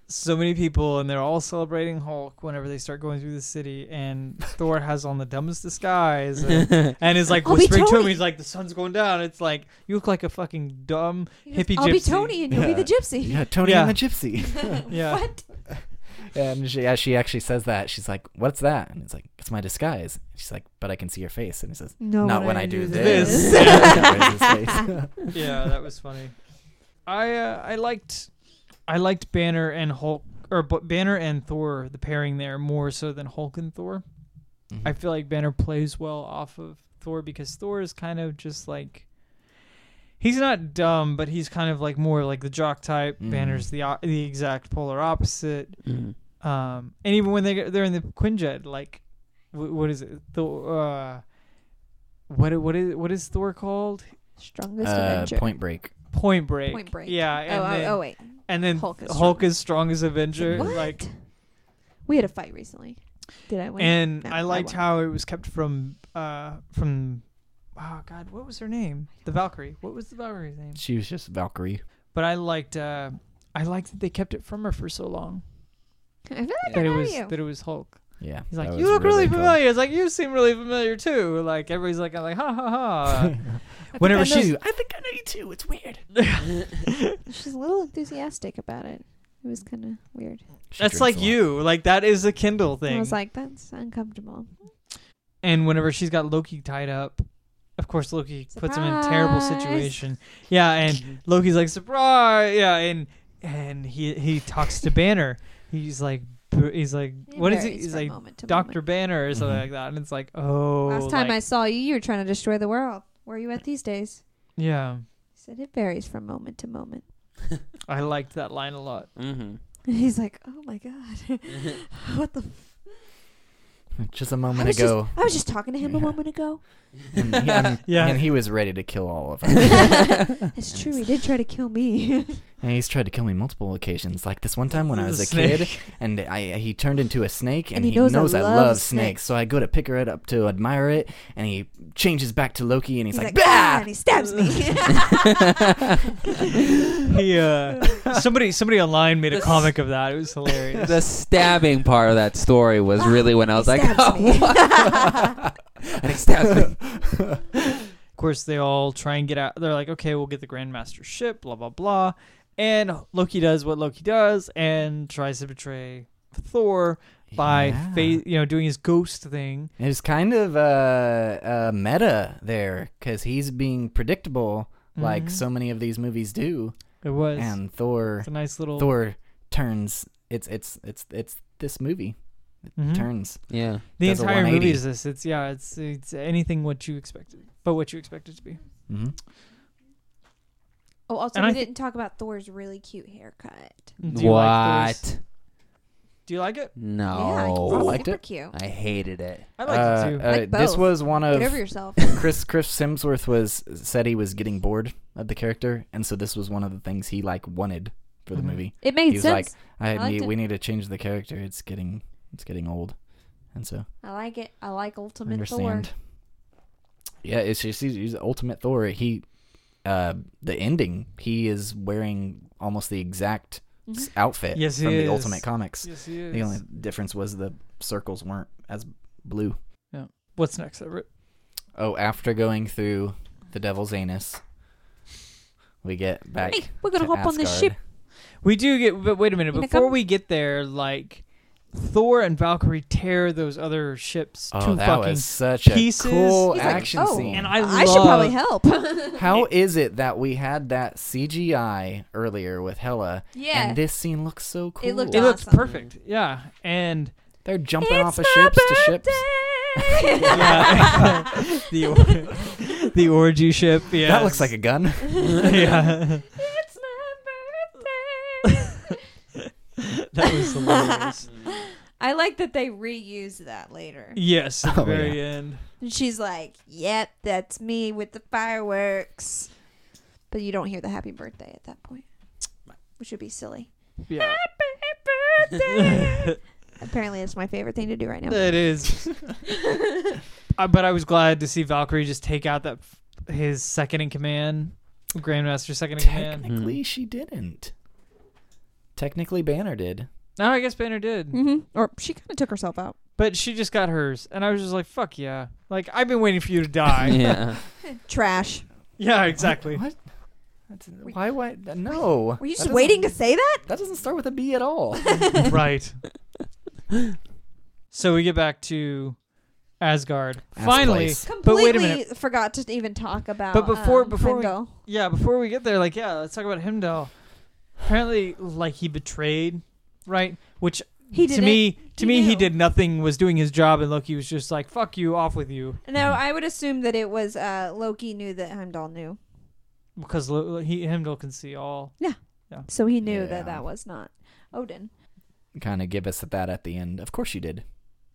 Speaker 3: so many people, and they're all celebrating Hulk whenever they start going through the city. And Thor has on the dumbest disguise, and, and is like
Speaker 2: I'll be
Speaker 3: whispering to him.
Speaker 2: Tony.
Speaker 3: He's like, "The sun's going down." It's like you look like a fucking dumb.
Speaker 2: He goes,
Speaker 3: Hippie
Speaker 2: I'll be
Speaker 3: gypsy.
Speaker 2: Tony and you'll
Speaker 1: Yeah.
Speaker 2: be the gypsy.
Speaker 1: yeah, Tony
Speaker 3: Yeah.
Speaker 1: and the Gypsy.
Speaker 3: Yeah.
Speaker 2: What?
Speaker 1: And she, yeah, she actually says that. She's like, "What's that?" And it's like, "It's my disguise." She's like, "But I can see your face." And he says,
Speaker 2: No.
Speaker 1: "Not when I do
Speaker 3: this."
Speaker 1: this."
Speaker 3: yeah, that was funny. I uh, I liked I liked Banner and Hulk or B- Banner and Thor the pairing there more so than Hulk and Thor.
Speaker 1: Mm-hmm.
Speaker 3: I feel like Banner plays well off of Thor because Thor is kind of just like he's not dumb, but he's kind of like more like the jock type.
Speaker 1: Mm.
Speaker 3: Banner's the o- the exact polar opposite.
Speaker 4: Mm.
Speaker 3: Um, and even when they get, they're in the Quinjet, like wh- what is it? Thor. Uh, what what is what is Thor called?
Speaker 2: Strongest
Speaker 1: uh,
Speaker 2: Avenger.
Speaker 1: Point Break.
Speaker 3: Point Break.
Speaker 2: Point Break.
Speaker 3: Yeah.
Speaker 2: Oh,
Speaker 3: And
Speaker 2: oh,
Speaker 3: then,
Speaker 2: oh, wait.
Speaker 3: and then Hulk
Speaker 2: Hulk
Speaker 3: is,
Speaker 2: is
Speaker 3: strongest Avenger.
Speaker 2: What?
Speaker 3: Like,
Speaker 2: we had a fight recently. Did I win?
Speaker 3: and
Speaker 2: No,
Speaker 3: I liked
Speaker 2: won.
Speaker 3: how it was kept from uh from oh god, what was her name? The Valkyrie. What was the Valkyrie's name?
Speaker 1: She was just Valkyrie.
Speaker 3: But I liked uh I liked that they kept it from her for so long.
Speaker 2: I feel like
Speaker 3: That
Speaker 2: I
Speaker 3: it
Speaker 2: know
Speaker 3: was
Speaker 2: you.
Speaker 3: that it was Hulk.
Speaker 1: Yeah.
Speaker 3: He's like,
Speaker 1: that
Speaker 3: you
Speaker 1: was
Speaker 3: look really
Speaker 1: cool.
Speaker 3: familiar. It's like you seem really familiar too. Like everybody's like, I'm like, ha ha ha. Whenever
Speaker 1: I know
Speaker 3: she's
Speaker 1: you. I think I know you too. It's weird.
Speaker 2: She's a little enthusiastic about it. It was kind of weird.
Speaker 1: She
Speaker 3: that's
Speaker 1: drinks a
Speaker 3: like
Speaker 1: lot.
Speaker 3: you. Like that is a Kindle
Speaker 2: I
Speaker 3: thing.
Speaker 2: was like, that's uncomfortable.
Speaker 3: and whenever she's got Loki tied up, of course Loki puts him in a terrible
Speaker 2: Surprise.
Speaker 3: situation. Yeah, and Loki's like surprise. Yeah, and and he he talks to Banner. He's like b- he's like
Speaker 2: It
Speaker 3: what is he?
Speaker 2: varies
Speaker 3: He's
Speaker 2: from
Speaker 3: like
Speaker 2: moment to
Speaker 3: Doctor
Speaker 2: moment.
Speaker 3: Banner or something
Speaker 1: Mhm.
Speaker 3: like that. And it's like oh,
Speaker 2: Last time I
Speaker 3: like-
Speaker 2: saw you, you were trying to destroy the world. Where are you at these days?
Speaker 3: yeah
Speaker 2: He said it varies from moment to moment.
Speaker 3: I liked that line a lot.
Speaker 4: Mhm.
Speaker 2: And he's like, oh my god, what the? F-
Speaker 1: Just a
Speaker 2: I
Speaker 1: moment
Speaker 2: was
Speaker 1: ago.
Speaker 2: just I was just talking to him a
Speaker 1: Yeah.
Speaker 2: moment ago.
Speaker 1: and, he, I'm-
Speaker 3: Yeah.
Speaker 1: and he was ready to kill all of us.
Speaker 2: It's true. He did try to kill me.
Speaker 1: and he's tried to kill me multiple occasions. Like this one time when I
Speaker 3: The
Speaker 1: was a
Speaker 3: snake.
Speaker 1: kid, and I he turned into a snake, and,
Speaker 2: And he knows I
Speaker 1: I,
Speaker 2: love
Speaker 1: love
Speaker 2: snakes.
Speaker 1: snakes. So I go to pick her up to admire it, and he changes back to Loki, and he's, like,
Speaker 2: "Ah,"
Speaker 1: "Bah!"
Speaker 2: and he stabs me.
Speaker 3: He uh, somebody somebody online made a comic of that. It was hilarious.
Speaker 4: The stabbing part of that story was really when I was
Speaker 2: He
Speaker 4: like,
Speaker 2: stabs
Speaker 4: oh,
Speaker 2: me.
Speaker 4: and he stabbed me.
Speaker 3: Of course, they all try and get out. They're like, okay, we'll get the Grandmaster ship, blah, blah, blah. And Loki does what Loki does and tries to betray Thor by,
Speaker 1: Yeah.
Speaker 3: fa- you know, doing his ghost thing.
Speaker 1: It was kind of uh, uh, meta there because he's being predictable, like
Speaker 2: Mm-hmm.
Speaker 3: Mhm.
Speaker 1: so many of these movies do.
Speaker 3: It was
Speaker 1: And Thor,
Speaker 3: it's a nice little
Speaker 1: Thor turns. It's it's it's it's this movie
Speaker 2: Mm-hmm.
Speaker 3: Mhm.
Speaker 1: turns.
Speaker 4: Yeah.
Speaker 3: The
Speaker 1: does a
Speaker 3: entire movie
Speaker 1: 180.
Speaker 3: is this. It's yeah, it's it's anything what you expected, but what you expect it to be.
Speaker 1: hmm
Speaker 2: oh, also,
Speaker 3: And
Speaker 2: we
Speaker 3: I thi-
Speaker 2: didn't talk about Thor's really cute haircut.
Speaker 3: Do you
Speaker 4: what?
Speaker 3: like Thor's- do you like it?
Speaker 4: no.
Speaker 2: yeah,
Speaker 1: I
Speaker 2: it's
Speaker 1: liked
Speaker 2: super
Speaker 1: it.
Speaker 2: cute.
Speaker 4: I hated it.
Speaker 3: I like
Speaker 1: Uh,
Speaker 3: it too.
Speaker 1: uh,
Speaker 2: Like
Speaker 1: this
Speaker 2: both.
Speaker 1: was one
Speaker 2: Get
Speaker 1: of
Speaker 2: over yourself.
Speaker 1: Chris Chris Simsworth was said he was getting bored of the character, and so this was one of the things he like wanted for the
Speaker 3: Mhm.
Speaker 1: movie.
Speaker 2: It
Speaker 1: He
Speaker 2: made
Speaker 1: was
Speaker 2: sense.
Speaker 1: like, I,
Speaker 2: I liked
Speaker 1: need,
Speaker 2: it.
Speaker 1: we need to change the character. It's getting it's getting old, and so
Speaker 2: I like it. I like Ultimate
Speaker 1: I
Speaker 2: Thor.
Speaker 1: understand. Yeah, it's just he's, he's ultimate Thor. He, uh, the ending, he is wearing almost the exact
Speaker 2: Mm-hmm.
Speaker 1: s- outfit
Speaker 3: Yes, he
Speaker 1: from the
Speaker 3: is.
Speaker 1: Ultimate Comics.
Speaker 3: yes, he
Speaker 1: The
Speaker 3: is.
Speaker 1: only difference was the circles weren't as blue.
Speaker 3: What's next, Everett?
Speaker 1: Oh, after going through the devil's anus, we get back.
Speaker 2: Hey, we're gonna
Speaker 1: to
Speaker 2: hop on this
Speaker 1: Asgard.
Speaker 2: ship.
Speaker 3: We do get, but wait a minute.
Speaker 2: In a
Speaker 3: Before
Speaker 2: couple-
Speaker 3: we get there, like Thor and Valkyrie tear those other ships to
Speaker 1: Oh, that
Speaker 3: fucking.
Speaker 1: was such a
Speaker 3: pieces.
Speaker 1: cool
Speaker 2: He's like,
Speaker 1: action
Speaker 2: "Oh,
Speaker 1: scene. And
Speaker 3: And I
Speaker 2: should probably
Speaker 3: love-
Speaker 2: help.
Speaker 1: How is it that we had that CGI earlier with Hella,
Speaker 2: yeah.
Speaker 1: and this scene looks so cool?
Speaker 2: It looked
Speaker 3: It looks
Speaker 2: Awesome.
Speaker 3: perfect. Yeah, and
Speaker 1: They're jumping off of ships to ships.
Speaker 3: yeah, the or- the orgy ship. Yeah,
Speaker 1: That looks like a gun.
Speaker 3: yeah.
Speaker 2: it's my
Speaker 3: That was hilarious.
Speaker 2: I like that they reuse that later.
Speaker 3: yes, at the
Speaker 1: Oh,
Speaker 3: very end.
Speaker 2: And she's like, "Yep, that's me with the fireworks," but you don't hear the happy birthday at that point, which would be silly.
Speaker 3: Yeah.
Speaker 2: Happy birthday. Apparently, it's my favorite thing to do right now.
Speaker 3: It is. I, Uh, but I was glad to see Valkyrie just take out that f- his second in command, Grandmaster second in command.
Speaker 1: Technically, she didn't. Technically, Banner did.
Speaker 3: No, I guess Banner did.
Speaker 2: hmm Or she kind of took herself out.
Speaker 3: But she just got hers, and I was just like, "Fuck yeah!" Like I've been waiting for you to die.
Speaker 4: yeah.
Speaker 2: Trash.
Speaker 3: Yeah, exactly.
Speaker 1: What? That's, why? Why? No.
Speaker 2: Were you
Speaker 1: That
Speaker 2: just
Speaker 1: doesn't-
Speaker 2: waiting to say that?
Speaker 1: That doesn't start with a B at all.
Speaker 3: right. So we get back to Asgard. Finally,
Speaker 1: place.
Speaker 2: Completely
Speaker 3: but wait a minute.
Speaker 2: forgot to even talk about.
Speaker 3: But before-
Speaker 2: um,
Speaker 3: before we-
Speaker 2: Heimdall.
Speaker 3: Yeah, before we get there, like, yeah, let's talk about Himdall. Apparently, like he betrayed, right? Which
Speaker 2: he
Speaker 3: to
Speaker 2: did
Speaker 3: me, to
Speaker 2: He
Speaker 3: me, he
Speaker 2: knew.
Speaker 3: did nothing. Was doing his job, and Loki was just like, "Fuck you, off with you,"
Speaker 2: No, I would assume that it was uh, Loki knew that Heimdall knew,
Speaker 3: because Lo- Lo- he Himdall can see all.
Speaker 2: so he knew
Speaker 1: Yeah.
Speaker 2: that that was not Odin.
Speaker 1: kind of give us that at the end. Of course you did.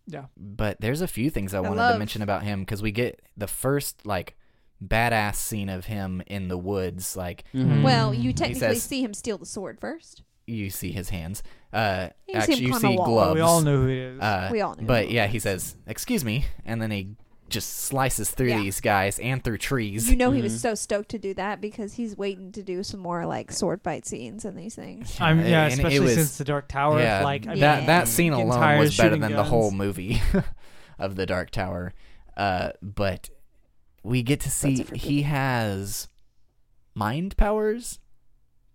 Speaker 3: Yeah.
Speaker 1: But there's a few things I, wanted to
Speaker 2: love-
Speaker 1: mention about him because we get the first like badass scene of him in the woods. Like
Speaker 4: Mhm.
Speaker 2: Well, you
Speaker 1: Mm, He
Speaker 2: technically
Speaker 1: says-
Speaker 2: see him steal the sword first.
Speaker 1: you see his hands. Uh,
Speaker 2: You see him
Speaker 1: actually, you
Speaker 2: climb a
Speaker 1: see
Speaker 2: wall.
Speaker 1: gloves.
Speaker 3: we all know who it is.
Speaker 1: Uh,
Speaker 2: We all know.
Speaker 1: But yeah, he says, "Excuse me," and then he just slices through
Speaker 2: Yeah.
Speaker 1: these guys and through trees.
Speaker 2: You know he was
Speaker 4: Mhm.
Speaker 2: so stoked to do that because he's waiting to do some more like sword fight scenes and these things.
Speaker 3: I'm yeah,
Speaker 1: and it
Speaker 3: especially
Speaker 1: was-
Speaker 3: since the Dark Tower.
Speaker 1: yeah,
Speaker 3: like
Speaker 1: that
Speaker 3: I mean,
Speaker 2: Yeah.
Speaker 1: that scene
Speaker 3: getting
Speaker 1: alone
Speaker 3: tired
Speaker 1: was
Speaker 3: of
Speaker 1: better
Speaker 3: shooting
Speaker 1: than the
Speaker 3: guns.
Speaker 1: whole movie of the Dark Tower. Uh, but we get to see
Speaker 2: it for
Speaker 1: he has mind powers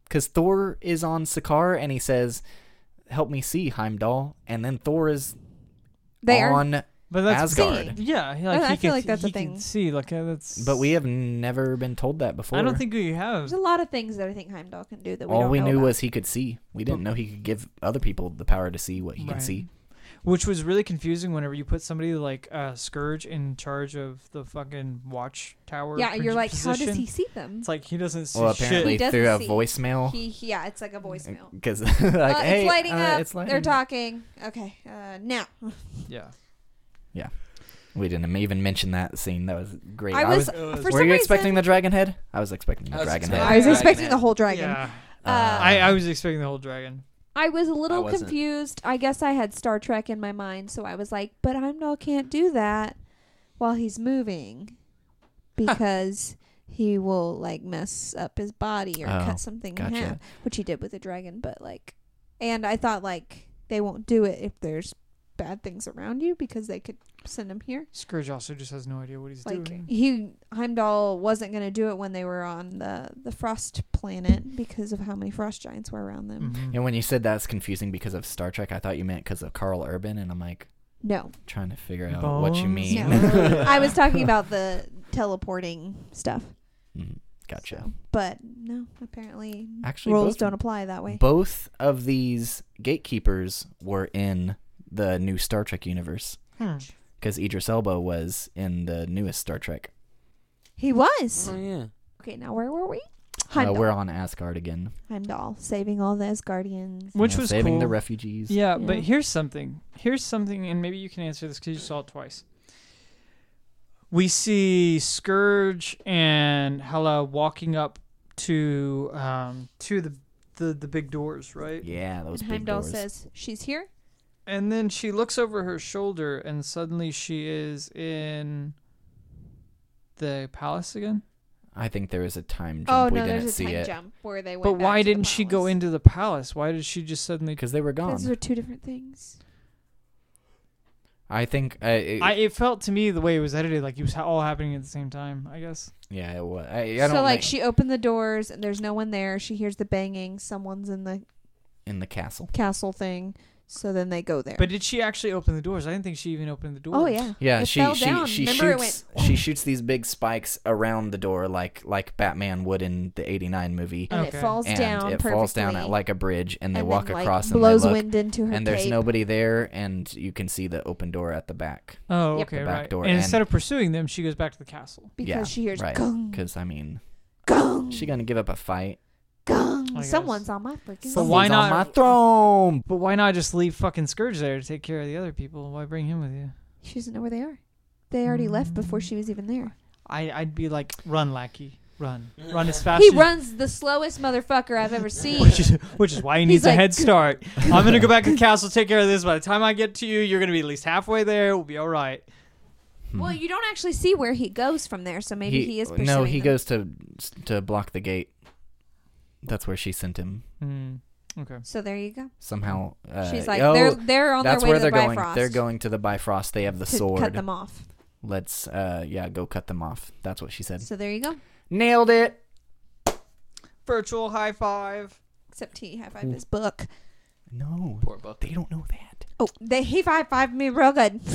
Speaker 1: because Thor is on Sakaar and he says, "Help me see Heimdall," and then Thor is
Speaker 2: There,
Speaker 1: on
Speaker 3: but Oh, that's
Speaker 1: Asgard.
Speaker 2: Seeing.
Speaker 3: Yeah, he,
Speaker 2: Oh, I
Speaker 3: like, he
Speaker 2: feel
Speaker 3: can,
Speaker 2: like that's
Speaker 3: he
Speaker 2: a
Speaker 3: can
Speaker 2: thing.
Speaker 3: See, like uh, that's.
Speaker 1: But we have never been told that before.
Speaker 3: I don't think we have.
Speaker 2: there's a lot of things that I think Heimdall can do that we
Speaker 1: all
Speaker 2: don't
Speaker 1: we
Speaker 2: know
Speaker 1: knew
Speaker 2: about.
Speaker 1: was he could see. We didn't know he could give other people the power to see what he
Speaker 3: Right.
Speaker 1: could see.
Speaker 3: Which was really confusing whenever you put somebody like uh, Scourge in charge of the fucking watchtower.
Speaker 2: yeah. You're
Speaker 3: pos-
Speaker 2: like, how
Speaker 3: position.
Speaker 2: does he see them?
Speaker 3: It's like he doesn't see
Speaker 1: Well,
Speaker 3: shit.
Speaker 1: apparently
Speaker 2: He doesn't
Speaker 1: through a
Speaker 2: see.
Speaker 1: voicemail.
Speaker 2: He, yeah, it's like a voicemail.
Speaker 1: Because like,
Speaker 2: Uh,
Speaker 1: hey,
Speaker 2: it's lighting
Speaker 1: uh,
Speaker 2: up.
Speaker 1: It's lighting.
Speaker 2: They're talking. Okay, uh, now
Speaker 3: Yeah.
Speaker 1: we didn't even mention that scene. That was great.
Speaker 2: I was,
Speaker 3: was-
Speaker 2: for
Speaker 1: were
Speaker 2: some
Speaker 1: you
Speaker 2: reason,
Speaker 1: expecting the dragon head? I was expecting
Speaker 4: I
Speaker 1: the
Speaker 4: was
Speaker 1: dragon
Speaker 4: expecting-
Speaker 1: head.
Speaker 2: I was
Speaker 4: Dragon
Speaker 2: expecting
Speaker 4: head.
Speaker 2: the whole dragon.
Speaker 3: Yeah.
Speaker 2: Uh,
Speaker 3: I, I was expecting the whole dragon.
Speaker 2: I was a
Speaker 4: I
Speaker 2: little
Speaker 4: wasn't.
Speaker 2: confused. I guess I had Star Trek in my mind, so I was like, but Heimdall can't do that while he's moving because he will like mess up his body or
Speaker 1: Oh,
Speaker 2: cut something in half,
Speaker 1: gotcha.
Speaker 2: which he did with the dragon, but like and I thought like they won't do it if there's bad things around you because they could send him here.
Speaker 3: Scourge also just has no idea what he's
Speaker 2: Like
Speaker 3: doing.
Speaker 2: he Heimdall wasn't going to do it when they were on the the frost planet because of how many frost giants were around them.
Speaker 3: Mhm.
Speaker 1: And when you said that's confusing because of Star Trek, I thought you meant because of Carl Urban, and I'm like
Speaker 2: No.
Speaker 1: trying to figure out what you
Speaker 3: Bones.
Speaker 1: mean.
Speaker 3: Yeah.
Speaker 2: I was talking about the teleporting stuff.
Speaker 1: Mm, gotcha.
Speaker 2: So, but no, apparently
Speaker 1: Actually,
Speaker 2: rules
Speaker 1: both-
Speaker 2: don't apply that way.
Speaker 1: Both of these gatekeepers were in the new Star Trek universe
Speaker 3: Hmm.
Speaker 1: because Idris Elba was in the newest Star Trek.
Speaker 2: He was.
Speaker 4: Oh, yeah.
Speaker 2: Okay, now where were we?
Speaker 1: Uh,
Speaker 2: Heimdall.
Speaker 1: we're on Asgard again.
Speaker 2: Heimdall saving all the Asgardians.
Speaker 3: Which
Speaker 1: Yeah,
Speaker 3: was
Speaker 1: saving
Speaker 3: cool.
Speaker 1: the refugees.
Speaker 3: Hmm. Yeah, but
Speaker 2: Yeah.
Speaker 3: here's something. Here's something, and maybe you can answer this because you saw it twice. We see Scourge and Hela walking up to um, to the, the the big doors, right?
Speaker 1: Yeah, those
Speaker 2: And
Speaker 1: big
Speaker 2: Heimdall
Speaker 1: doors.
Speaker 2: says she's here.
Speaker 3: And then she looks over her shoulder, and suddenly she is in the palace again.
Speaker 1: I think there was a time jump.
Speaker 2: Oh
Speaker 1: we
Speaker 2: no,
Speaker 1: didn't
Speaker 2: there's a
Speaker 1: see
Speaker 2: time
Speaker 1: it
Speaker 2: jump where they went.
Speaker 3: but
Speaker 2: back
Speaker 3: why
Speaker 2: to the
Speaker 3: didn't she go
Speaker 2: palace.
Speaker 3: into the palace? Why did she just suddenly?
Speaker 1: because they were
Speaker 2: Those
Speaker 1: gone.
Speaker 2: are two different things.
Speaker 1: I think. Uh, it,
Speaker 3: I, it felt to me the way it was edited, like it was ha- all happening at the same time. I guess.
Speaker 1: yeah, it was. I, I
Speaker 2: so
Speaker 1: don't
Speaker 2: like
Speaker 1: like
Speaker 2: she opened the doors and there's no one there. She hears the banging. Someone's in the
Speaker 1: in the castle.
Speaker 2: castle thing. So then they go there.
Speaker 3: But did she actually open the doors? I didn't think she even opened the doors.
Speaker 2: oh yeah.
Speaker 1: Yeah,
Speaker 2: It
Speaker 1: she
Speaker 2: fell
Speaker 1: she
Speaker 2: down.
Speaker 1: she
Speaker 2: Remember it
Speaker 1: shoots she shoots these big spikes around the door like like Batman would in the '89 movie,
Speaker 2: and
Speaker 3: Okay.
Speaker 2: it falls
Speaker 1: and
Speaker 2: down.
Speaker 1: it falls down
Speaker 2: perfectly.
Speaker 1: at like a bridge, and they
Speaker 2: And then,
Speaker 1: walk
Speaker 2: like,
Speaker 1: across and they
Speaker 2: blows
Speaker 1: look,
Speaker 2: wind into her
Speaker 1: and there's
Speaker 2: cape.
Speaker 1: nobody there, and you can see the open door at the back.
Speaker 3: Oh,
Speaker 2: Yep.
Speaker 3: okay,
Speaker 1: The back
Speaker 3: right.
Speaker 1: door
Speaker 3: and
Speaker 1: and-
Speaker 3: instead of pursuing them, she goes back to the castle.
Speaker 2: because
Speaker 1: Yeah,
Speaker 2: she hears
Speaker 1: right.
Speaker 2: gong
Speaker 1: Because I mean,
Speaker 2: gong.
Speaker 1: she gonna give up a fight?
Speaker 2: Gung.
Speaker 3: guess.
Speaker 2: Someone's on my freaking.
Speaker 3: But why
Speaker 1: Someone's
Speaker 3: not-
Speaker 1: on my throne?
Speaker 3: But why not just leave fucking Scourge there to take care of the other people? Why bring him with you?
Speaker 2: She doesn't know where they are. They already left before she was even there.
Speaker 3: I I'd be like, run, lackey, run, run as fast.
Speaker 2: He
Speaker 3: as
Speaker 2: runs the slowest motherfucker I've ever seen.
Speaker 3: Ah, Which is, which is why he
Speaker 2: He's
Speaker 3: needs a
Speaker 2: like,
Speaker 3: head start. I'm gonna go back to the castle, take care of this. By the time I get to you, you're gonna be at least halfway there. We'll be all right.
Speaker 2: well, you don't actually see where he goes from there, so maybe he, is pursuing
Speaker 1: no. Hmm. He
Speaker 2: them.
Speaker 1: goes to to block the gate. That's where she sent him
Speaker 3: Mm, okay.
Speaker 2: So there you go.
Speaker 1: somehow. Uh,
Speaker 2: She's like,
Speaker 1: oh,
Speaker 2: they're they're on their
Speaker 1: that's
Speaker 2: way
Speaker 1: where
Speaker 2: to the
Speaker 1: they're going.
Speaker 2: Bifrost
Speaker 1: They're going to the Bifrost. They have the
Speaker 2: to cut
Speaker 1: sword.
Speaker 2: them off.
Speaker 1: Let's, uh, yeah, go cut them off. That's what she said.
Speaker 2: So there you go.
Speaker 1: Nailed it.
Speaker 3: Virtual high five.
Speaker 2: Except he high fived his book.
Speaker 1: No,
Speaker 4: Poor book.
Speaker 1: they don't know that.
Speaker 2: Oh, they he high fived me real good.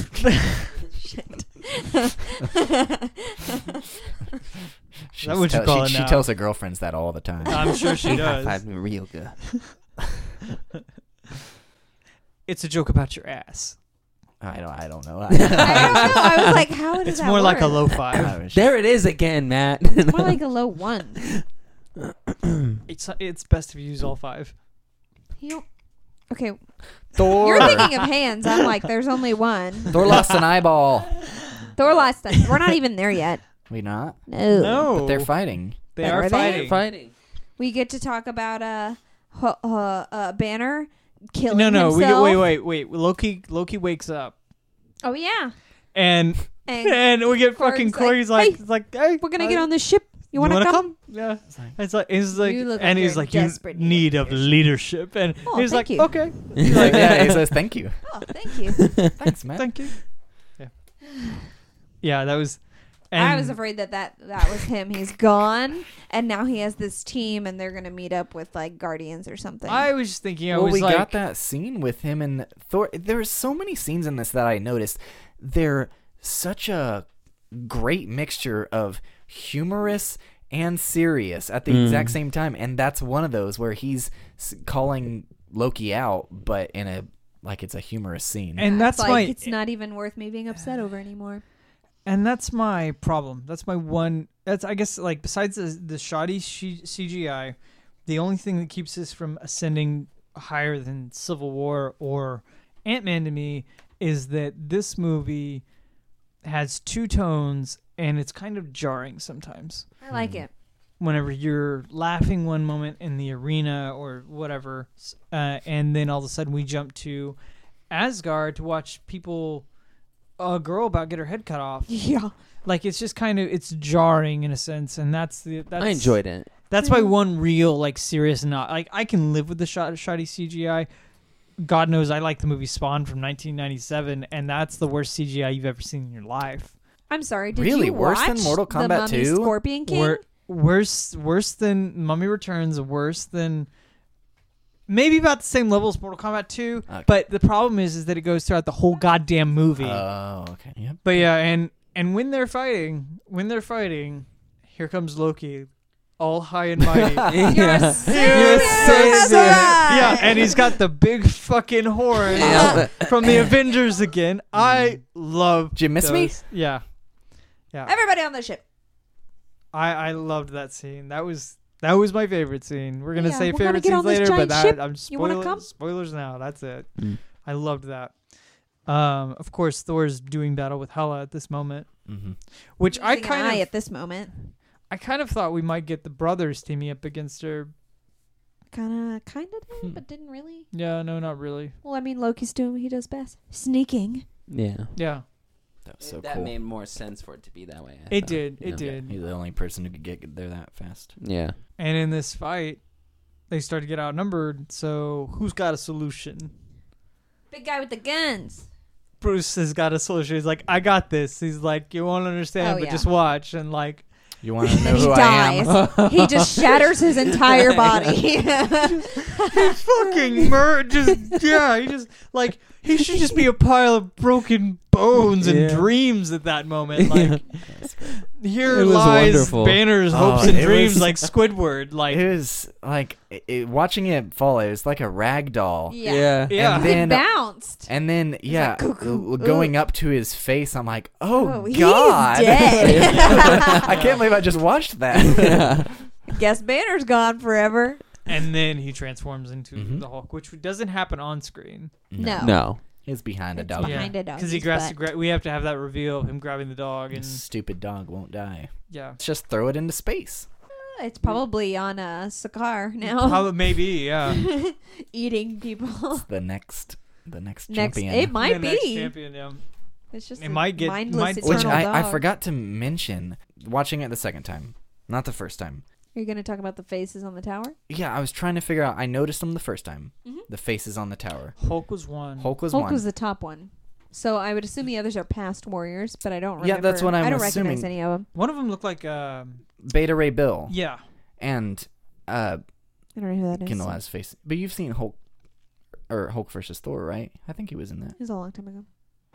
Speaker 2: Shit.
Speaker 1: She's
Speaker 3: that what you
Speaker 1: tell-
Speaker 3: call
Speaker 1: she,
Speaker 3: it
Speaker 1: she
Speaker 3: now. Uh,
Speaker 1: tells her girlfriends that all the time.
Speaker 3: I'm sure she does.
Speaker 4: high-fived me real good.
Speaker 3: It's a joke about your ass.
Speaker 1: I don't. I don't know.
Speaker 2: I don't know. I was like, how does
Speaker 3: It's
Speaker 2: that
Speaker 3: more like a
Speaker 2: work?
Speaker 3: low five.
Speaker 1: I was-
Speaker 4: There it is again, Matt.
Speaker 2: More like a low one.
Speaker 3: it's it's best if you use all five.
Speaker 2: You don't- okay,
Speaker 1: Thor.
Speaker 2: you're thinking of hands. I'm like, there's only one.
Speaker 1: Thor lost an eyeball.
Speaker 2: Thor lost us. We're not even there yet.
Speaker 1: We not.
Speaker 2: No.
Speaker 3: No,
Speaker 1: But they're fighting.
Speaker 3: They
Speaker 2: But are
Speaker 3: are
Speaker 2: they?
Speaker 3: fighting.
Speaker 4: Fighting.
Speaker 2: We get to talk about a uh, uh, uh, banner killing
Speaker 3: No, no. We
Speaker 2: himself.
Speaker 3: wait, wait, wait. Loki Loki wakes up
Speaker 2: Oh yeah.
Speaker 3: and
Speaker 2: And
Speaker 3: and we get
Speaker 2: Korg's
Speaker 3: fucking
Speaker 2: like,
Speaker 3: Corey's like,
Speaker 2: "Hey,
Speaker 3: it's like, hey,
Speaker 2: we're gonna
Speaker 3: uh,
Speaker 2: get on this ship. You want to
Speaker 3: wanna
Speaker 2: come?
Speaker 3: Yeah. It's like it's like,
Speaker 2: You look
Speaker 3: and
Speaker 2: like
Speaker 3: he's
Speaker 2: you're in
Speaker 3: like, you
Speaker 2: desperate
Speaker 3: need
Speaker 2: need of
Speaker 3: of leadership, and
Speaker 2: Oh,
Speaker 3: he's like,
Speaker 2: thank you.
Speaker 3: okay,
Speaker 1: He's like, yeah, he says thank you.
Speaker 2: Oh, thank you.
Speaker 1: Thanks, man.
Speaker 3: thank you. Yeah. Yeah, that was. And
Speaker 2: I was afraid that, that that was him. He's gone, and now he has this team, and they're gonna meet up with like guardians or something.
Speaker 3: I was just thinking. I
Speaker 1: well,
Speaker 3: was
Speaker 1: we
Speaker 3: like,
Speaker 1: got that scene with him and Thor. There are so many scenes in this that I noticed. They're such a great mixture of humorous and serious at the exact
Speaker 3: Mm.
Speaker 1: same time, and that's one of those where he's s- calling Loki out, but in a like it's a humorous scene.
Speaker 3: and that's
Speaker 2: like
Speaker 3: my
Speaker 2: it's not even worth me being upset over anymore.
Speaker 3: and that's my problem. That's my one. That's I guess like besides the, the shoddy sh- CGI, the only thing that keeps this from ascending higher than Civil War or Ant Man to me is that this movie has two tones and it's kind of jarring sometimes.
Speaker 2: I like it.
Speaker 3: Whenever you're laughing one moment in the arena or whatever, s- uh, and then all of a sudden we jump to Asgard to watch people, a girl about get her head cut off
Speaker 2: Yeah.
Speaker 3: like it's just kind of it's jarring in a sense and that's the that's
Speaker 4: I enjoyed it.
Speaker 3: that's my one real like serious not like i can live with the shot shoddy cgi god knows i like the movie spawn from 1997 and that's the worst cgi you've ever seen in your life
Speaker 2: I'm sorry. Did
Speaker 1: Really?
Speaker 2: you
Speaker 1: Worse than
Speaker 2: watch
Speaker 1: Mortal
Speaker 2: The
Speaker 1: Kombat
Speaker 2: Mummy
Speaker 1: 2?
Speaker 2: Scorpion King.
Speaker 3: Wor- worse worse than mummy returns worse than maybe about the same level as mortal kombat 2
Speaker 1: Okay.
Speaker 3: but the problem is is that it goes throughout the whole goddamn movie
Speaker 4: Uh,
Speaker 1: oh, okay. Yep.
Speaker 3: But yeah, and and when they're fighting, when they're fighting, here comes Loki, all high and mighty.
Speaker 2: You're
Speaker 4: Yeah.
Speaker 2: a serious
Speaker 4: serious.
Speaker 2: asshole.
Speaker 3: yeah, and he's got the big fucking horn
Speaker 4: Yeah.
Speaker 3: from the Avengers again. I love.
Speaker 1: Did you miss me?
Speaker 3: those. Yeah, yeah.
Speaker 2: everybody on the ship.
Speaker 3: I I loved that scene. That was. That was my favorite scene. We're gonna
Speaker 2: Yeah,
Speaker 3: say
Speaker 2: we're gonna
Speaker 3: favorite
Speaker 2: get
Speaker 3: scenes
Speaker 2: on this
Speaker 3: later,
Speaker 2: giant
Speaker 3: but that,
Speaker 2: ship.
Speaker 3: I'm
Speaker 2: You wanna
Speaker 3: spoiling
Speaker 2: come?
Speaker 3: spoilers now. That's it.
Speaker 4: Mm.
Speaker 3: I loved that. Um, of course, Thor's doing battle with Hela at this moment,
Speaker 1: Mm-hmm.
Speaker 3: which I
Speaker 2: Using an
Speaker 3: kind
Speaker 2: eye
Speaker 3: of
Speaker 2: at this moment.
Speaker 3: I kind of thought we might get the brothers teaming up against her.
Speaker 2: Kind of, kind of
Speaker 1: Hmm.
Speaker 2: did, but didn't really.
Speaker 3: Yeah, no, not really.
Speaker 2: Well, I mean, Loki's doing what he does best: sneaking.
Speaker 4: Yeah.
Speaker 3: Yeah,
Speaker 1: That was so
Speaker 4: that
Speaker 1: cool.
Speaker 4: made more sense for it to be that way. I
Speaker 3: it
Speaker 4: thought.
Speaker 3: did. It
Speaker 4: Uh, Yeah.
Speaker 3: did.
Speaker 1: He's the only person who could get there that fast.
Speaker 4: Yeah.
Speaker 3: And in this fight, they start to get outnumbered. So who's got a solution?
Speaker 2: Big guy with the guns.
Speaker 3: Bruce has got a solution. He's like, I got this. He's like, you won't understand,
Speaker 2: Oh,
Speaker 3: but
Speaker 2: yeah.
Speaker 3: just watch. And like,
Speaker 1: You want to know
Speaker 2: And he
Speaker 1: who I am?
Speaker 2: dies. he just shatters his entire body.
Speaker 3: fucking murder. Just yeah, he just like he should just be a pile of broken bones and
Speaker 4: Yeah.
Speaker 3: dreams at that moment. Like here
Speaker 4: It was
Speaker 3: lies
Speaker 4: wonderful.
Speaker 3: banners,
Speaker 1: Oh,
Speaker 3: hopes, and
Speaker 1: it
Speaker 3: dreams,
Speaker 1: was-
Speaker 3: like Squidward. Like
Speaker 1: It was like it, it- watching it fall. It was like a rag doll.
Speaker 2: yeah.
Speaker 3: yeah.
Speaker 1: And
Speaker 2: He
Speaker 1: then- uh,
Speaker 2: bounced.
Speaker 1: And then yeah,
Speaker 2: like, cuckoo,
Speaker 1: uh, going up to his face, I'm like, oh,
Speaker 2: he's
Speaker 1: god,
Speaker 2: dead.
Speaker 1: I can't believe I just watched that.
Speaker 2: Guess Banner's gone forever.
Speaker 3: and then he transforms into
Speaker 1: Mhm.
Speaker 3: the Hulk, which doesn't happen on screen.
Speaker 2: No.
Speaker 4: No.
Speaker 1: It's behind a
Speaker 2: It's
Speaker 1: dog.
Speaker 2: behind a dog.
Speaker 3: because he grabs. The gra- we have to have that reveal of him grabbing the dog, and
Speaker 1: Stupid dog won't die.
Speaker 3: yeah,
Speaker 1: Let's just throw it into space.
Speaker 2: It's probably on a Sakar now,
Speaker 3: Probably- maybe yeah.
Speaker 2: eating people.
Speaker 1: The next, the next,
Speaker 2: Next,
Speaker 1: champion.
Speaker 2: it might
Speaker 3: The next
Speaker 2: be.
Speaker 3: champion. Yeah.
Speaker 2: It's just
Speaker 3: It
Speaker 2: a
Speaker 3: might get-
Speaker 2: mindless
Speaker 3: might-
Speaker 2: eternal
Speaker 1: which I, I
Speaker 2: dog.
Speaker 1: forgot to mention watching it the second time, not the first time.
Speaker 2: Are you going to talk about the faces on the tower?
Speaker 1: Yeah, I was trying to figure out. I noticed them the first time.
Speaker 2: Mhm.
Speaker 1: The faces on the tower.
Speaker 3: Hulk was one.
Speaker 1: Hulk was
Speaker 2: Hulk
Speaker 1: one.
Speaker 2: was the top one. So I would assume the others are past warriors, but I don't remember.
Speaker 1: Yeah, that's what I'm
Speaker 2: I don't recognize
Speaker 1: assuming.
Speaker 2: any of them.
Speaker 3: One of them looked like um,
Speaker 1: Beta Ray Bill
Speaker 3: yeah.
Speaker 1: and uh,
Speaker 2: I don't know who that is.
Speaker 1: Kendall has face. But you've seen Hulk or Hulk versus Thor, right? I think he was in that.
Speaker 2: It was a long time ago.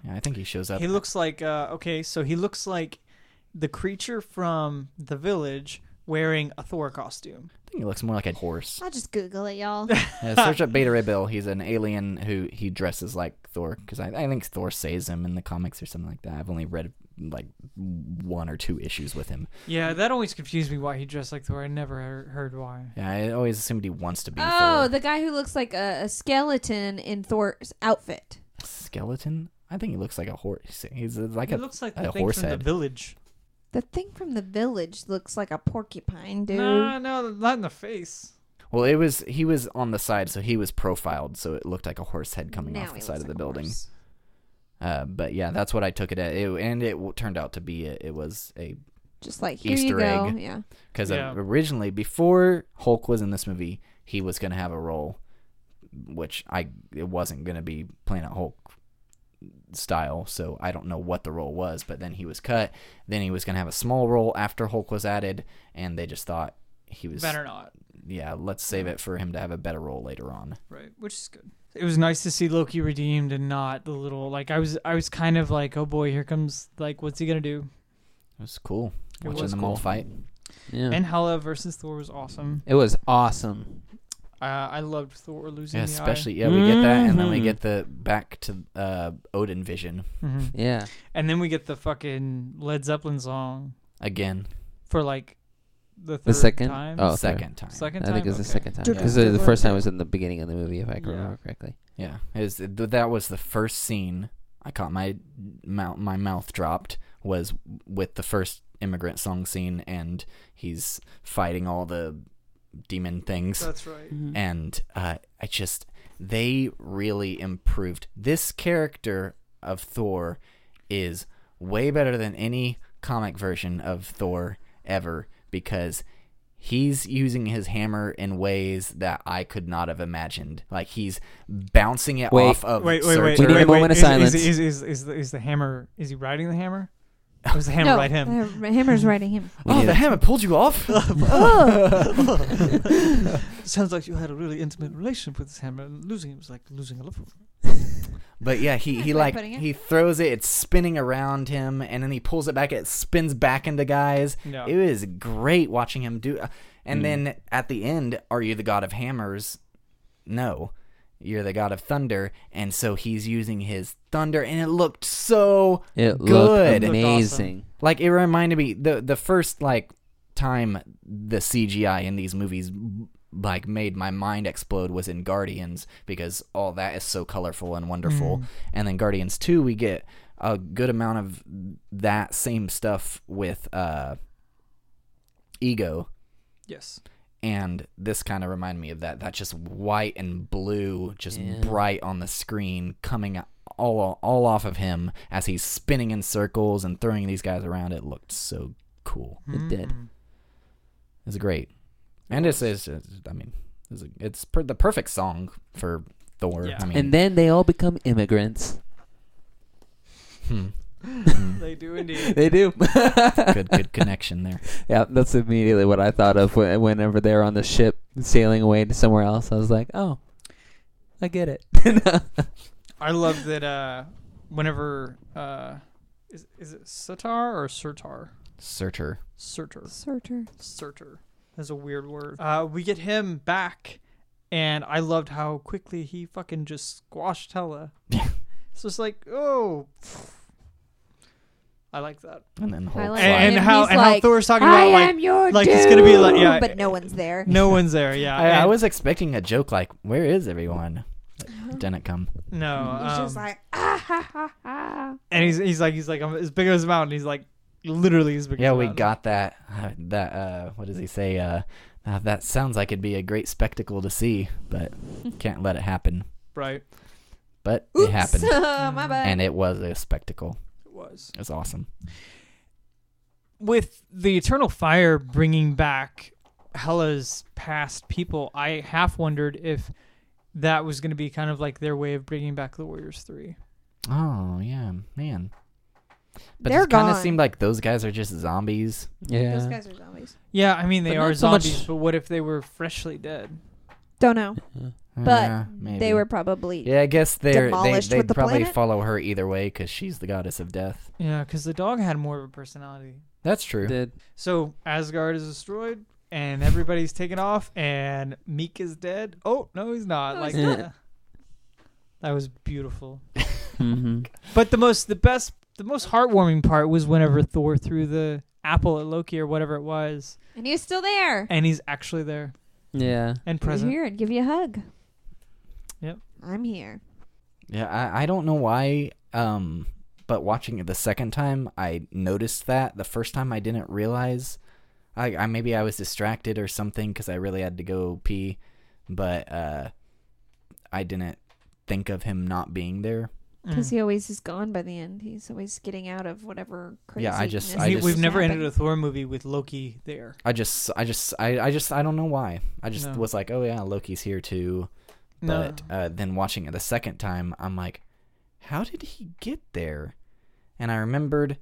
Speaker 1: Yeah, I think he shows up.
Speaker 3: He looks like uh, okay, so he looks like the creature from the village wearing a Thor costume.
Speaker 1: I think he looks more like a horse.
Speaker 2: I'll just Google it, y'all.
Speaker 1: Yeah, search up Beta Ray Bill. He's an alien who he dresses like Thor because I, I think Thor saves him in the comics or something like that. I've only read like one or two issues with him.
Speaker 3: Yeah, that always confused me why he dressed like Thor. I never heard, heard why.
Speaker 1: Yeah, I always assumed he wants to be
Speaker 2: oh,
Speaker 1: Thor.
Speaker 2: the guy who looks like a, a skeleton in Thor's outfit.
Speaker 1: Skeleton? I think he looks like a horse. He's uh, like
Speaker 3: He
Speaker 1: a.
Speaker 3: looks like
Speaker 1: a
Speaker 3: the thing
Speaker 1: horse
Speaker 3: from
Speaker 1: head.
Speaker 3: the village.
Speaker 2: The thing from the village looks like a porcupine, dude.
Speaker 3: No, no, not in the face.
Speaker 1: Well, it was he was on the side, so he was profiled, so it looked like a horse head coming
Speaker 2: Now
Speaker 1: off the
Speaker 2: he
Speaker 1: side
Speaker 2: looks
Speaker 1: of the
Speaker 2: like a
Speaker 1: building.
Speaker 2: horse.
Speaker 1: Uh, but yeah, that's what I took it at, it, and it w- turned out to be it, it was a
Speaker 2: Just like here
Speaker 1: Easter
Speaker 2: you go.
Speaker 1: egg.
Speaker 2: Yeah.
Speaker 1: because
Speaker 3: Yeah.
Speaker 1: originally before Hulk was in this movie, he was gonna have a role, which I it wasn't gonna be Planet Hulk style, so I don't know what the role was. But then he was cut. Then he was gonna have a small role after Hulk was added, and they just thought he was
Speaker 3: Better not.
Speaker 1: yeah. Let's save it for him to have a better role later on.
Speaker 3: Right, which is good. It was nice to see Loki redeemed and not the little like I was I was kind of like, oh boy, here comes like what's he gonna do?
Speaker 1: It was cool
Speaker 3: It
Speaker 1: watching
Speaker 3: was
Speaker 1: them all
Speaker 3: cool.
Speaker 1: fight.
Speaker 4: Yeah.
Speaker 3: And Hela versus Thor was awesome.
Speaker 4: it was awesome.
Speaker 3: Uh, I loved Thor losing
Speaker 1: Yeah,
Speaker 3: the eye. Mm-hmm.
Speaker 1: especially yeah, we get that, and then we
Speaker 4: Mhm.
Speaker 1: get the back to uh, Odin vision
Speaker 3: Mhm.
Speaker 4: Yeah.
Speaker 3: And then we get the fucking Led Zeppelin song
Speaker 1: again,
Speaker 3: for like the third
Speaker 4: The second.
Speaker 3: time.
Speaker 4: Oh, okay.
Speaker 1: second time.
Speaker 3: second
Speaker 4: I
Speaker 3: time.
Speaker 4: think it's the
Speaker 3: Okay.
Speaker 4: second time.
Speaker 2: Yeah.
Speaker 4: Because the first time was in the beginning of the movie, if I can
Speaker 3: Yeah.
Speaker 4: remember correctly.
Speaker 1: Yeah, it was, th- that was the first scene I caught my mouth my mouth dropped was with the first immigrant song scene, and he's fighting all the demon things,
Speaker 3: That's right.
Speaker 1: and uh, I just they really improved this character of Thor is way better than any comic version of Thor ever because he's using his hammer in ways that I could not have imagined. Like he's bouncing it
Speaker 4: Wait.
Speaker 1: off of
Speaker 3: Wait, wait, wait.
Speaker 4: We need a
Speaker 3: wait, wait.
Speaker 4: moment of
Speaker 3: Is- is-
Speaker 4: silence.
Speaker 3: Is, is, is, the, is the hammer? Is he riding the hammer? Or was the hammer
Speaker 2: no,
Speaker 3: right him?
Speaker 2: the hammer's riding him.
Speaker 4: We
Speaker 1: Oh,
Speaker 4: need
Speaker 1: the
Speaker 4: a-
Speaker 1: hammer pulled you off.
Speaker 3: Sounds like you had a really intimate relationship with this hammer, and losing it was like losing a loved one.
Speaker 1: But yeah, he, he like
Speaker 2: That's like putting it.
Speaker 1: he throws it. It's spinning around him, and then he pulls it back. It spins back into guys.
Speaker 3: Yeah.
Speaker 1: It was great watching him do. uh, And
Speaker 4: Mm.
Speaker 1: then at the end, are you the god of hammers? No, you're the god of thunder. And so he's using his thunder, and it looked so
Speaker 4: It
Speaker 1: Good.
Speaker 4: looked amazing.
Speaker 1: Like it reminded me the the first like time the CGI in these movies like made my mind explode was in Guardians because all that is so colorful and
Speaker 3: Hmm. Mm.
Speaker 1: wonderful. And then Guardians 2 we get a good amount of that same stuff with uh ego
Speaker 3: Yes.
Speaker 1: and this kind of reminded me of that that just white and blue just
Speaker 4: Yeah.
Speaker 1: bright on the screen coming all all off of him as he's spinning in circles and throwing these guys around it looked so cool
Speaker 4: It did.
Speaker 3: Mhm.
Speaker 1: it's great and it's, it's, it's- i mean it's, it's per, the perfect song for thor
Speaker 3: Yeah.
Speaker 1: i mean
Speaker 4: And then they all become immigrants.
Speaker 1: hmm. Hmm.
Speaker 3: They do indeed.
Speaker 4: They do.
Speaker 1: good good connection there
Speaker 4: Yeah, that's immediately what I thought of when- whenever they're on the ship sailing away to somewhere else. I was like, oh, I get it.
Speaker 3: I love that. Uh, whenever uh, is is it Sitar or Surtar?
Speaker 1: surtur
Speaker 3: Surtur.
Speaker 2: Surtur.
Speaker 3: Surtur. That's a weird word. Uh, we get him back, and I loved how quickly he fucking just squashed Hella.
Speaker 1: Yeah.
Speaker 3: so it's like, oh. I I like that.
Speaker 1: And then the whole
Speaker 2: I like
Speaker 3: And,
Speaker 2: it.
Speaker 3: and how
Speaker 2: He's
Speaker 3: and how
Speaker 2: like,
Speaker 3: Thor's talking
Speaker 2: I
Speaker 3: about like
Speaker 2: am your
Speaker 3: like
Speaker 2: dude.
Speaker 3: it's gonna be like- yeah.
Speaker 2: but no one's there.
Speaker 3: no one's there. Yeah,
Speaker 1: I, I
Speaker 3: and-
Speaker 1: was expecting a joke like, "Where is everyone?" It didn't come.
Speaker 3: no.
Speaker 2: He's just
Speaker 3: um,
Speaker 2: like ah ha ha ha.
Speaker 3: and he's he's like he's like I'm as big as a mountain. He's like literally as big.
Speaker 1: Yeah,
Speaker 3: as a
Speaker 1: we
Speaker 3: mountain.
Speaker 1: got that. Uh, that uh, what does he say? Uh, uh, that sounds like it'd be a great spectacle to see, but can't let it happen.
Speaker 3: right.
Speaker 1: But
Speaker 2: Oops,
Speaker 1: it happened,
Speaker 2: my bad.
Speaker 1: and it was a spectacle.
Speaker 3: It was
Speaker 1: It was awesome.
Speaker 3: with the eternal fire bringing back Hella's past people. I half wondered if that was going to be kind of like their way of bringing back the Warriors Three.
Speaker 1: Oh yeah, man. But
Speaker 2: They're
Speaker 1: it kind
Speaker 2: gone.
Speaker 1: of seemed like those guys are just zombies.
Speaker 4: Yeah.
Speaker 2: Those guys are zombies.
Speaker 3: Yeah, I mean they
Speaker 4: But
Speaker 3: are
Speaker 4: not so much-
Speaker 3: zombies, but what if they were freshly dead?
Speaker 2: Don't know, but
Speaker 1: Uh, Yeah, maybe.
Speaker 2: they were probably
Speaker 1: Yeah, I guess they're they
Speaker 2: demolished
Speaker 1: they
Speaker 2: with the
Speaker 1: probably
Speaker 2: planet?
Speaker 1: follow her either way because she's the goddess of death.
Speaker 3: Yeah, because the dog had more of a personality.
Speaker 1: That's true.
Speaker 4: Did-
Speaker 3: So Asgard is destroyed and everybody's taken off and Meek is dead. Oh no, he's not.
Speaker 2: No,
Speaker 3: like
Speaker 2: he's
Speaker 4: not.
Speaker 3: uh, that was beautiful.
Speaker 4: Mhm.
Speaker 3: But the most the best the most heartwarming part was whenever Thor threw the apple at Loki or whatever it was,
Speaker 2: and he's still there.
Speaker 3: and he's actually there
Speaker 4: Yeah.
Speaker 3: and
Speaker 2: He's
Speaker 3: present.
Speaker 2: here and give you a hug.
Speaker 3: Yep.
Speaker 2: I'm here.
Speaker 1: Yeah, I, I don't know why, um, but watching it the second time, I noticed that. The first time, I didn't realize. I, I maybe I was distracted or something because I really had to go pee, but uh, I didn't think of him not being there.
Speaker 2: Because
Speaker 3: Mm.
Speaker 2: he always is gone by the end. He's always getting out of whatever crazy.
Speaker 1: Yeah, I just- I
Speaker 3: We-
Speaker 1: just-
Speaker 3: we've never ended
Speaker 2: happened.
Speaker 3: a Thor movie with Loki there.
Speaker 1: I just, I just, I, I just, I don't know why. I just
Speaker 3: No.
Speaker 1: was like, oh yeah, Loki's here too.
Speaker 3: No.
Speaker 1: But uh, then watching it the second time, I'm like, how did he get there? And I remembered,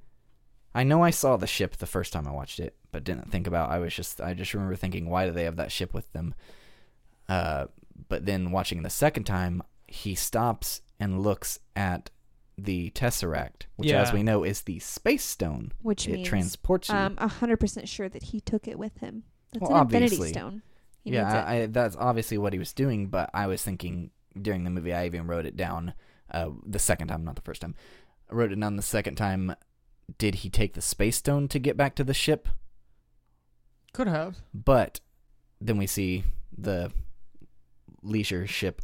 Speaker 1: I know I saw the ship the first time I watched it, but didn't think about. I was just, I just remember thinking, why do they have that ship with them? Uh, but then watching the second time, he stops and looks at the tesseract, which, as
Speaker 3: Yeah.
Speaker 1: we know, is the space stone.
Speaker 2: which
Speaker 1: it
Speaker 2: means
Speaker 1: transports you.
Speaker 2: I'm hundred percent sure that he took it with him. That's
Speaker 1: Well,
Speaker 2: an Infinity
Speaker 1: obviously.
Speaker 2: Stone. He needs
Speaker 1: yeah,
Speaker 2: it.
Speaker 1: I, I, that's obviously what he was doing, but I was thinking during the movie, I even wrote it down uh, the second time, not the first time. I wrote it down the second time. Did he take the space stone to get back to the ship?
Speaker 3: Could have.
Speaker 1: But then we see the leisure ship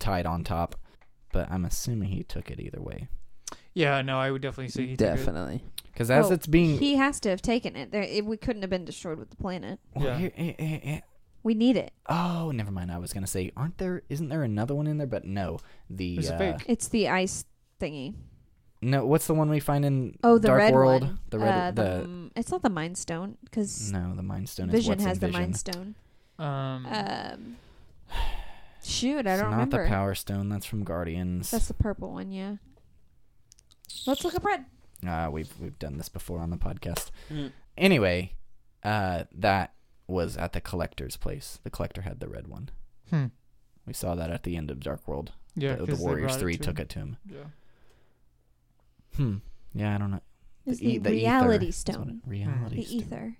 Speaker 1: tied on top. But I'm assuming he took it either way.
Speaker 3: Yeah, no, I would definitely say he took it.
Speaker 4: Definitely.
Speaker 1: Because as
Speaker 2: Oh,
Speaker 1: it's being.
Speaker 2: he has to have taken it. There, it. We couldn't have been destroyed with the planet.
Speaker 1: Well,
Speaker 3: Yeah.
Speaker 1: here- eh, eh, eh.
Speaker 2: We need it.
Speaker 1: oh, never mind. I was going to say, aren't there. Isn't there another one in there? But no. The.
Speaker 3: It's a
Speaker 1: uh,
Speaker 3: fake.
Speaker 2: It's the ice thingy.
Speaker 1: No, what's the one we find in
Speaker 2: Oh, the
Speaker 1: Dark
Speaker 2: red
Speaker 1: World?
Speaker 2: one.
Speaker 1: The red,
Speaker 2: Uh,
Speaker 1: the,
Speaker 2: mm, it's not the Mind Stone because
Speaker 1: no, the Mind Stone. is
Speaker 2: Vision
Speaker 1: what's
Speaker 2: has
Speaker 1: in
Speaker 2: the
Speaker 1: Vision.
Speaker 2: Mind Stone.
Speaker 3: Um,
Speaker 2: Um, shoot, I
Speaker 1: it's
Speaker 2: don't
Speaker 1: not
Speaker 2: remember.
Speaker 1: the Power Stone. That's from Guardians.
Speaker 2: That's the purple one. Yeah. Let's look up red.
Speaker 1: Uh, we've we've done this before on the podcast.
Speaker 3: Hmm.
Speaker 1: Anyway, uh, that was at the Collector's place. The Collector had the red one.
Speaker 3: hmm.
Speaker 1: We saw that at the end of Dark World.
Speaker 3: Yeah,
Speaker 1: the, the
Speaker 3: 'cause they
Speaker 1: Warriors
Speaker 3: brought
Speaker 1: Three
Speaker 3: to
Speaker 1: took
Speaker 3: him.
Speaker 1: it to him.
Speaker 3: Yeah.
Speaker 1: Hmm. Yeah, I don't know.
Speaker 2: It's
Speaker 1: e-
Speaker 2: the,
Speaker 1: the ether.
Speaker 2: reality
Speaker 1: That's what it-
Speaker 2: stone.
Speaker 1: Reality.
Speaker 2: The
Speaker 1: stone.
Speaker 2: ether.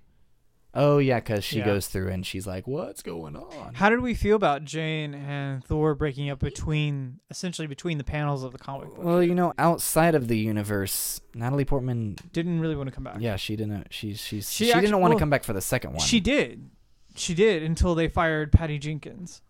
Speaker 1: Oh yeah, because she
Speaker 3: Yeah.
Speaker 1: goes through and she's like, "What's going on?"
Speaker 3: How did we feel about Jane and Thor breaking up between, essentially between the panels of the comic book?
Speaker 1: Well, you know, outside of the universe, Natalie Portman
Speaker 3: Didn't really want to come back.
Speaker 1: Yeah, she didn't. She she's, she
Speaker 3: She
Speaker 1: didn't
Speaker 3: actu-
Speaker 1: want to
Speaker 3: well,
Speaker 1: come back for the second one.
Speaker 3: She did. She did until they fired Patty Jenkins,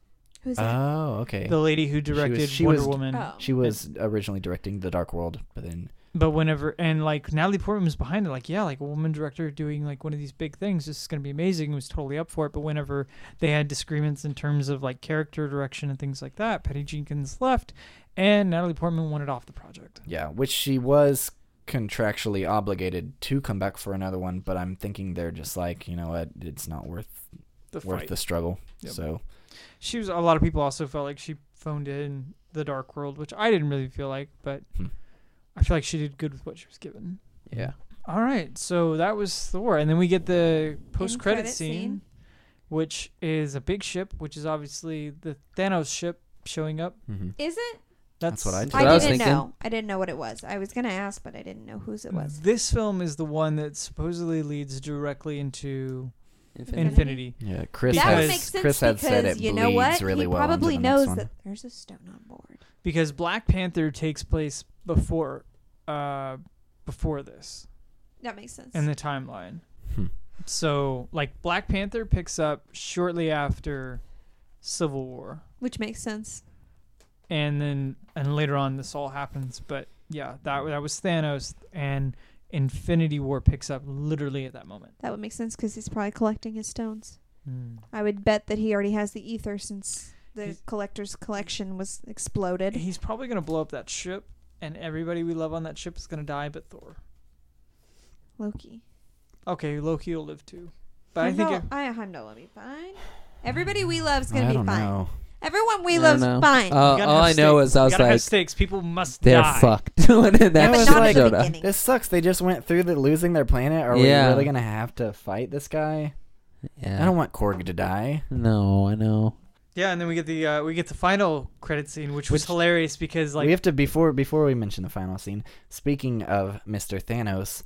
Speaker 2: Who's that?
Speaker 1: Oh, okay.
Speaker 3: the lady who
Speaker 1: was-
Speaker 3: directed
Speaker 1: she
Speaker 3: Wonder
Speaker 1: was-
Speaker 3: Woman.
Speaker 2: Oh.
Speaker 1: Um, she was originally directing The Dark World, but then
Speaker 3: But whenever and like Natalie Portman was behind it, like yeah, like a woman director doing like one of these big things, this is gonna be amazing. Was totally up for it. But whenever they had disagreements in terms of like character direction and things like that, Patty Jenkins left, and Natalie Portman wanted off the project.
Speaker 1: yeah, which she was contractually obligated to come back for another one. But I'm thinking they're just like, you know what, it's not worth
Speaker 3: The
Speaker 1: worth the struggle.
Speaker 3: Yep.
Speaker 1: So
Speaker 3: she was a lot of people also felt like she phoned in the dark world which i didn't really feel like but
Speaker 1: Hmm.
Speaker 3: i feel like she did good with what she was given
Speaker 1: yeah,
Speaker 3: all right so that was thor and then we get the post-credit
Speaker 2: End-credit
Speaker 3: scene,
Speaker 2: scene.
Speaker 3: which is a big ship which is obviously the thanos ship showing up
Speaker 1: mm-hmm.
Speaker 2: Is it?
Speaker 1: That's
Speaker 3: that's,
Speaker 1: what I
Speaker 4: what
Speaker 2: I,
Speaker 4: I was
Speaker 2: didn't
Speaker 4: thinking.
Speaker 2: know. I didn't know what it was. I was gonna ask, but I didn't know whose it was.
Speaker 3: this film is the one that supposedly leads directly into
Speaker 4: Infinity.
Speaker 3: infinity,
Speaker 2: Infinity.
Speaker 1: yeah. Chris
Speaker 3: That
Speaker 2: that would
Speaker 1: has
Speaker 3: because-
Speaker 2: make sense
Speaker 1: Chris had
Speaker 2: because
Speaker 1: said it
Speaker 2: you
Speaker 1: bleeds
Speaker 2: know what?
Speaker 1: really
Speaker 2: he
Speaker 1: well. into
Speaker 2: probably
Speaker 1: the next
Speaker 2: knows
Speaker 1: one.
Speaker 2: that there's a stone on board.
Speaker 3: because black panther takes place before uh before this
Speaker 2: That makes sense.
Speaker 3: in the timeline.
Speaker 1: Hmm.
Speaker 3: So, like, Black Panther picks up shortly after Civil War,
Speaker 2: Which makes sense.
Speaker 3: and then and later on this all happens. But yeah, that that was Thanos, and Infinity War picks up literally at that moment.
Speaker 2: That would make sense because he's probably collecting his stones.
Speaker 3: Hmm.
Speaker 2: I would bet that he already has the ether since the
Speaker 3: He's-
Speaker 2: collector's collection was exploded.
Speaker 3: He's probably gonna blow up that ship, and everybody we love on that ship is gonna die, but Thor.
Speaker 2: Loki.
Speaker 3: Okay, Loki will live too. But I think
Speaker 2: Heimdall-
Speaker 3: it,
Speaker 2: I Heimdall will be fine. Everybody we love is
Speaker 1: I
Speaker 2: gonna be
Speaker 1: don't
Speaker 2: fine.
Speaker 1: know.
Speaker 2: Everyone we
Speaker 4: I
Speaker 2: love's
Speaker 4: don't know.
Speaker 2: fine.
Speaker 4: Uh,
Speaker 3: gotta
Speaker 4: all
Speaker 3: have
Speaker 4: I know
Speaker 3: stakes.
Speaker 4: is I
Speaker 3: You
Speaker 4: was
Speaker 3: gotta have
Speaker 4: like,
Speaker 3: stakes. People must
Speaker 4: they're
Speaker 3: die.
Speaker 4: fucked when that
Speaker 1: Yeah,
Speaker 2: but
Speaker 1: was
Speaker 4: ship
Speaker 2: not
Speaker 1: like-
Speaker 2: at
Speaker 4: showed
Speaker 2: the
Speaker 4: up.
Speaker 2: beginning.
Speaker 1: This sucks. They just went through the losing their planet. Are
Speaker 4: Yeah.
Speaker 1: we really gonna have to fight this guy?
Speaker 4: Yeah.
Speaker 1: I don't want Korg to die.
Speaker 4: No, I know.
Speaker 3: Yeah, and then we get the uh, we get the final credit scene, which, was
Speaker 1: Which-
Speaker 3: hilarious because like
Speaker 1: we have to before before we mention the final scene. Speaking of Mr. Thanos,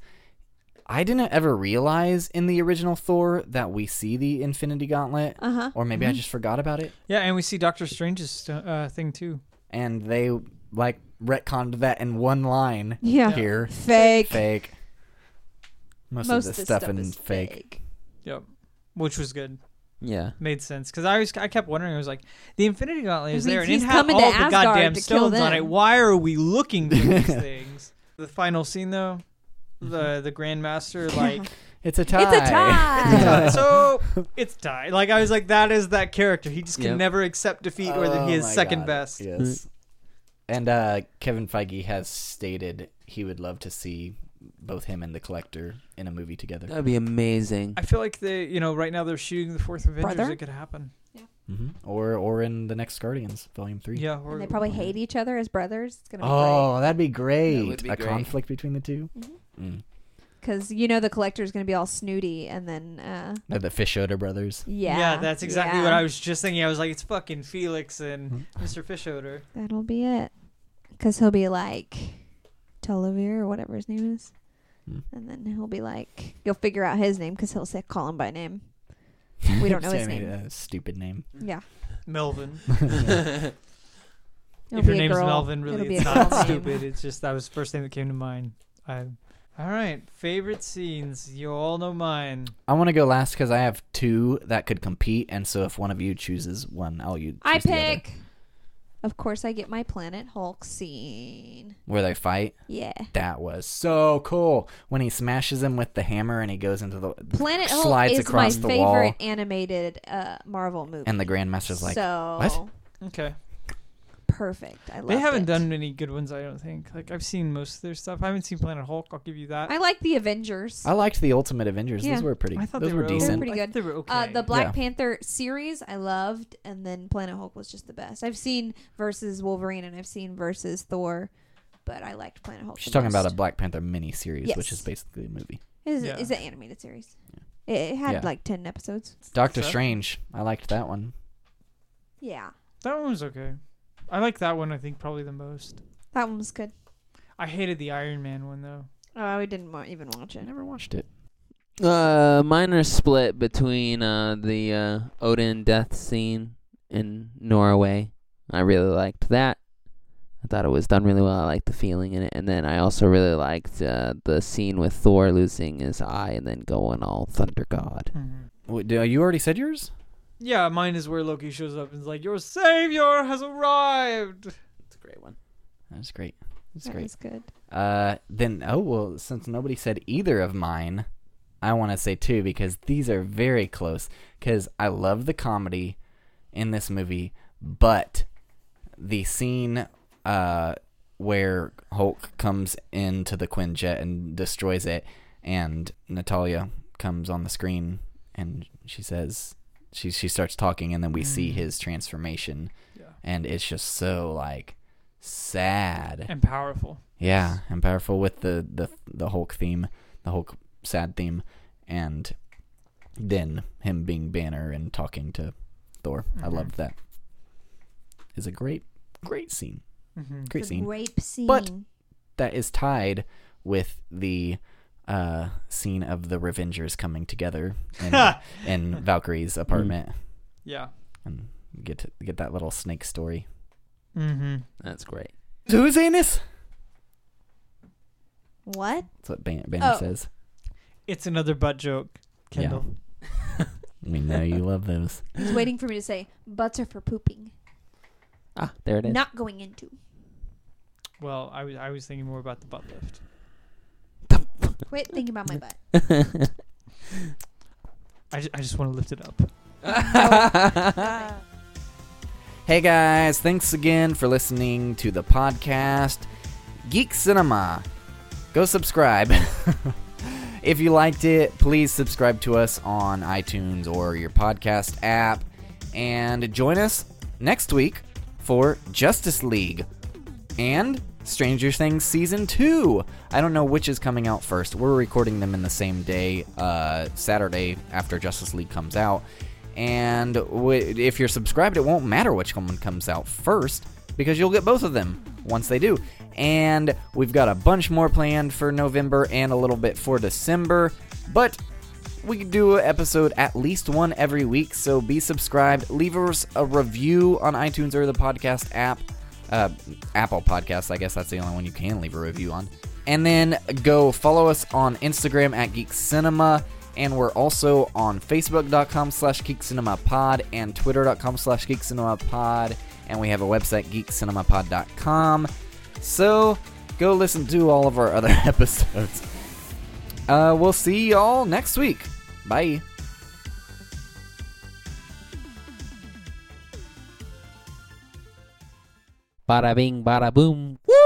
Speaker 1: I didn't ever realize in the original Thor that we see the Infinity Gauntlet,
Speaker 2: Uh huh.
Speaker 1: or maybe I
Speaker 4: Mm-hmm.
Speaker 3: Mhm.
Speaker 1: just forgot about it.
Speaker 3: yeah, and we see Doctor Strange's sto- uh, thing too.
Speaker 1: And they like retconned that in one line
Speaker 2: Yeah.
Speaker 1: here.
Speaker 2: Fake.
Speaker 1: Fake. Most,
Speaker 2: Most
Speaker 1: of this stuff, in
Speaker 2: is
Speaker 1: fake.
Speaker 3: Yep, which was good,
Speaker 4: Yeah.
Speaker 3: made sense because I always I kept wondering I was like the Infinity Gauntlet is
Speaker 2: That
Speaker 3: there
Speaker 2: means
Speaker 3: and it
Speaker 2: he's
Speaker 3: had
Speaker 2: coming
Speaker 3: all
Speaker 2: to
Speaker 3: the
Speaker 2: Asgard
Speaker 3: goddamn
Speaker 2: to kill
Speaker 3: stones on it.
Speaker 2: them.
Speaker 3: Why are we looking for these
Speaker 1: Yeah.
Speaker 3: things? The final scene though,
Speaker 1: Mm-hmm.
Speaker 3: the the Grandmaster like
Speaker 1: It's a tie.
Speaker 2: It's a tie.
Speaker 3: Uh, so it's Ty. Like I was like, that is that character. He just can
Speaker 4: Yep.
Speaker 3: never accept defeat, or that
Speaker 1: Oh
Speaker 3: he is
Speaker 1: my
Speaker 3: second
Speaker 1: God,
Speaker 3: best.
Speaker 1: Yes. and uh, Kevin Feige has stated he would love to see both him and the Collector in a movie together.
Speaker 4: That'd be amazing.
Speaker 3: I feel like they, you know, right now they're shooting the fourth Avengers.
Speaker 2: Brother?
Speaker 3: It could happen.
Speaker 1: hmm Or or in the next Guardians Volume Three.
Speaker 3: Mm-hmm. Yeah, or,
Speaker 2: and they probably hate each other as brothers. It's gonna be
Speaker 1: Oh, that'd be great.
Speaker 4: That would be
Speaker 1: a
Speaker 4: great.
Speaker 1: conflict between the 2
Speaker 3: Mm-hmm.
Speaker 2: Mhm.
Speaker 1: Mm.
Speaker 2: because you know the collector's gonna be all snooty, and then uh,
Speaker 1: They're the Fishoda brothers.
Speaker 2: yeah,
Speaker 3: that's exactly
Speaker 2: yeah.
Speaker 3: what I was just thinking. I was like, it's fucking Felix and
Speaker 1: Mm-hmm.
Speaker 3: Mr. Fishoder.
Speaker 2: That'll be it, because he'll be like Telavir or whatever his name is,
Speaker 1: Hmm.
Speaker 2: and then he'll be like, you'll figure out his name because he'll say call him by name. We don't know his
Speaker 1: Sammy,
Speaker 2: name.
Speaker 1: uh, stupid name.
Speaker 2: Yeah,
Speaker 3: Melvin.
Speaker 2: It'll
Speaker 3: if your
Speaker 2: be a
Speaker 3: name's
Speaker 2: girl.
Speaker 3: Melvin,
Speaker 2: It'll
Speaker 3: really,
Speaker 2: be
Speaker 3: it's
Speaker 2: a
Speaker 3: not
Speaker 2: girl name.
Speaker 3: stupid. It's just that was the first thing that came to mind. I, all right, favorite scenes. You all know mine.
Speaker 1: I want to go last because I have two that could compete, and so if one of you chooses one, I'll you.
Speaker 2: I
Speaker 1: choose the other.
Speaker 2: pick. Of course, I get my Planet Hulk scene.
Speaker 1: where they fight.
Speaker 2: Yeah,
Speaker 1: That was so cool when he smashes him with the hammer and he goes into the
Speaker 2: Planet Hulk
Speaker 1: slides
Speaker 2: is my
Speaker 1: across the
Speaker 2: favorite
Speaker 1: wall,
Speaker 2: animated uh, Marvel movie.
Speaker 1: and the Grandmaster's like,
Speaker 2: so
Speaker 1: "What?"
Speaker 3: Okay.
Speaker 2: perfect. I love.
Speaker 3: They haven't done many good ones, I don't think. Like I've seen most of their stuff. I haven't seen Planet Hulk. I'll give you that.
Speaker 2: I like the Avengers.
Speaker 1: "I liked the Ultimate Avengers.
Speaker 2: Yeah.
Speaker 1: Those were pretty.
Speaker 3: I thought
Speaker 1: those
Speaker 3: they
Speaker 1: were,
Speaker 3: were, o-
Speaker 1: decent."
Speaker 2: Pretty
Speaker 3: I thought
Speaker 2: good.
Speaker 3: They were okay.
Speaker 2: Uh, the Black
Speaker 1: Yeah.
Speaker 2: Panther series I loved, and then Planet Hulk was just the best. I've seen versus Wolverine and I've seen versus Thor, but I liked Planet Hulk.
Speaker 1: She's
Speaker 2: the
Speaker 1: talking about a
Speaker 2: most.
Speaker 1: Black Panther miniseries, which is
Speaker 2: Yes.
Speaker 1: basically a movie.
Speaker 2: It is,
Speaker 3: Yeah.
Speaker 2: it's an animated series. It, it had
Speaker 1: Yeah.
Speaker 2: like ten episodes.
Speaker 1: Doctor
Speaker 3: So?
Speaker 1: Strange. I liked that one.
Speaker 2: Yeah,
Speaker 3: that one was okay. I like that one. I think probably the most.
Speaker 2: that one was good.
Speaker 3: I hated the Iron Man one though.
Speaker 2: Oh, I didn't wa- even watch
Speaker 1: I
Speaker 2: it.
Speaker 1: never watched it.
Speaker 4: Uh, mine are split between uh, the uh, Odin death scene in Norway. I really liked that. I thought it was done really well. I liked the feeling in it, and then I also really liked uh, the scene with Thor losing his eye and then going all Thunder God.
Speaker 1: Mm-hmm. Wait, do- you already said yours?
Speaker 3: Yeah, mine is where Loki shows up and is like, "Your savior has arrived."
Speaker 4: It's a great one.
Speaker 1: That's great. That's
Speaker 2: That
Speaker 1: great.
Speaker 2: was good.
Speaker 1: Uh, then oh well, since nobody said either of mine, I want to say two because these are very close. Because I love the comedy in this movie, but the scene uh where Hulk comes into the Quinjet and destroys it, and Natalia comes on the screen and she says she she starts talking, and then we see
Speaker 3: Mm.
Speaker 1: his transformation,
Speaker 3: Yeah,
Speaker 1: and it's just so like sad
Speaker 3: and powerful.
Speaker 1: yeah, and powerful with the the the Hulk theme, the Hulk sad theme, and then him being Banner and talking to Thor. I
Speaker 3: Mhm.
Speaker 1: loved that. Is a great great scene.
Speaker 3: Mm-hmm.
Speaker 1: Great
Speaker 2: The
Speaker 1: scene
Speaker 2: rape scene.
Speaker 1: But- that is tied with the uh, scene of the Revengers coming together in, in Valkyrie's apartment
Speaker 3: yeah.
Speaker 1: and get to get that little snake story.
Speaker 3: Mm-hmm.
Speaker 4: That's great.
Speaker 1: So who's saying this?
Speaker 2: What?
Speaker 1: That's what Ban- Banner
Speaker 2: Oh.
Speaker 1: says.
Speaker 3: It's another butt joke, Kendall.
Speaker 1: We know you love those.
Speaker 2: He's waiting for me to say butts are for pooping,
Speaker 4: Ah, there it is.
Speaker 2: not going into.
Speaker 3: Well, I was I was thinking more about the butt lift.
Speaker 2: Quit thinking about my butt.
Speaker 3: I just, I just want to lift it up.
Speaker 2: Oh.
Speaker 1: Hey guys, thanks again for listening to the podcast Geek Cinema. Go subscribe. if you liked it, please subscribe to us on iTunes or your podcast app and join us next week for Justice League and Stranger Things season 2. I don't know which is coming out first. We're recording them in the same day, uh, Saturday after Justice League comes out. And w- if you're subscribed, it won't matter which one comes out first because you'll get both of them once they do. And we've got a bunch more planned for November and a little bit for December, but we could do an episode at least one every week, so be subscribed. Leave us a review on iTunes or the podcast app. Uh, Apple Podcasts, I guess that's the only one you can leave a review on. And then go follow us on Instagram at Geek Cinema. And we're also on Facebook.com slash Geek Cinema Pod and Twitter.com slash Geek Cinema Pod. And we have a website, geekcinemapod.com. So go listen to all of our other episodes. Uh, we'll see y'all next week. Bye.
Speaker 4: bada bing, bada boom. Woo!